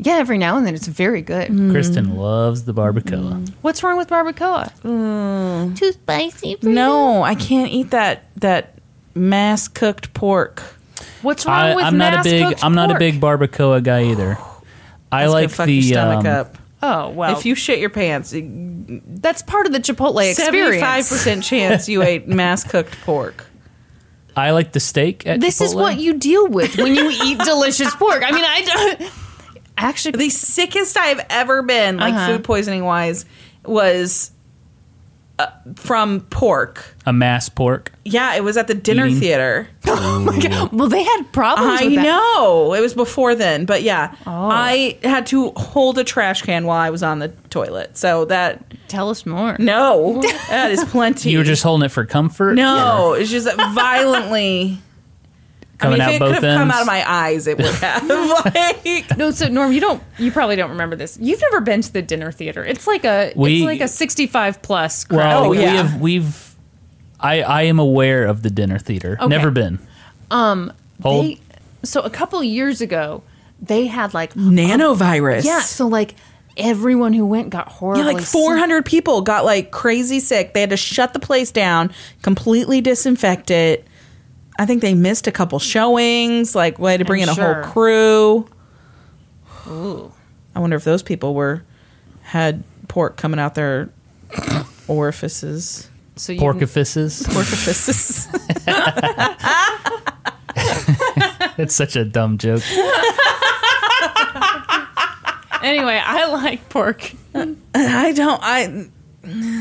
Speaker 1: Yeah, every now and then it's very good.
Speaker 2: Mm.
Speaker 3: Kristen loves the barbacoa.
Speaker 1: What's wrong with barbacoa? Too spicy? For
Speaker 2: No, I can't eat that that mass cooked pork.
Speaker 1: What's wrong
Speaker 3: I,
Speaker 1: with
Speaker 3: I'm not a big I'm
Speaker 1: mass-cooked
Speaker 3: not a
Speaker 1: pork?
Speaker 3: big barbacoa guy either.
Speaker 2: It's
Speaker 3: I
Speaker 2: gonna
Speaker 3: like
Speaker 2: fuck
Speaker 3: the
Speaker 2: your stomach
Speaker 3: um,
Speaker 2: up.
Speaker 1: Oh, well.
Speaker 2: if you shit your pants,
Speaker 1: That's part of the Chipotle experience.
Speaker 2: seventy-five percent chance you ate mass cooked pork.
Speaker 3: I like the steak at
Speaker 1: This is
Speaker 3: Chipotle.
Speaker 1: what you deal with when you eat delicious pork. I mean, I don't. Actually,
Speaker 2: The sickest I've ever been, like
Speaker 1: Uh-huh.
Speaker 2: food poisoning wise, was uh, from pork.
Speaker 3: a mass pork.
Speaker 2: Yeah, it was at the dinner
Speaker 3: Eating.
Speaker 2: theater.
Speaker 1: well, they had problems.
Speaker 2: I
Speaker 1: with that.
Speaker 2: know Oh. it was before then, but yeah, I had to hold a trash can while I was on the toilet. So that
Speaker 1: Tell us more.
Speaker 2: no, that is plenty.
Speaker 3: You were just holding it for comfort.
Speaker 2: no, it's just violently.
Speaker 3: coming
Speaker 2: I mean, if
Speaker 3: out
Speaker 2: it
Speaker 3: both
Speaker 2: could have come
Speaker 3: ends.
Speaker 2: out of my eyes, it would have. like,
Speaker 1: No, so Norm, you don't. You probably don't remember this. You've never been to the dinner theater. It's like a.
Speaker 3: We-
Speaker 1: it's like a sixty-five plus. Crowd.
Speaker 3: well,
Speaker 2: Oh,
Speaker 3: we
Speaker 2: yeah.
Speaker 3: have we've. I I am aware of the dinner theater. Never been. Um. Old.
Speaker 1: They- so a couple years ago, they had like
Speaker 2: nanovirus.
Speaker 1: yeah. So like everyone who went got horribly
Speaker 2: Yeah, like
Speaker 1: sick.
Speaker 2: 400 people got like crazy sick. They had to shut the place down, completely disinfect it. I think they missed a couple showings. Like, we had to bring
Speaker 1: I'm
Speaker 2: in a
Speaker 1: sure.
Speaker 2: whole crew. I wonder if those people were had pork coming out their orifices.
Speaker 1: So you
Speaker 3: Porkifices.
Speaker 2: Orifices.
Speaker 3: it's such a dumb joke.
Speaker 1: anyway, I like pork.
Speaker 2: I don't. I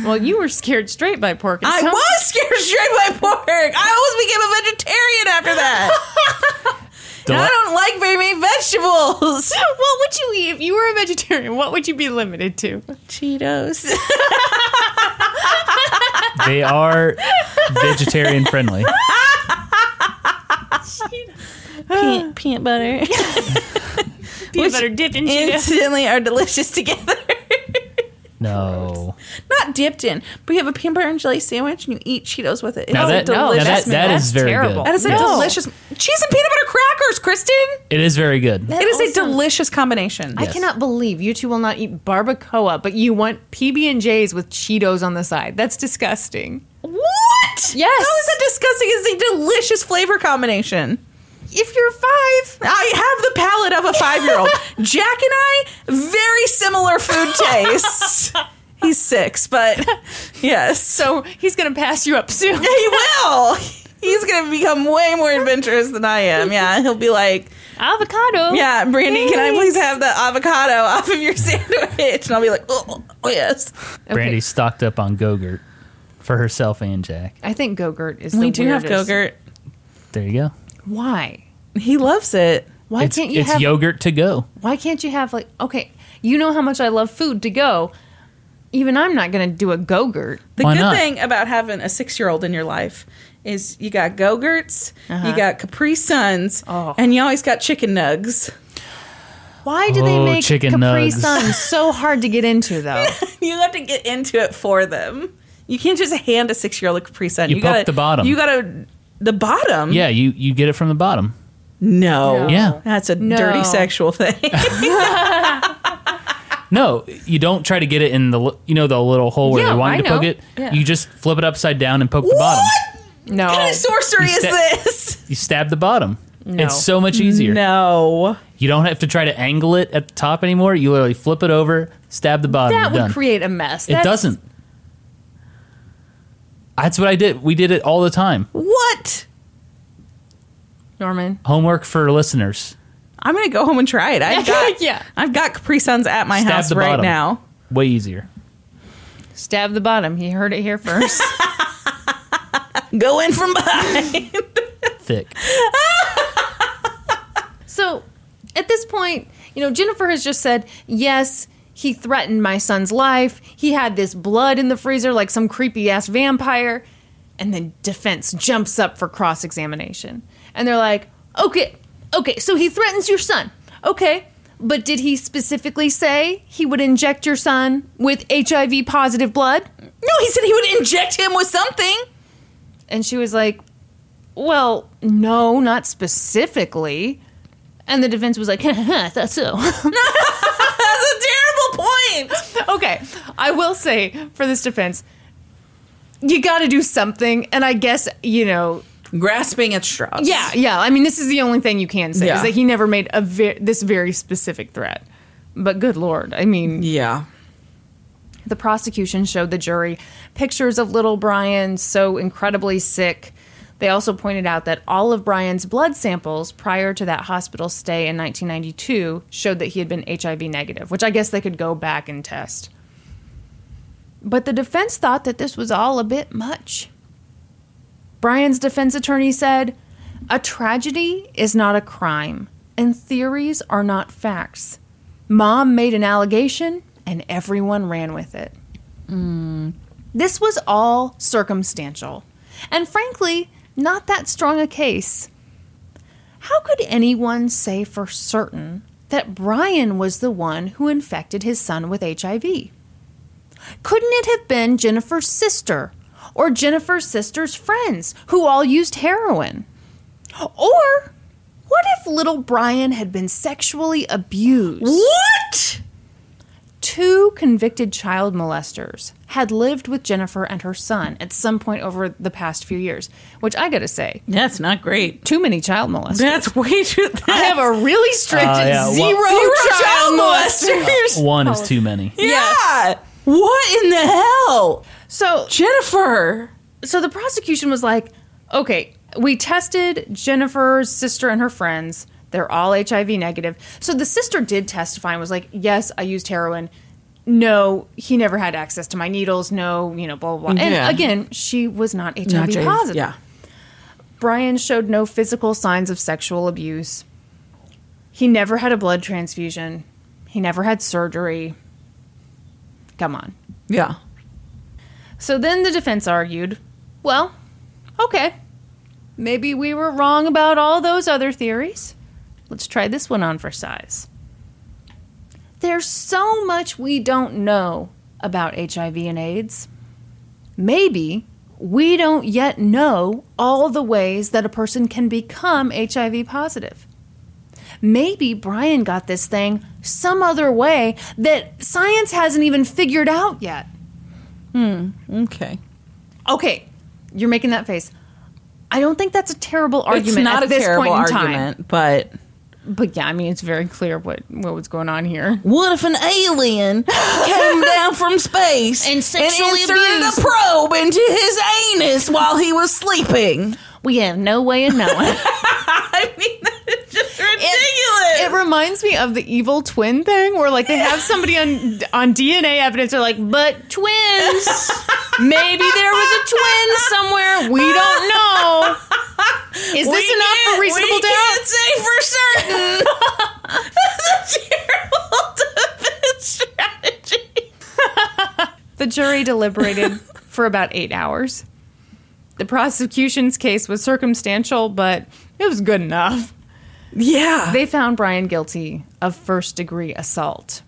Speaker 1: Well, you were scared straight by pork. It
Speaker 2: I
Speaker 1: sounds-
Speaker 2: was scared straight by pork. I almost became a vegetarian after that. And I don't like very many vegetables.
Speaker 1: what would you eat if you were a vegetarian? What would you be limited to?
Speaker 2: Cheetos.
Speaker 3: they are vegetarian friendly.
Speaker 2: peanut, peanut butter.
Speaker 1: Peanut
Speaker 2: Which
Speaker 1: butter dip in Cheetos.
Speaker 2: Instantly are delicious together.
Speaker 3: No.
Speaker 2: Not dipped in, but you have a peanut butter and jelly sandwich and you eat Cheetos with it. It's
Speaker 3: Now
Speaker 2: a
Speaker 3: that-
Speaker 1: no,
Speaker 2: delicious.
Speaker 3: that- that
Speaker 1: that's
Speaker 3: is very good.
Speaker 1: terrible.
Speaker 2: that is a
Speaker 1: No.
Speaker 2: delicious cheese and peanut butter crackers, Kristen.
Speaker 3: It is very good.
Speaker 2: It is a
Speaker 1: also-
Speaker 2: delicious combination.
Speaker 1: I cannot believe you two will not eat barbacoa, but you want PB and J's with Cheetos on the side. That's disgusting.
Speaker 2: What?
Speaker 1: Yes.
Speaker 2: How is that disgusting? It's a delicious flavor combination.
Speaker 1: If you're five,
Speaker 2: I have the palate of a five year old. Jack and I, very similar food tastes. He's six, but yes.
Speaker 1: so he's gonna pass you up soon.
Speaker 2: he will. He's gonna become way more adventurous than I am. Yeah, he'll be like,
Speaker 1: Avocado.
Speaker 2: "Yeah, Brandy, can I please have the avocado off of your sandwich?" And I'll be like, "Oh, oh, yes."
Speaker 1: Okay,
Speaker 3: Brandy stocked up on Gogurt for herself and Jack.
Speaker 1: I think Go-Gurt is.
Speaker 2: We
Speaker 1: the
Speaker 2: do have
Speaker 1: weirdest.
Speaker 2: Gogurt.
Speaker 3: There you go.
Speaker 1: Why?
Speaker 2: He loves it.
Speaker 1: Why
Speaker 3: it's
Speaker 1: can't you
Speaker 3: it's
Speaker 1: have? Mm-hmm.
Speaker 3: yogurt to go.
Speaker 1: Why can't you have like? Okay, you know how much I love food to go. Even I'm not gonna do a Go-Gurt.
Speaker 2: The
Speaker 3: Why
Speaker 2: good
Speaker 3: not?
Speaker 2: thing about having a six-year-old in your life is you got Go-Gurts, you got Capri Suns,
Speaker 1: Uh-huh. Oh.
Speaker 2: and you always got chicken nugs.
Speaker 1: Why do they
Speaker 3: Oh,
Speaker 1: make
Speaker 3: chicken
Speaker 1: Capri
Speaker 3: nugs.
Speaker 1: Sun so hard to get into, though?
Speaker 2: you have to get into it for them. You can't just hand a six-year-old a Capri Sun.
Speaker 3: You poke
Speaker 2: gotta,
Speaker 3: the bottom.
Speaker 2: You gotta the bottom.
Speaker 3: Yeah, you, you get it from the bottom.
Speaker 2: No.
Speaker 1: No.
Speaker 3: Yeah.
Speaker 2: That's a
Speaker 1: No.
Speaker 2: dirty sexual thing.
Speaker 3: No, you don't try to get it in the li- you know the little hole where
Speaker 1: Yeah,
Speaker 3: they want
Speaker 1: I
Speaker 3: you to poke
Speaker 1: know.
Speaker 3: it.
Speaker 1: Yeah.
Speaker 3: You just flip it upside down and poke the
Speaker 2: What
Speaker 3: bottom.
Speaker 1: No.
Speaker 2: kind of sorcery
Speaker 3: You
Speaker 2: is
Speaker 3: sta-
Speaker 2: this?
Speaker 3: You stab the bottom.
Speaker 1: No.
Speaker 3: It's so much easier.
Speaker 2: No.
Speaker 3: You don't have to try to angle it at the top anymore. You literally flip it over, stab the bottom.
Speaker 1: that would
Speaker 3: done.
Speaker 1: create a mess.
Speaker 3: it
Speaker 1: That's-
Speaker 3: doesn't. That's what I did. We did it all the time.
Speaker 2: What?
Speaker 1: Norman.
Speaker 3: Homework for listeners.
Speaker 2: I'm gonna go home and try it. I've got
Speaker 1: Yeah.
Speaker 2: I've got Capri Suns at my
Speaker 3: Stab
Speaker 2: house
Speaker 3: the
Speaker 2: right
Speaker 3: bottom.
Speaker 2: now.
Speaker 3: Way easier.
Speaker 1: Stab the bottom. He heard it here first.
Speaker 2: Go in from behind.
Speaker 3: Thick.
Speaker 1: So at this point, you know, Jennifer has just said, yes, he threatened my son's life. He had this blood in the freezer like some creepy ass vampire. And then defense jumps up for cross examination. And they're like, okay, okay, so he threatens your son. Okay. But did he specifically say he would inject your son with HIV positive blood?
Speaker 2: no, he said he would inject him with something.
Speaker 1: And she was like, Well, no, not specifically. And the defense was like, I thought so.
Speaker 2: That's a terrible point.
Speaker 1: okay, I will say for this defense, you got to do something. And I guess, you know,
Speaker 2: Grasping at straws.
Speaker 1: yeah, yeah. I mean, this is the only thing you can say
Speaker 2: Yeah.
Speaker 1: is that he never made a ve- this very specific threat. But good Lord, I mean,
Speaker 2: Yeah.
Speaker 1: The prosecution showed the jury pictures of little Brian so incredibly sick. They also pointed out that all of Brian's blood samples prior to that hospital stay in 1992 showed that he had been HIV negative, which I guess they could go back and test. But the defense thought that this was all a bit much. Brian's defense attorney said, A tragedy is not a crime, and theories are not facts. Mom made an allegation, and everyone ran with it. This was all circumstantial, and frankly, not that strong a case. How could anyone say for certain that Brian was the one who infected his son with HIV? Couldn't it have been Jennifer's sister or Jennifer's sister's friends who all used heroin? Or what if little Brian had been sexually abused?
Speaker 2: What?
Speaker 1: Two convicted child molesters had lived with Jennifer and her son at some point over the past few years, which I gotta say,
Speaker 2: That's not great.
Speaker 1: too many child molesters.
Speaker 2: That's way too.
Speaker 1: I have a really strict
Speaker 3: Uh, yeah, well-
Speaker 1: zero,
Speaker 2: Zero
Speaker 1: child
Speaker 2: child
Speaker 1: molesters.
Speaker 2: molesters.
Speaker 3: One is too many.
Speaker 2: Yeah. What in the hell,
Speaker 1: So
Speaker 2: Jennifer?
Speaker 1: so the prosecution was like, okay, we tested Jennifer's sister and her friends. They're all HIV negative. So the sister did testify and was like, yes, I used heroin. No, he never had access to my needles. No, you know, blah, blah, blah. And
Speaker 2: Yeah.
Speaker 1: again, she was not HIV positive.
Speaker 2: Yeah.
Speaker 1: Brian showed no physical signs of sexual abuse. He never had a blood transfusion. He never had surgery. Come on.
Speaker 2: Yeah.
Speaker 1: So then the defense argued, well, okay, maybe we were wrong about all those other theories. Let's try this one on for size. There's so much we don't know about HIV and AIDS. Maybe we don't yet know all the ways that a person can become HIV positive. Maybe Brian got this thing some other way that science hasn't even figured out yet
Speaker 2: Okay.
Speaker 1: okay, you're making that face. I don't think that's a terrible argument.
Speaker 2: It's not
Speaker 1: at
Speaker 2: a
Speaker 1: this
Speaker 2: terrible
Speaker 1: point in
Speaker 2: argument, but
Speaker 1: Time. But yeah, I mean, it's very clear what what was going on here.
Speaker 2: what if an alien came down from space
Speaker 1: And sexually
Speaker 2: inserted
Speaker 1: abused-
Speaker 2: a probe into his anus while he was sleeping?
Speaker 1: We have no way of knowing.
Speaker 2: I mean, that is just ridiculous.
Speaker 1: it reminds me of the evil twin thing, where like they have somebody on on DNA evidence. They're like, but twins. Maybe there was a twin somewhere. We don't know. Is this
Speaker 2: We
Speaker 1: enough
Speaker 2: can't-
Speaker 1: for reasonable
Speaker 2: we
Speaker 1: doubt?
Speaker 2: can't say for certain. That's a terrible defense strategy.
Speaker 1: The jury deliberated for about eight hours. The prosecution's case was circumstantial, but it was good enough.
Speaker 2: Yeah.
Speaker 1: They found Brian guilty of first degree assault.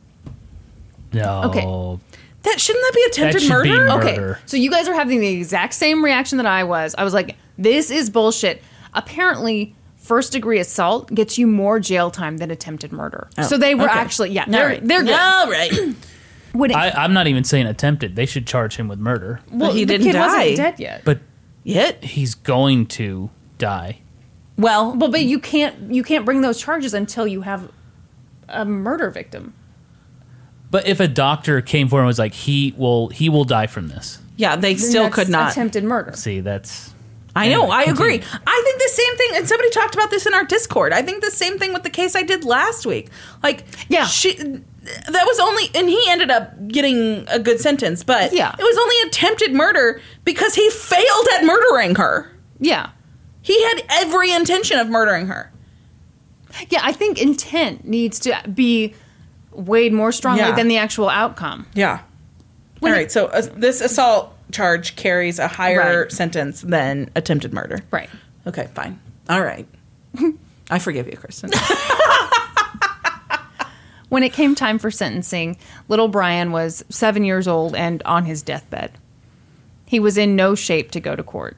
Speaker 3: No.
Speaker 1: Okay.
Speaker 2: that shouldn't that be attempted
Speaker 3: That should be
Speaker 2: murder?
Speaker 3: Oh, murder.
Speaker 1: Okay, so you guys are having the exact same reaction that I was. I was like, this is bullshit. Apparently, first degree assault gets you more jail time than attempted murder. so they were
Speaker 2: Oh, okay.
Speaker 1: actually yeah they're
Speaker 2: right.
Speaker 1: they're good.
Speaker 2: All right.
Speaker 1: Would it-
Speaker 3: I, I'm not even saying attempted. They should charge him with murder.
Speaker 1: well,
Speaker 2: he
Speaker 1: the
Speaker 2: didn't
Speaker 1: kid
Speaker 2: die.
Speaker 1: wasn't dead yet.
Speaker 3: But
Speaker 2: Yet.
Speaker 3: he's going to die.
Speaker 2: Well,
Speaker 1: Well, but you can't you can't bring those charges until you have a murder victim.
Speaker 3: But if a doctor came forward and was like, he will he will die from this.
Speaker 2: yeah, they
Speaker 1: Then
Speaker 2: still
Speaker 1: that's
Speaker 2: could not.
Speaker 1: attempted murder.
Speaker 3: See, that's
Speaker 2: I know.
Speaker 3: Anyway,
Speaker 2: I agree.
Speaker 3: continue.
Speaker 2: I think the same thing. And somebody talked about this in our Discord. I think the same thing with the case I did last week. Like,
Speaker 1: Yeah.
Speaker 2: she. That was only, and he ended up getting a good sentence, but
Speaker 1: Yeah.
Speaker 2: it was only attempted murder because he failed at murdering her.
Speaker 1: Yeah,
Speaker 2: He had every intention of murdering her.
Speaker 1: yeah. I think intent needs to be weighed more strongly
Speaker 2: Yeah.
Speaker 1: than the actual outcome.
Speaker 2: Yeah. All right. So uh, this assault charge carries a higher
Speaker 1: Right.
Speaker 2: sentence than attempted murder.
Speaker 1: Right.
Speaker 2: Okay. Fine. All right. I forgive you, Kristen.
Speaker 1: When it came time for sentencing, little Brian was seven years old and on his deathbed. He was in no shape to go to court.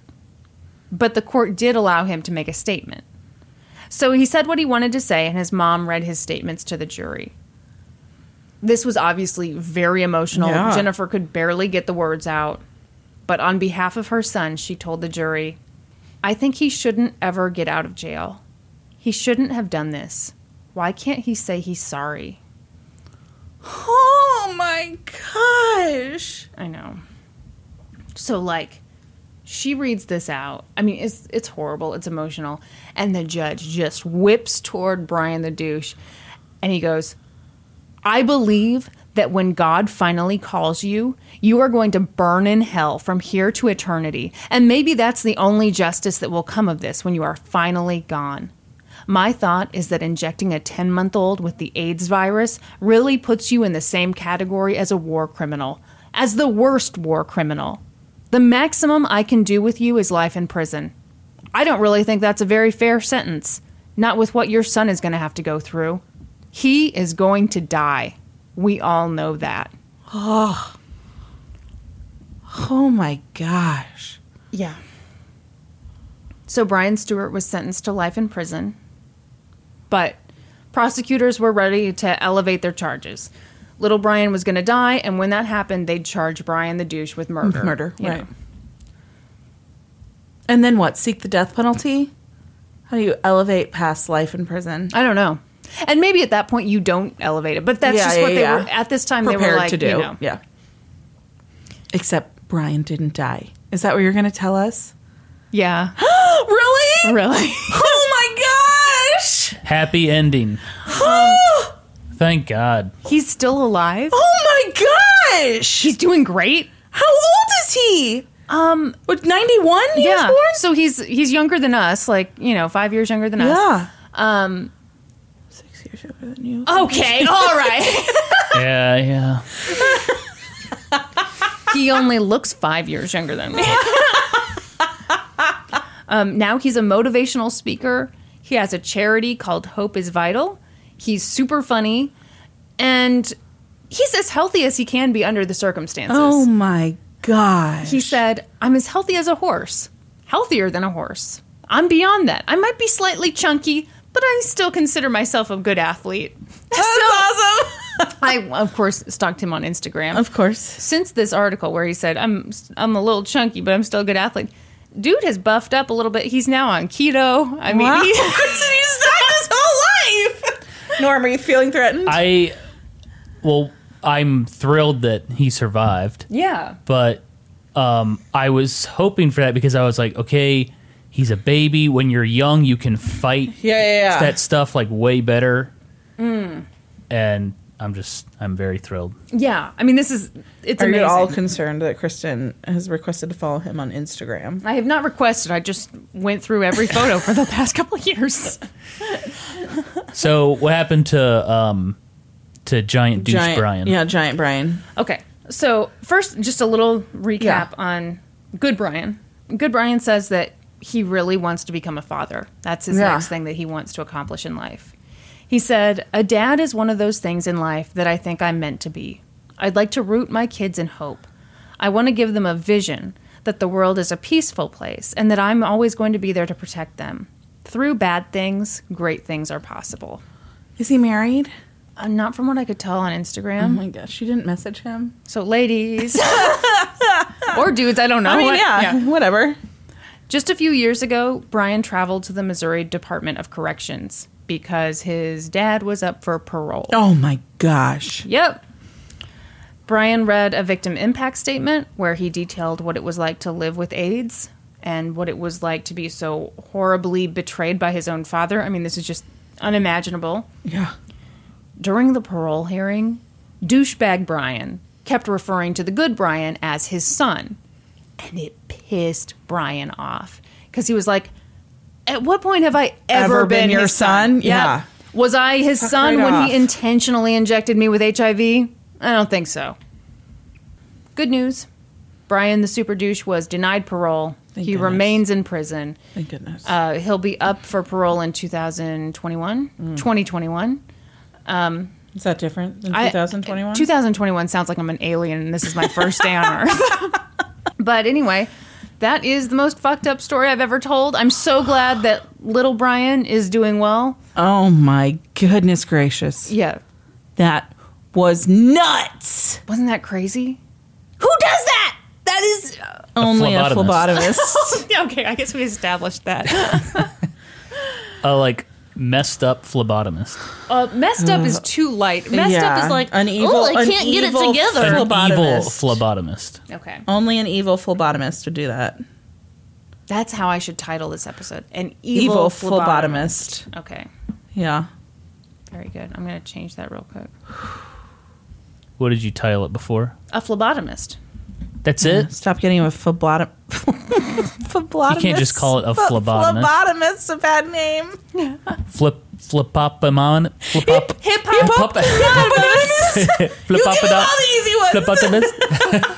Speaker 1: But the court did allow him to make a statement. So he said what he wanted to say, and his mom read his statements to the jury. This was obviously very emotional.
Speaker 2: Yeah.
Speaker 1: Jennifer could barely get the words out. But on behalf of her son, she told the jury, I think he shouldn't ever get out of jail. He shouldn't have done this. Why can't he say he's sorry?
Speaker 2: oh my gosh.
Speaker 1: I know. So like she reads this out. I mean, it's it's horrible, it's emotional, and the judge just whips toward Brian the douche and he goes, "I believe that when God finally calls you, you are going to burn in hell from here to eternity. And maybe that's the only justice that will come of this when you are finally gone. My thought is that injecting a 10 month old with the AIDS virus really puts you in the same category as a war criminal, as the worst war criminal. The maximum I can do with you is life in prison. I don't really think that's a very fair sentence, not with what your son is going to have to go through. He is going to die. We all know that.
Speaker 2: Oh my gosh.
Speaker 1: Yeah. So Brian Stewart was sentenced to life in prison, but prosecutors were ready to elevate their charges. Little Brian was going to die, and when that happened, they'd charge Brian the douche with murder.
Speaker 2: Murder.
Speaker 1: you
Speaker 2: right.
Speaker 1: know.
Speaker 2: And then what? Seek the death penalty? How do you elevate past life in prison?
Speaker 1: I don't know. And maybe at that point you don't elevate it, but that's
Speaker 2: Yeah,
Speaker 1: just what
Speaker 2: yeah,
Speaker 1: they
Speaker 2: yeah.
Speaker 1: were at this time. they
Speaker 2: Prepared
Speaker 1: were like,
Speaker 2: to do.
Speaker 1: you know,
Speaker 2: Yeah. Except Brian didn't die. Is that what you're going to tell us?
Speaker 1: yeah,
Speaker 2: really?
Speaker 1: really.
Speaker 2: Oh my gosh!
Speaker 3: happy ending. Thank God.
Speaker 1: He's still alive.
Speaker 2: oh my gosh!
Speaker 1: He's doing great.
Speaker 2: How old is he?
Speaker 1: Um,
Speaker 2: What, 91 he
Speaker 1: yeah.
Speaker 2: was born?
Speaker 1: So he's he's younger than us, like you know, five years younger than us.
Speaker 2: Yeah.
Speaker 1: Um.
Speaker 2: Six years younger than you.
Speaker 1: Okay. All right.
Speaker 3: Yeah, yeah.
Speaker 1: he only looks five years younger than me. um, now he's a motivational speaker. He has a charity called Hope is Vital. He's super funny, and he's as healthy as he can be under the circumstances.
Speaker 2: Oh my gosh.
Speaker 1: He said, I'm as healthy as a horse, healthier than a horse. I'm beyond that. I might be slightly chunky, but I still consider myself a good athlete.
Speaker 2: That's awesome.
Speaker 1: I, of course, stalked him on Instagram.
Speaker 2: Of course.
Speaker 1: Since this article where he said, I'm, I'm a little chunky, but I'm still a good athlete, dude has buffed up a little bit. He's now on keto. I mean,
Speaker 2: Wow.
Speaker 1: he-
Speaker 2: Kristen, you stalked his whole life. Norm, are you feeling threatened?
Speaker 3: I well, I'm thrilled that he survived,
Speaker 1: yeah.
Speaker 3: but um, I was hoping for that because I was like, okay, he's a baby. When you're young, you can fight
Speaker 2: yeah, yeah, yeah.
Speaker 3: that stuff like way better. Mm. And I'm just I'm very thrilled.
Speaker 1: Yeah. I mean, this is, it's
Speaker 2: Are you
Speaker 1: amazing.
Speaker 2: at all concerned that Kristen has requested to follow him on Instagram?
Speaker 1: I have not requested. I just went through every photo for the past couple of years.
Speaker 3: So what happened to um to giant douche
Speaker 2: Giant
Speaker 3: Brian?
Speaker 2: Yeah, Giant Brian.
Speaker 1: Okay. So, first, just a little recap
Speaker 2: Yeah.
Speaker 1: on Good Brian. Good Brian says that he really wants to become a father. That's his
Speaker 2: Yeah.
Speaker 1: next thing that he wants to accomplish in life. He said, A dad is one of those things in life that I think I'm meant to be. I'd like to root my kids in hope. I want to give them a vision that the world is a peaceful place and that I'm always going to be there to protect them. Through bad things, great things are possible.
Speaker 2: Is he married?
Speaker 1: Uh, not from what I could tell on Instagram.
Speaker 2: Oh my gosh, you didn't message him?
Speaker 1: So, ladies or dudes, I don't know.
Speaker 2: I mean,
Speaker 1: Oh, What-
Speaker 2: yeah, whatever.
Speaker 1: Just a few years ago, Brian traveled to the Missouri Department of Corrections because his dad was up for parole.
Speaker 2: Oh my gosh.
Speaker 1: Yep. Brian read a victim impact statement where he detailed what it was like to live with AIDS and what it was like to be so horribly betrayed by his own father. I mean, this is just unimaginable.
Speaker 2: Yeah.
Speaker 1: During the parole hearing, douchebag Brian kept referring to the good Brian as his son. And it pissed Brian off because he was like, At what point have I ever,
Speaker 2: Ever been your
Speaker 1: his
Speaker 2: son? Yeah.
Speaker 1: Was I his son
Speaker 2: right
Speaker 1: when
Speaker 2: off.
Speaker 1: he intentionally injected me with HIV? I don't think so. Good news Brian the super douche was denied parole.
Speaker 2: Thank
Speaker 1: he
Speaker 2: goodness.
Speaker 1: remains in prison.
Speaker 2: Thank goodness.
Speaker 1: Uh, he'll be up for parole in 2021.
Speaker 2: Mm.
Speaker 1: 2021.
Speaker 2: Is that different than
Speaker 1: I-
Speaker 2: 2021?
Speaker 1: 2021 sounds like I'm an alien and this is my first day on Earth. but anyway, that is the most fucked up story I've ever told. I'm so glad that little Brian is doing well.
Speaker 2: oh my goodness gracious.
Speaker 1: Yeah.
Speaker 2: That was nuts.
Speaker 1: Wasn't that crazy?
Speaker 2: Who does that? That is only a
Speaker 3: phlebotomist.
Speaker 2: phlebotomist.
Speaker 1: Yeah, okay, I guess we established that.
Speaker 3: a like messed up phlebotomist,
Speaker 1: Uh, messed up is too light. Messed up
Speaker 2: Yeah.
Speaker 1: is like
Speaker 2: An evil-
Speaker 1: oh, I
Speaker 2: an
Speaker 1: can't get it
Speaker 2: evil
Speaker 3: an
Speaker 1: together.
Speaker 3: evil
Speaker 2: Phlebotomist.
Speaker 3: phlebotomist.
Speaker 1: okay,
Speaker 2: only an evil phlebotomist would do that.
Speaker 1: that's how I should title this episode: an
Speaker 2: Evil,
Speaker 1: evil,
Speaker 2: phlebotomist.
Speaker 1: phlebotomist. Okay,
Speaker 2: Yeah.
Speaker 1: very good. I'm gonna change that real quick.
Speaker 3: What did you title it before?
Speaker 1: A phlebotomist.
Speaker 3: That's it.
Speaker 2: Stop getting a phlebotom- phlebotomist.
Speaker 3: You can't just call it a
Speaker 2: Ph-
Speaker 3: phlebotomist.
Speaker 2: Phlebotomist's a bad name.
Speaker 3: Flip flipopamon flipop
Speaker 2: Hip hop. Phlebotomist. You give me all the
Speaker 3: flipopado
Speaker 2: easy ones.
Speaker 3: flipotomist.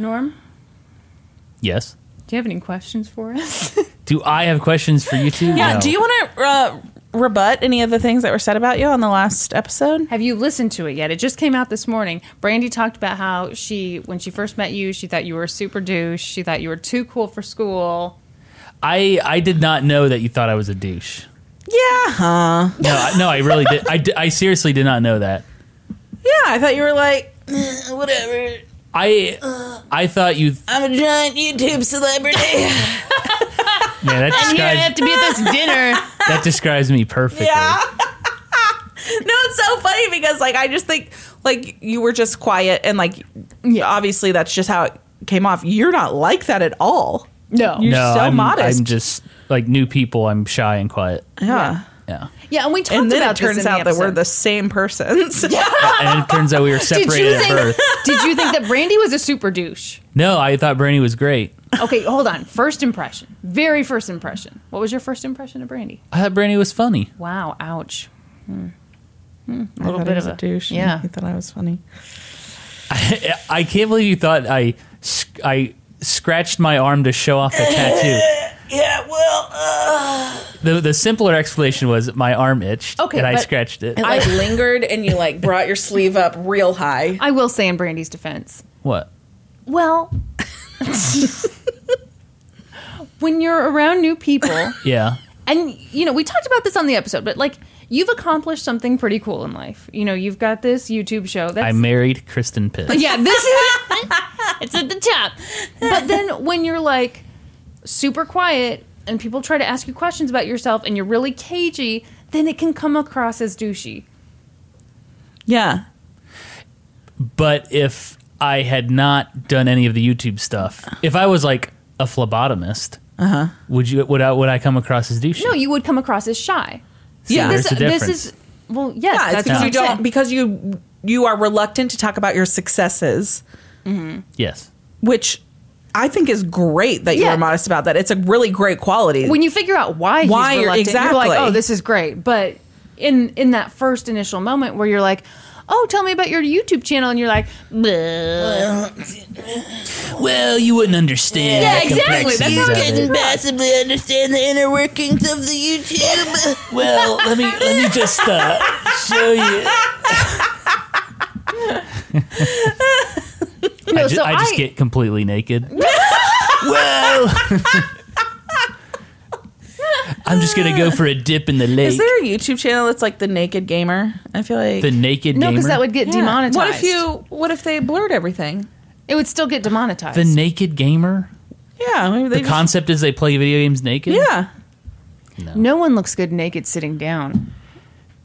Speaker 1: Norm,
Speaker 3: Yes.
Speaker 1: do you have any questions for us?
Speaker 3: Do I have questions for you two?
Speaker 2: Yeah.
Speaker 3: No.
Speaker 2: Do you want to uh, rebut any of the things that were said about you on the last episode?
Speaker 1: Have you listened to it yet? It just came out this morning. Brandy talked about how she, when she first met you, she thought you were a super douche. She thought you were too cool for school.
Speaker 3: I I did not know that you thought I was a douche.
Speaker 2: Yeah.
Speaker 3: No, I, no, I really did. I, di- I seriously did not know that.
Speaker 2: Yeah. I thought you were like, "Eh, whatever.
Speaker 3: I I thought you.
Speaker 2: I'm a giant YouTube celebrity.
Speaker 3: Yeah, that describes
Speaker 1: to be at this dinner.
Speaker 3: that describes me perfectly.
Speaker 2: Yeah. no, it's so funny because like I just think like you were just quiet and like yeah, obviously that's just how it came off. You're not like that at all.
Speaker 1: No.
Speaker 2: You're
Speaker 3: No,
Speaker 2: so
Speaker 3: I'm,
Speaker 2: modest.
Speaker 3: I'm just like new people. I'm shy and quiet.
Speaker 2: yeah.
Speaker 3: Yeah,
Speaker 1: Yeah, and we talked
Speaker 2: And then
Speaker 1: about
Speaker 2: it turns
Speaker 1: this in
Speaker 2: out that we're
Speaker 1: episode.
Speaker 2: the same persons.
Speaker 3: and it turns out we were
Speaker 1: Did you
Speaker 3: separated at
Speaker 1: think?
Speaker 3: birth.
Speaker 1: did you think that Brandy was a super douche?
Speaker 3: No, I thought Brandy was great.
Speaker 1: Okay, hold on. First impression, very first impression. What was your first impression of Brandy?
Speaker 3: I thought Brandy was funny.
Speaker 1: Wow. Ouch.
Speaker 2: a little
Speaker 1: bit of a-
Speaker 2: douche.
Speaker 1: yeah.
Speaker 2: He thought I was funny.
Speaker 3: I, I can't believe you thought I sc- I scratched my arm to show off a tattoo.
Speaker 2: Yeah, well,
Speaker 1: uh.
Speaker 3: The, the simpler explanation was my arm itched
Speaker 1: Okay,
Speaker 3: and I
Speaker 1: but-
Speaker 3: scratched it.
Speaker 2: I lingered and you like brought your sleeve up real high.
Speaker 1: I will say in Brandy's defense.
Speaker 3: what?
Speaker 1: Well, when you're around new people.
Speaker 3: Yeah.
Speaker 1: and you know we talked about this on the episode but like you've accomplished something pretty cool in life you know you've got this youtube show that's
Speaker 3: I married Kristen Pitt.
Speaker 1: yeah this is it's at the top but then when you're like super quiet and people try to ask you questions about yourself and you're really cagey, then it can come across as douchey.
Speaker 2: Yeah.
Speaker 3: But if I had not done any of the YouTube stuff, if I was like a phlebotomist, would you would I would I come across as douchey?
Speaker 1: Uh-huh. No, you would come across as shy.
Speaker 2: Yeah.
Speaker 1: this,
Speaker 3: There's a
Speaker 1: this
Speaker 3: difference.
Speaker 1: is well, yes,
Speaker 2: Yeah, it's
Speaker 1: that's
Speaker 2: because
Speaker 1: what
Speaker 2: you
Speaker 1: I'm
Speaker 2: don't
Speaker 1: saying.
Speaker 2: because you you are reluctant to talk about your successes,
Speaker 3: yes.
Speaker 2: which I think is great that you
Speaker 1: Yeah.
Speaker 2: are modest about that. It's a really great quality.
Speaker 1: when you figure out why he's
Speaker 2: Why you're-
Speaker 1: reluctant, you're like,
Speaker 2: exactly.
Speaker 1: oh, this is great. But in in that first initial moment where you're like, oh, tell me about your YouTube channel, and you're like, bleh.
Speaker 3: Well, you wouldn't understand.
Speaker 1: Yeah,
Speaker 3: the
Speaker 1: exactly. That's how
Speaker 3: complexities
Speaker 1: it
Speaker 3: of
Speaker 1: is.
Speaker 3: it.
Speaker 4: possibly understand the inner workings of the YouTube.
Speaker 3: Well, let me let me just uh, show you.
Speaker 1: no,
Speaker 3: I, ju-
Speaker 1: so
Speaker 3: I just
Speaker 1: I-
Speaker 3: get completely naked. well, I'm just gonna go for a dip in the lake.
Speaker 2: is there a YouTube channel that's like the Naked Gamer? I feel like
Speaker 3: the naked
Speaker 1: no,
Speaker 3: gamer.
Speaker 1: because that would get
Speaker 2: Yeah.
Speaker 1: demonetized.
Speaker 2: What if you? What if they blurred everything?
Speaker 1: It would still get demonetized.
Speaker 3: the naked gamer.
Speaker 2: Yeah, maybe they
Speaker 3: The concept is they play video games naked.
Speaker 2: just, yeah.
Speaker 1: no one looks good naked sitting down.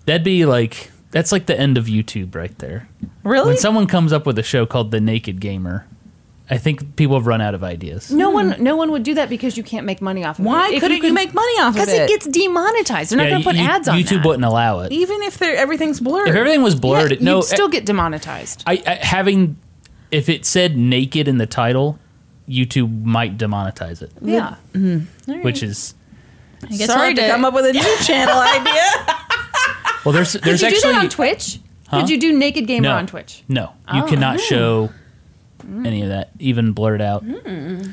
Speaker 3: that'd be like that's like the end of YouTube right there.
Speaker 2: Really?
Speaker 1: Oh,
Speaker 3: When someone comes up with a show called The Naked Gamer, I think people have run out of ideas.
Speaker 1: No one, no one would do that because you can't make money off of it.
Speaker 2: Why couldn't you, make money off of it?
Speaker 1: Because it gets demonetized. They're not going to put
Speaker 3: you-
Speaker 1: ads on
Speaker 3: YouTube
Speaker 1: that.
Speaker 3: wouldn't allow it.
Speaker 2: even if they're everything's blurred.
Speaker 3: If everything was blurred,
Speaker 1: Yeah,
Speaker 3: it- no, eh,
Speaker 1: you'd still get demonetized.
Speaker 3: I, I having if it said naked in the title, YouTube might demonetize it,
Speaker 1: Yeah.
Speaker 3: which
Speaker 1: Hmm.
Speaker 3: is
Speaker 1: guess I'll
Speaker 2: Sorry
Speaker 1: have
Speaker 2: to
Speaker 1: to-
Speaker 2: come up with a new channel idea.
Speaker 3: well. There's there's
Speaker 1: Could you
Speaker 3: actually
Speaker 1: do that on Twitch? Could you do Naked Gamer on Twitch? Oh, hmm.
Speaker 3: No, you cannot show any of that, even blurred out.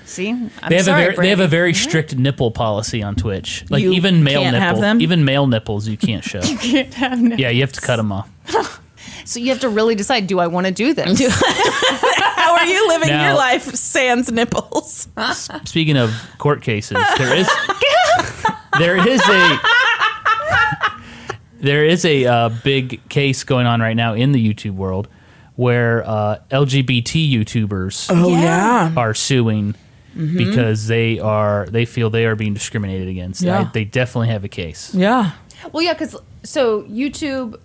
Speaker 1: See, I'm
Speaker 3: They have
Speaker 1: sorry,
Speaker 3: a very, they have a
Speaker 1: Brady.
Speaker 3: very strict nipple policy on Twitch. Like
Speaker 2: You
Speaker 3: even male
Speaker 2: can't
Speaker 3: nipple,
Speaker 2: have them?
Speaker 3: even male nipples you can't show. Yeah, you have to cut them off.
Speaker 1: so you have to really decide: Do I want to do this?
Speaker 2: How are you living
Speaker 3: Now-
Speaker 2: your life? Sans nipples.
Speaker 3: Speaking of court cases, there is there is a there is a uh, big case going on right now in the YouTube world where uh, LGBT YouTubers
Speaker 2: Oh, yeah. Mm-hmm.
Speaker 3: are suing because they are they feel they are being discriminated against.
Speaker 2: Yeah.
Speaker 3: I, they definitely have a case.
Speaker 2: Yeah.
Speaker 1: Well, yeah, because so YouTube,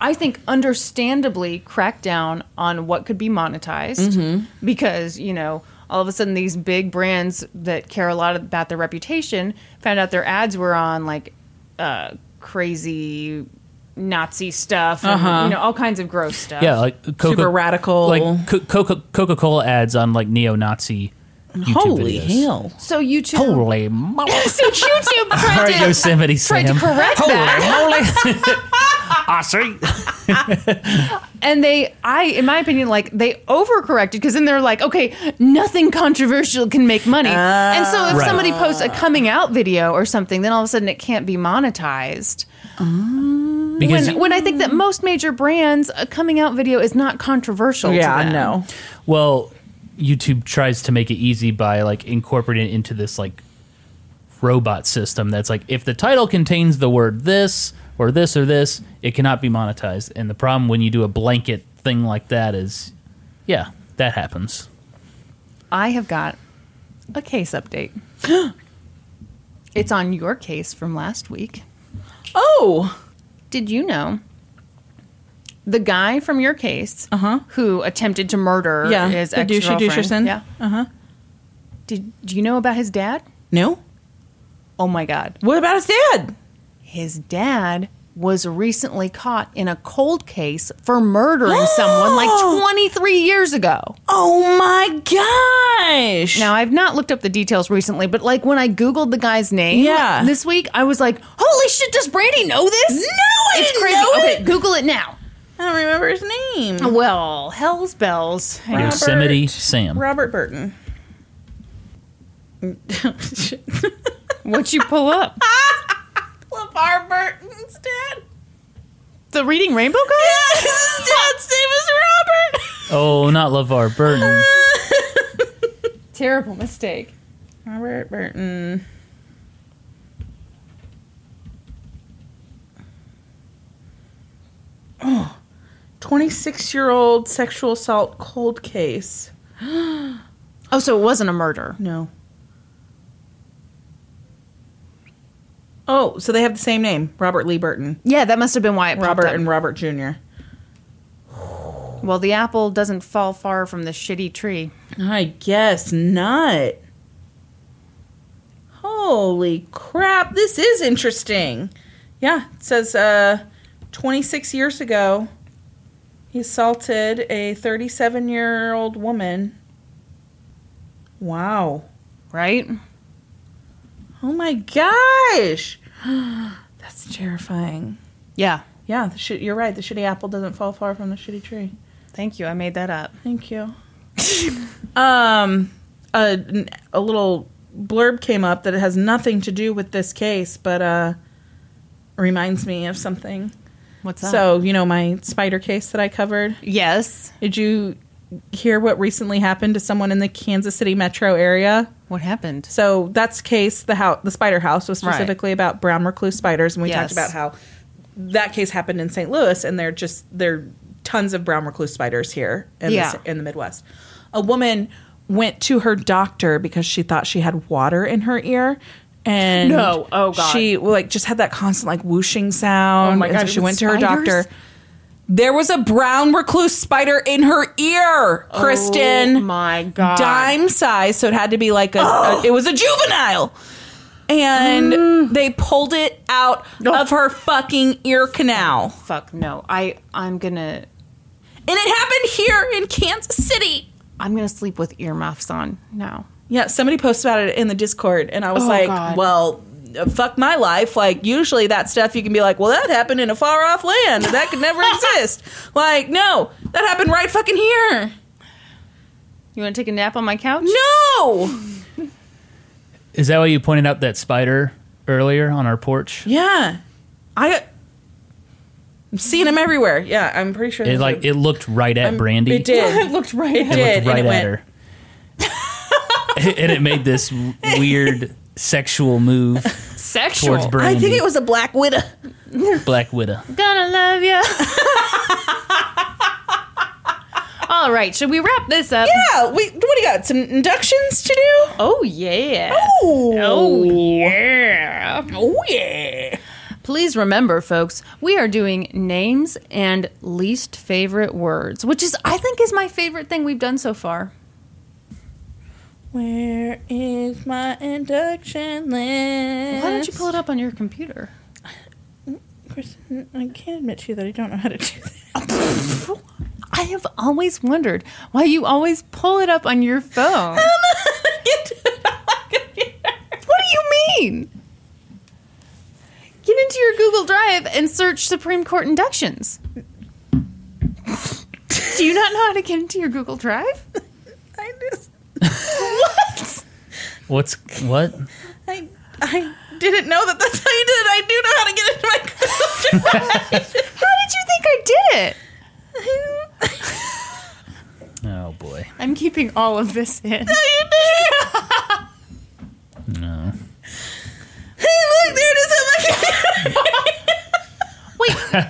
Speaker 1: I think, understandably cracked down on what could be monetized because you know all of a sudden these big brands that care a lot about their reputation found out their ads were on like uh, crazy Nazi stuff, and, you know, all kinds of gross stuff.
Speaker 3: Yeah, like Coca-
Speaker 2: Super radical.
Speaker 3: like co- Coca Coca Cola ads on like neo Nazi.
Speaker 2: Holy hell.
Speaker 1: So YouTube,
Speaker 3: Holy moly!
Speaker 1: so YouTube
Speaker 3: All
Speaker 1: tried
Speaker 3: right,
Speaker 1: to,
Speaker 3: Yosemite
Speaker 1: tried to
Speaker 3: Sam.
Speaker 1: correct that.
Speaker 3: Holy moly! I see.
Speaker 1: and they i in my opinion like they overcorrected because then they're like okay nothing controversial can make money and so if
Speaker 2: Ah.
Speaker 3: Right.
Speaker 1: somebody posts a coming out video or something then all of a sudden it can't be monetized
Speaker 3: Because
Speaker 1: when, when i think that most major brands a coming out video is not controversial
Speaker 2: Yeah,
Speaker 1: to
Speaker 2: I
Speaker 1: them.
Speaker 2: know.
Speaker 3: well, YouTube tries to make it easy by like incorporating it into this like robot system that's like if the title contains the word this or this or this, it cannot be monetized. And the problem when you do a blanket thing like that is, yeah, that happens.
Speaker 1: i have got a case update it's on your case from last week
Speaker 2: Oh,
Speaker 1: Did you know the guy from your case who attempted to murder
Speaker 2: Uh-huh. Yeah,
Speaker 1: his
Speaker 2: the Uh-huh.
Speaker 1: ex
Speaker 2: douchey doucherson.
Speaker 1: girlfriend? Yeah. Uh huh. Did do you know about his dad?
Speaker 2: no.
Speaker 1: Oh my God,
Speaker 2: What about his dad?
Speaker 1: his dad was recently caught in a cold case for murdering someone like 23 years ago.
Speaker 2: Oh my gosh.
Speaker 1: Now, I've not looked up the details recently, but like when I Googled the guy's name
Speaker 2: Yeah.
Speaker 1: this week, I was like, holy shit, does Brady know this? No,
Speaker 2: I
Speaker 1: it's
Speaker 2: didn't
Speaker 1: crazy.
Speaker 2: know
Speaker 1: okay,
Speaker 2: it.
Speaker 1: Google it now.
Speaker 2: I don't remember his
Speaker 1: Oh.
Speaker 2: name.
Speaker 1: Well, hell's bells. Hang on.
Speaker 3: Yosemite Sam.
Speaker 2: Robert Burton.
Speaker 1: What you pull up?
Speaker 2: LeVar Burton's dad.
Speaker 1: The Reading Rainbow guy?
Speaker 2: Yes, his dad's name is Robert.
Speaker 3: Oh, not LeVar Burton.
Speaker 1: Terrible mistake.
Speaker 2: Robert Burton. Oh, 26 year old sexual assault cold case.
Speaker 1: Oh, so it wasn't a murder.
Speaker 2: No. Oh, so they have the same name, Robert Lee Burton,
Speaker 1: Yeah, that must have been why it popped
Speaker 2: Robert
Speaker 1: up.
Speaker 2: and Robert Jr.
Speaker 1: well, the apple doesn't fall far from the shitty tree.
Speaker 2: I guess not. Holy crap, this is interesting. Yeah, it says uh, 26 years ago, he assaulted a 37 year old woman. Wow.
Speaker 1: Right?
Speaker 2: Oh my gosh. That's terrifying.
Speaker 1: Yeah.
Speaker 2: Yeah, the shit, you're right. The shitty apple doesn't fall far from the shitty tree.
Speaker 1: Thank you. I made that up.
Speaker 2: Thank you. um, a, a little blurb came up that it has nothing to do with this case, but uh, reminds me of something.
Speaker 1: What's up?
Speaker 2: So, you know, my spider case that I covered.
Speaker 1: yes.
Speaker 2: Did you hear what recently happened to someone in the Kansas City metro area?
Speaker 1: What happened?
Speaker 2: So that's case the house, the spider house was
Speaker 1: Right.
Speaker 2: specifically about brown recluse spiders, and we
Speaker 1: Yes.
Speaker 2: talked about how that case happened in St. Louis, and they're just there are tons of brown recluse spiders here in
Speaker 1: Yeah.
Speaker 2: the, in the Midwest. A woman went to her doctor because she thought she had water in her ear. And
Speaker 1: No. Oh, God.
Speaker 2: she well, like just had that constant like whooshing sound.
Speaker 1: Oh, my
Speaker 2: and
Speaker 1: God.
Speaker 2: so she
Speaker 1: With
Speaker 2: went to her
Speaker 1: spiders?
Speaker 2: doctor. There was a brown recluse spider in her ear, Kristen
Speaker 1: Oh my God. Oh.
Speaker 2: dime size, so it had to be like a, a- it was a juvenile. And they pulled it out of her fucking ear canal.
Speaker 1: Fuck no. I I'm gonna
Speaker 2: And it happened here in Kansas City.
Speaker 1: I'm gonna sleep with earmuffs on now.
Speaker 2: Yeah, somebody posted about it in the Discord and I was
Speaker 1: Oh,
Speaker 2: like,
Speaker 1: God.
Speaker 2: well, uh, fuck my life. Like usually that stuff you can be like, well, that happened in a far off land. That could never exist. Like, no, that happened right fucking here.
Speaker 1: You wanna take a nap on my couch?
Speaker 2: No.
Speaker 3: Is that why you pointed out that spider earlier on our porch?
Speaker 2: Yeah. I I'm seeing them everywhere. Yeah, I'm pretty sure
Speaker 3: It
Speaker 2: those
Speaker 3: like
Speaker 2: are-
Speaker 3: it looked right at Brandy.
Speaker 2: It did.
Speaker 1: it looked right.
Speaker 2: It
Speaker 1: at-
Speaker 2: did.
Speaker 3: Looked right
Speaker 2: and it
Speaker 3: at
Speaker 2: went,
Speaker 3: her. and it made this weird sexual move
Speaker 1: Sexual.
Speaker 3: towards Brandy.
Speaker 4: I think it was a black widow.
Speaker 3: Black Widow.
Speaker 1: Gonna love you. All right. Should we wrap this up?
Speaker 2: Yeah, we, what do you got? Some inductions to do?
Speaker 1: Oh yeah.
Speaker 2: Oh,
Speaker 1: Oh yeah.
Speaker 2: oh yeah.
Speaker 1: Please remember, folks, we are doing names and least favorite words, which is, I think, is my favorite thing we've done so far.
Speaker 2: Where is my induction list?
Speaker 1: Why don't you pull it up on your computer?
Speaker 2: Kristen, I can't admit to you that I don't know how to do that.
Speaker 1: I have always wondered why you always pull it up on your phone. What do you mean? Get into your Google Drive and search Supreme Court inductions. Do you not know how to get into your Google Drive?
Speaker 2: I just,
Speaker 1: What?
Speaker 3: What's what?
Speaker 2: I, I didn't know that that's how you did it. I do know how to get into my Google Drive.
Speaker 1: How did you think I did it?
Speaker 3: Oh boy.
Speaker 1: I'm keeping all of this in.
Speaker 3: No.
Speaker 2: Look, there it is on my computer.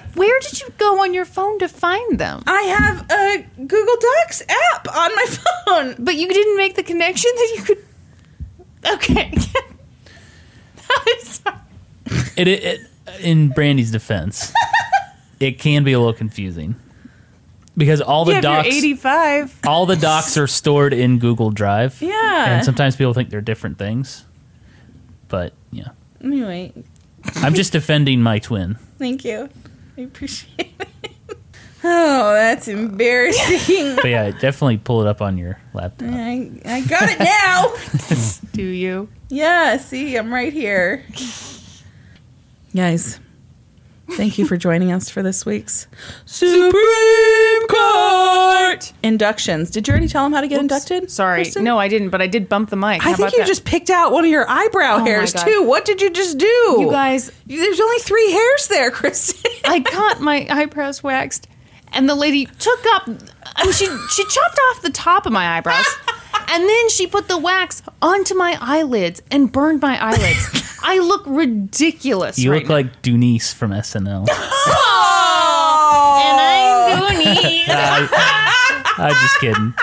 Speaker 1: Wait, where did you go on your phone to find them?
Speaker 2: I have a Google Docs app on my phone.
Speaker 1: But you didn't make the connection that you could. Okay. I'm sorry.
Speaker 3: It, it, it in Brandy's defense, it can be a little confusing. Because all the
Speaker 1: Yeah, if you're
Speaker 3: docs
Speaker 1: 85.
Speaker 3: all the docs are stored in Google Drive.
Speaker 2: Yeah.
Speaker 3: And sometimes people think they're different things. But yeah.
Speaker 2: Anyway,
Speaker 3: I'm just defending my twin.
Speaker 2: thank you. I appreciate it. Oh, that's embarrassing.
Speaker 3: But yeah, definitely pull it up on your laptop.
Speaker 2: I, I got it now.
Speaker 1: Do you?
Speaker 2: Yeah, see, I'm right here. Guys, thank you for joining us for this week's Supreme Court inductions. Did you already tell them how to get inducted?
Speaker 1: Sorry.
Speaker 2: Kristen?
Speaker 1: No, I didn't, but I did bump the mic. How
Speaker 2: I think
Speaker 1: about
Speaker 2: you
Speaker 1: that?
Speaker 2: just picked out one of your eyebrow
Speaker 1: my
Speaker 2: hairs
Speaker 1: God.
Speaker 2: too. What did Oh you just do?
Speaker 1: You guys,
Speaker 2: There's only three hairs there, Kristen.
Speaker 1: I got my eyebrows waxed, and the lady took up. I mean, she she chopped off the top of my eyebrows, and then she put the wax onto my eyelids and burned my eyelids. I look ridiculous.
Speaker 3: You
Speaker 1: right
Speaker 3: look like Dunice from SNL.
Speaker 1: now. and I'm doing it.
Speaker 3: I'm just kidding.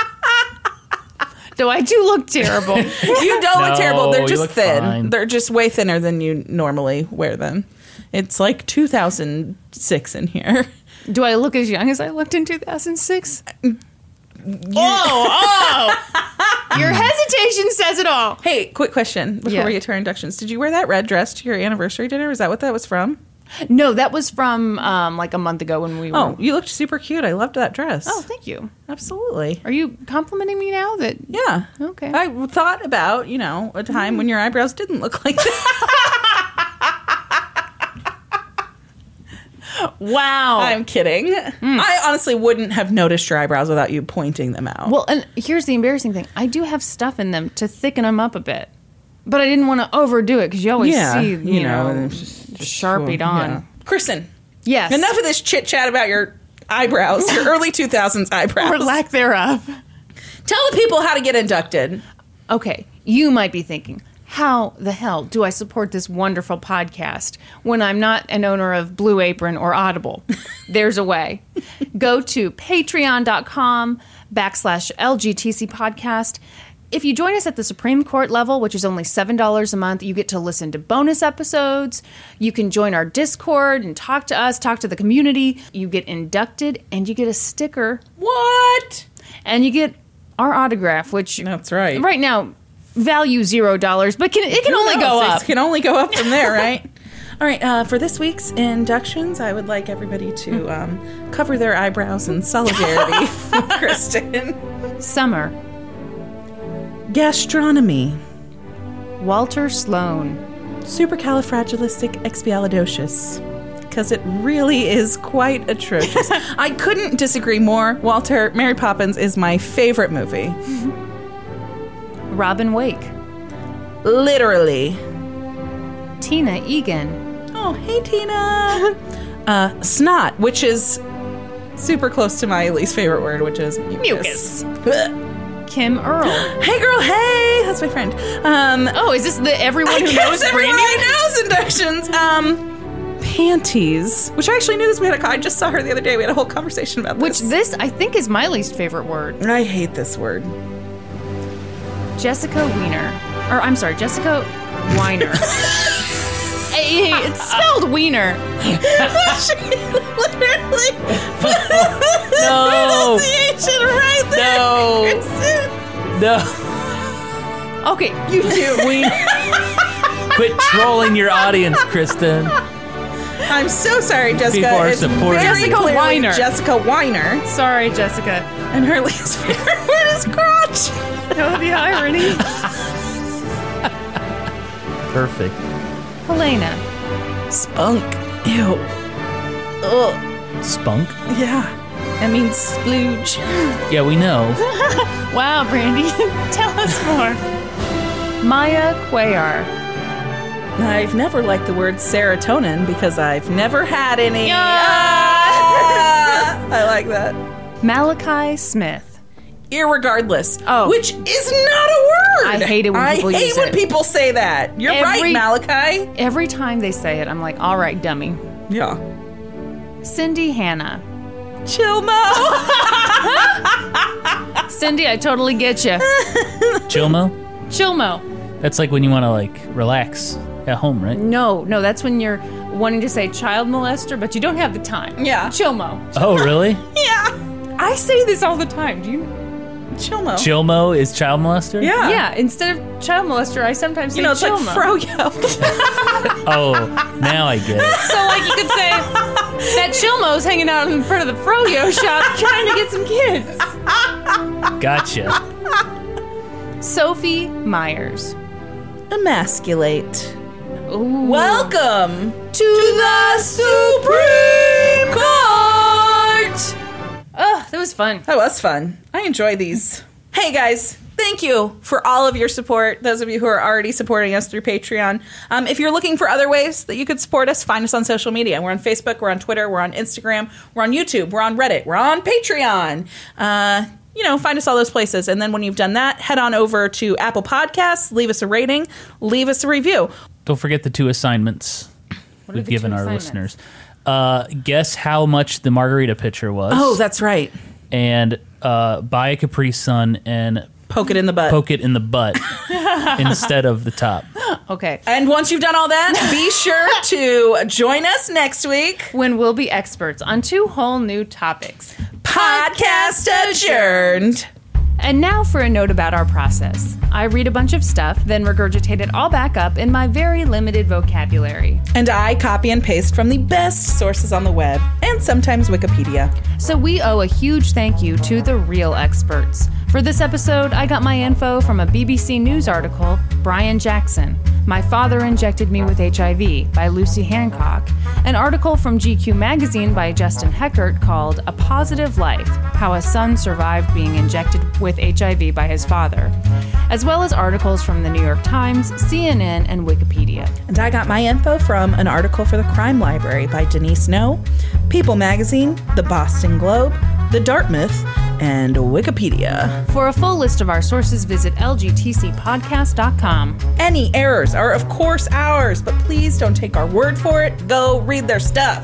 Speaker 1: Though I do look terrible.
Speaker 2: You don't
Speaker 3: No,
Speaker 2: look terrible. They're
Speaker 3: you
Speaker 2: just
Speaker 3: look
Speaker 2: thin.
Speaker 3: fine.
Speaker 2: They're just way thinner than you normally wear them. It's like 2006 in here.
Speaker 1: do I look as young as I looked in 2006?
Speaker 2: Oh,
Speaker 1: Your hesitation says it all.
Speaker 2: Hey, quick question before
Speaker 1: Yeah.
Speaker 2: we get to our inductions. Did you wear that red dress to your anniversary dinner? Is that what that was from?
Speaker 1: No, that was from um, like a month ago when we
Speaker 2: Oh,
Speaker 1: were.
Speaker 2: you looked super cute. I loved that dress.
Speaker 1: Oh, thank you.
Speaker 2: absolutely.
Speaker 1: Are you complimenting me now that
Speaker 2: Yeah.
Speaker 1: Okay.
Speaker 2: I thought about, you know, a time when your eyebrows didn't look like that.
Speaker 1: Wow.
Speaker 2: I'm kidding.
Speaker 1: Mm.
Speaker 2: I honestly wouldn't have noticed your eyebrows without you pointing them out.
Speaker 1: well, and here's the embarrassing thing. I do have stuff in them to thicken them up a bit. But I didn't want to overdo it cuz you always
Speaker 2: Yeah,
Speaker 1: see, you,
Speaker 2: you know,
Speaker 1: know,
Speaker 2: and it's just-
Speaker 1: sharpied on.
Speaker 2: Kristen,
Speaker 1: Yes.
Speaker 2: enough of this chit chat about your eyebrows, your early 2000s eyebrows.
Speaker 1: or lack thereof.
Speaker 2: Tell the people how to get inducted.
Speaker 1: Okay, you might be thinking, how the hell do I support this wonderful podcast when I'm not an owner of Blue Apron or Audible? There's a way. Go to patreon.com backslash LGTC podcast. If you join us at the Supreme Court level, which is only $7 a month, you get to listen to bonus episodes. You can join our Discord and talk to us, talk to the community. You get inducted and you get a sticker
Speaker 2: What?
Speaker 1: and you get our autograph, which
Speaker 2: That's right.
Speaker 1: right now value zero dollars, but can, it can only go up.
Speaker 2: Oh, It can only go up from there, right? All right, uh, for this week's inductions, I would like everybody to um, cover their eyebrows in solidarity with Kristen.
Speaker 1: Summer,
Speaker 2: Gastronomy,
Speaker 1: Walter Sloan,
Speaker 2: supercalifragilisticexpialidocious, because it really is quite atrocious. I couldn't disagree more. Walter, Mary Poppins is my favorite movie.
Speaker 1: Robin Wake,
Speaker 2: Literally.
Speaker 1: Tina Egan,
Speaker 2: Oh, hey, Tina. uh, snot, which is super close to my least favorite word, which is mucus.
Speaker 1: Kim Earl.
Speaker 2: Hey, girl, hey. That's my friend. Um,
Speaker 1: Oh, is this the everyone who knows
Speaker 2: everyone
Speaker 1: brand new?
Speaker 2: I knows inductions. Um, panties, which I actually knew this. We had a, I just saw her the other day. We had a whole conversation about
Speaker 1: Which
Speaker 2: this.
Speaker 1: this I think is my least favorite word.
Speaker 2: I hate this word.
Speaker 1: Jessica Wiener, or I'm sorry, Jessica Weiner. Hey, hey, it's spelled Wiener.
Speaker 2: she literally put
Speaker 3: No.
Speaker 2: the pronunciation right there.
Speaker 3: No.
Speaker 2: Kristen.
Speaker 3: No.
Speaker 1: Okay, you do.
Speaker 3: We quit trolling your audience, Kristen.
Speaker 2: I'm so sorry, Jessica.
Speaker 3: People are
Speaker 2: It's
Speaker 3: supportive.
Speaker 2: very
Speaker 1: Jessica
Speaker 2: clearly
Speaker 1: Weiner.
Speaker 2: Jessica Weiner.
Speaker 1: Sorry, Jessica.
Speaker 2: And her least favorite word is crotch.
Speaker 1: Know the irony.
Speaker 3: Perfect.
Speaker 1: Helena,
Speaker 2: Spunk. Ew. Ugh.
Speaker 3: Spunk.
Speaker 2: Yeah. That means splooge.
Speaker 3: Yeah, we know.
Speaker 1: Wow, Brandy, tell us more. Maya Cuellar.
Speaker 2: I've never liked the word serotonin because I've never had any. Ah, I like that.
Speaker 1: Malachi Smith.
Speaker 2: Irregardless.
Speaker 1: Oh.
Speaker 2: Which is not a word.
Speaker 1: I hate it when
Speaker 2: I
Speaker 1: people
Speaker 2: hate
Speaker 1: use
Speaker 2: when
Speaker 1: it.
Speaker 2: people say that. You're
Speaker 1: Every-
Speaker 2: right, Malachi.
Speaker 1: Every time they say it, I'm like, all right, dummy.
Speaker 2: Yeah.
Speaker 1: Cindy Hannah.
Speaker 2: Chill mo.
Speaker 1: Cindy, I totally get you.
Speaker 3: Chilmo.
Speaker 1: Chilmo.
Speaker 3: That's like when you want to like relax at home, right?
Speaker 1: No, no, that's when you're wanting to say child molester, but you don't have the time.
Speaker 2: Yeah.
Speaker 1: Chilmo.
Speaker 3: Oh, really?
Speaker 2: yeah.
Speaker 1: I say this all the time. Do you?
Speaker 2: Chill mo.
Speaker 3: Chilmo is child molester.
Speaker 2: yeah.
Speaker 1: yeah, instead of child molester, I sometimes say
Speaker 2: You know, it's
Speaker 1: chilmo.
Speaker 2: like froyo.
Speaker 3: Oh, now I get it.
Speaker 1: so, like, you could say that Chilmo's hanging out in front of the froyo shop trying to get some kids.
Speaker 3: Gotcha.
Speaker 1: Sophie Myers.
Speaker 2: Emasculate.
Speaker 1: Ooh.
Speaker 2: Welcome to, the Supreme Court.
Speaker 1: Ugh, that was fun.
Speaker 2: That was fun. I enjoy these. Hey guys, thank you for all of your support. Those of you who are already supporting us through Patreon. Um, if you're looking for other ways that you could support us, find us on social media. We're on Facebook, we're on Twitter, we're on Instagram, we're on YouTube, we're on Reddit, we're on Patreon. Uh, you know, find us all those places. And then when you've done that, head on over to Apple Podcasts, leave us a rating, leave us a review.
Speaker 3: Don't forget the two assignments
Speaker 1: are
Speaker 3: we've
Speaker 1: the
Speaker 3: given
Speaker 1: two
Speaker 3: our
Speaker 1: assignments?
Speaker 3: listeners. Uh, guess how much Oh,
Speaker 2: Oh,
Speaker 3: the margarita pitcher was,
Speaker 2: that's right.
Speaker 3: and uh, buy a Capri Sun and
Speaker 2: Poke it in the butt.
Speaker 3: poke it in the butt instead of the top.
Speaker 1: Okay.
Speaker 2: And once you've done all that, be sure to join us next week.
Speaker 1: When we'll be experts on two whole new topics.
Speaker 2: Podcast adjourned.
Speaker 1: And now for a note about our process. I read a bunch of stuff, then regurgitate it all back up in my very limited vocabulary.
Speaker 2: And I copy and paste from the best sources on the web and sometimes Wikipedia.
Speaker 1: So we owe a huge thank you to the real experts. For this episode, I got my info from a BBC News article, Brian Jackson. My Father Injected Me with HIV by Lucy Hancock. An article from GQ Magazine by Justin Heckert called A Positive Life How a Son Survived Being Injected with HIV by His Father, as well as articles from the New York Times, CNN, and Wikipedia.
Speaker 2: And I got my info from an article for the Crime Library by Denise No, People Magazine, the Boston Globe, the Dartmouth, and Wikipedia.
Speaker 1: For a full list of our sources, visit lgtcpodcast.com.
Speaker 2: Any errors are, of course, ours, but please don't take our word for it. Go read their stuff.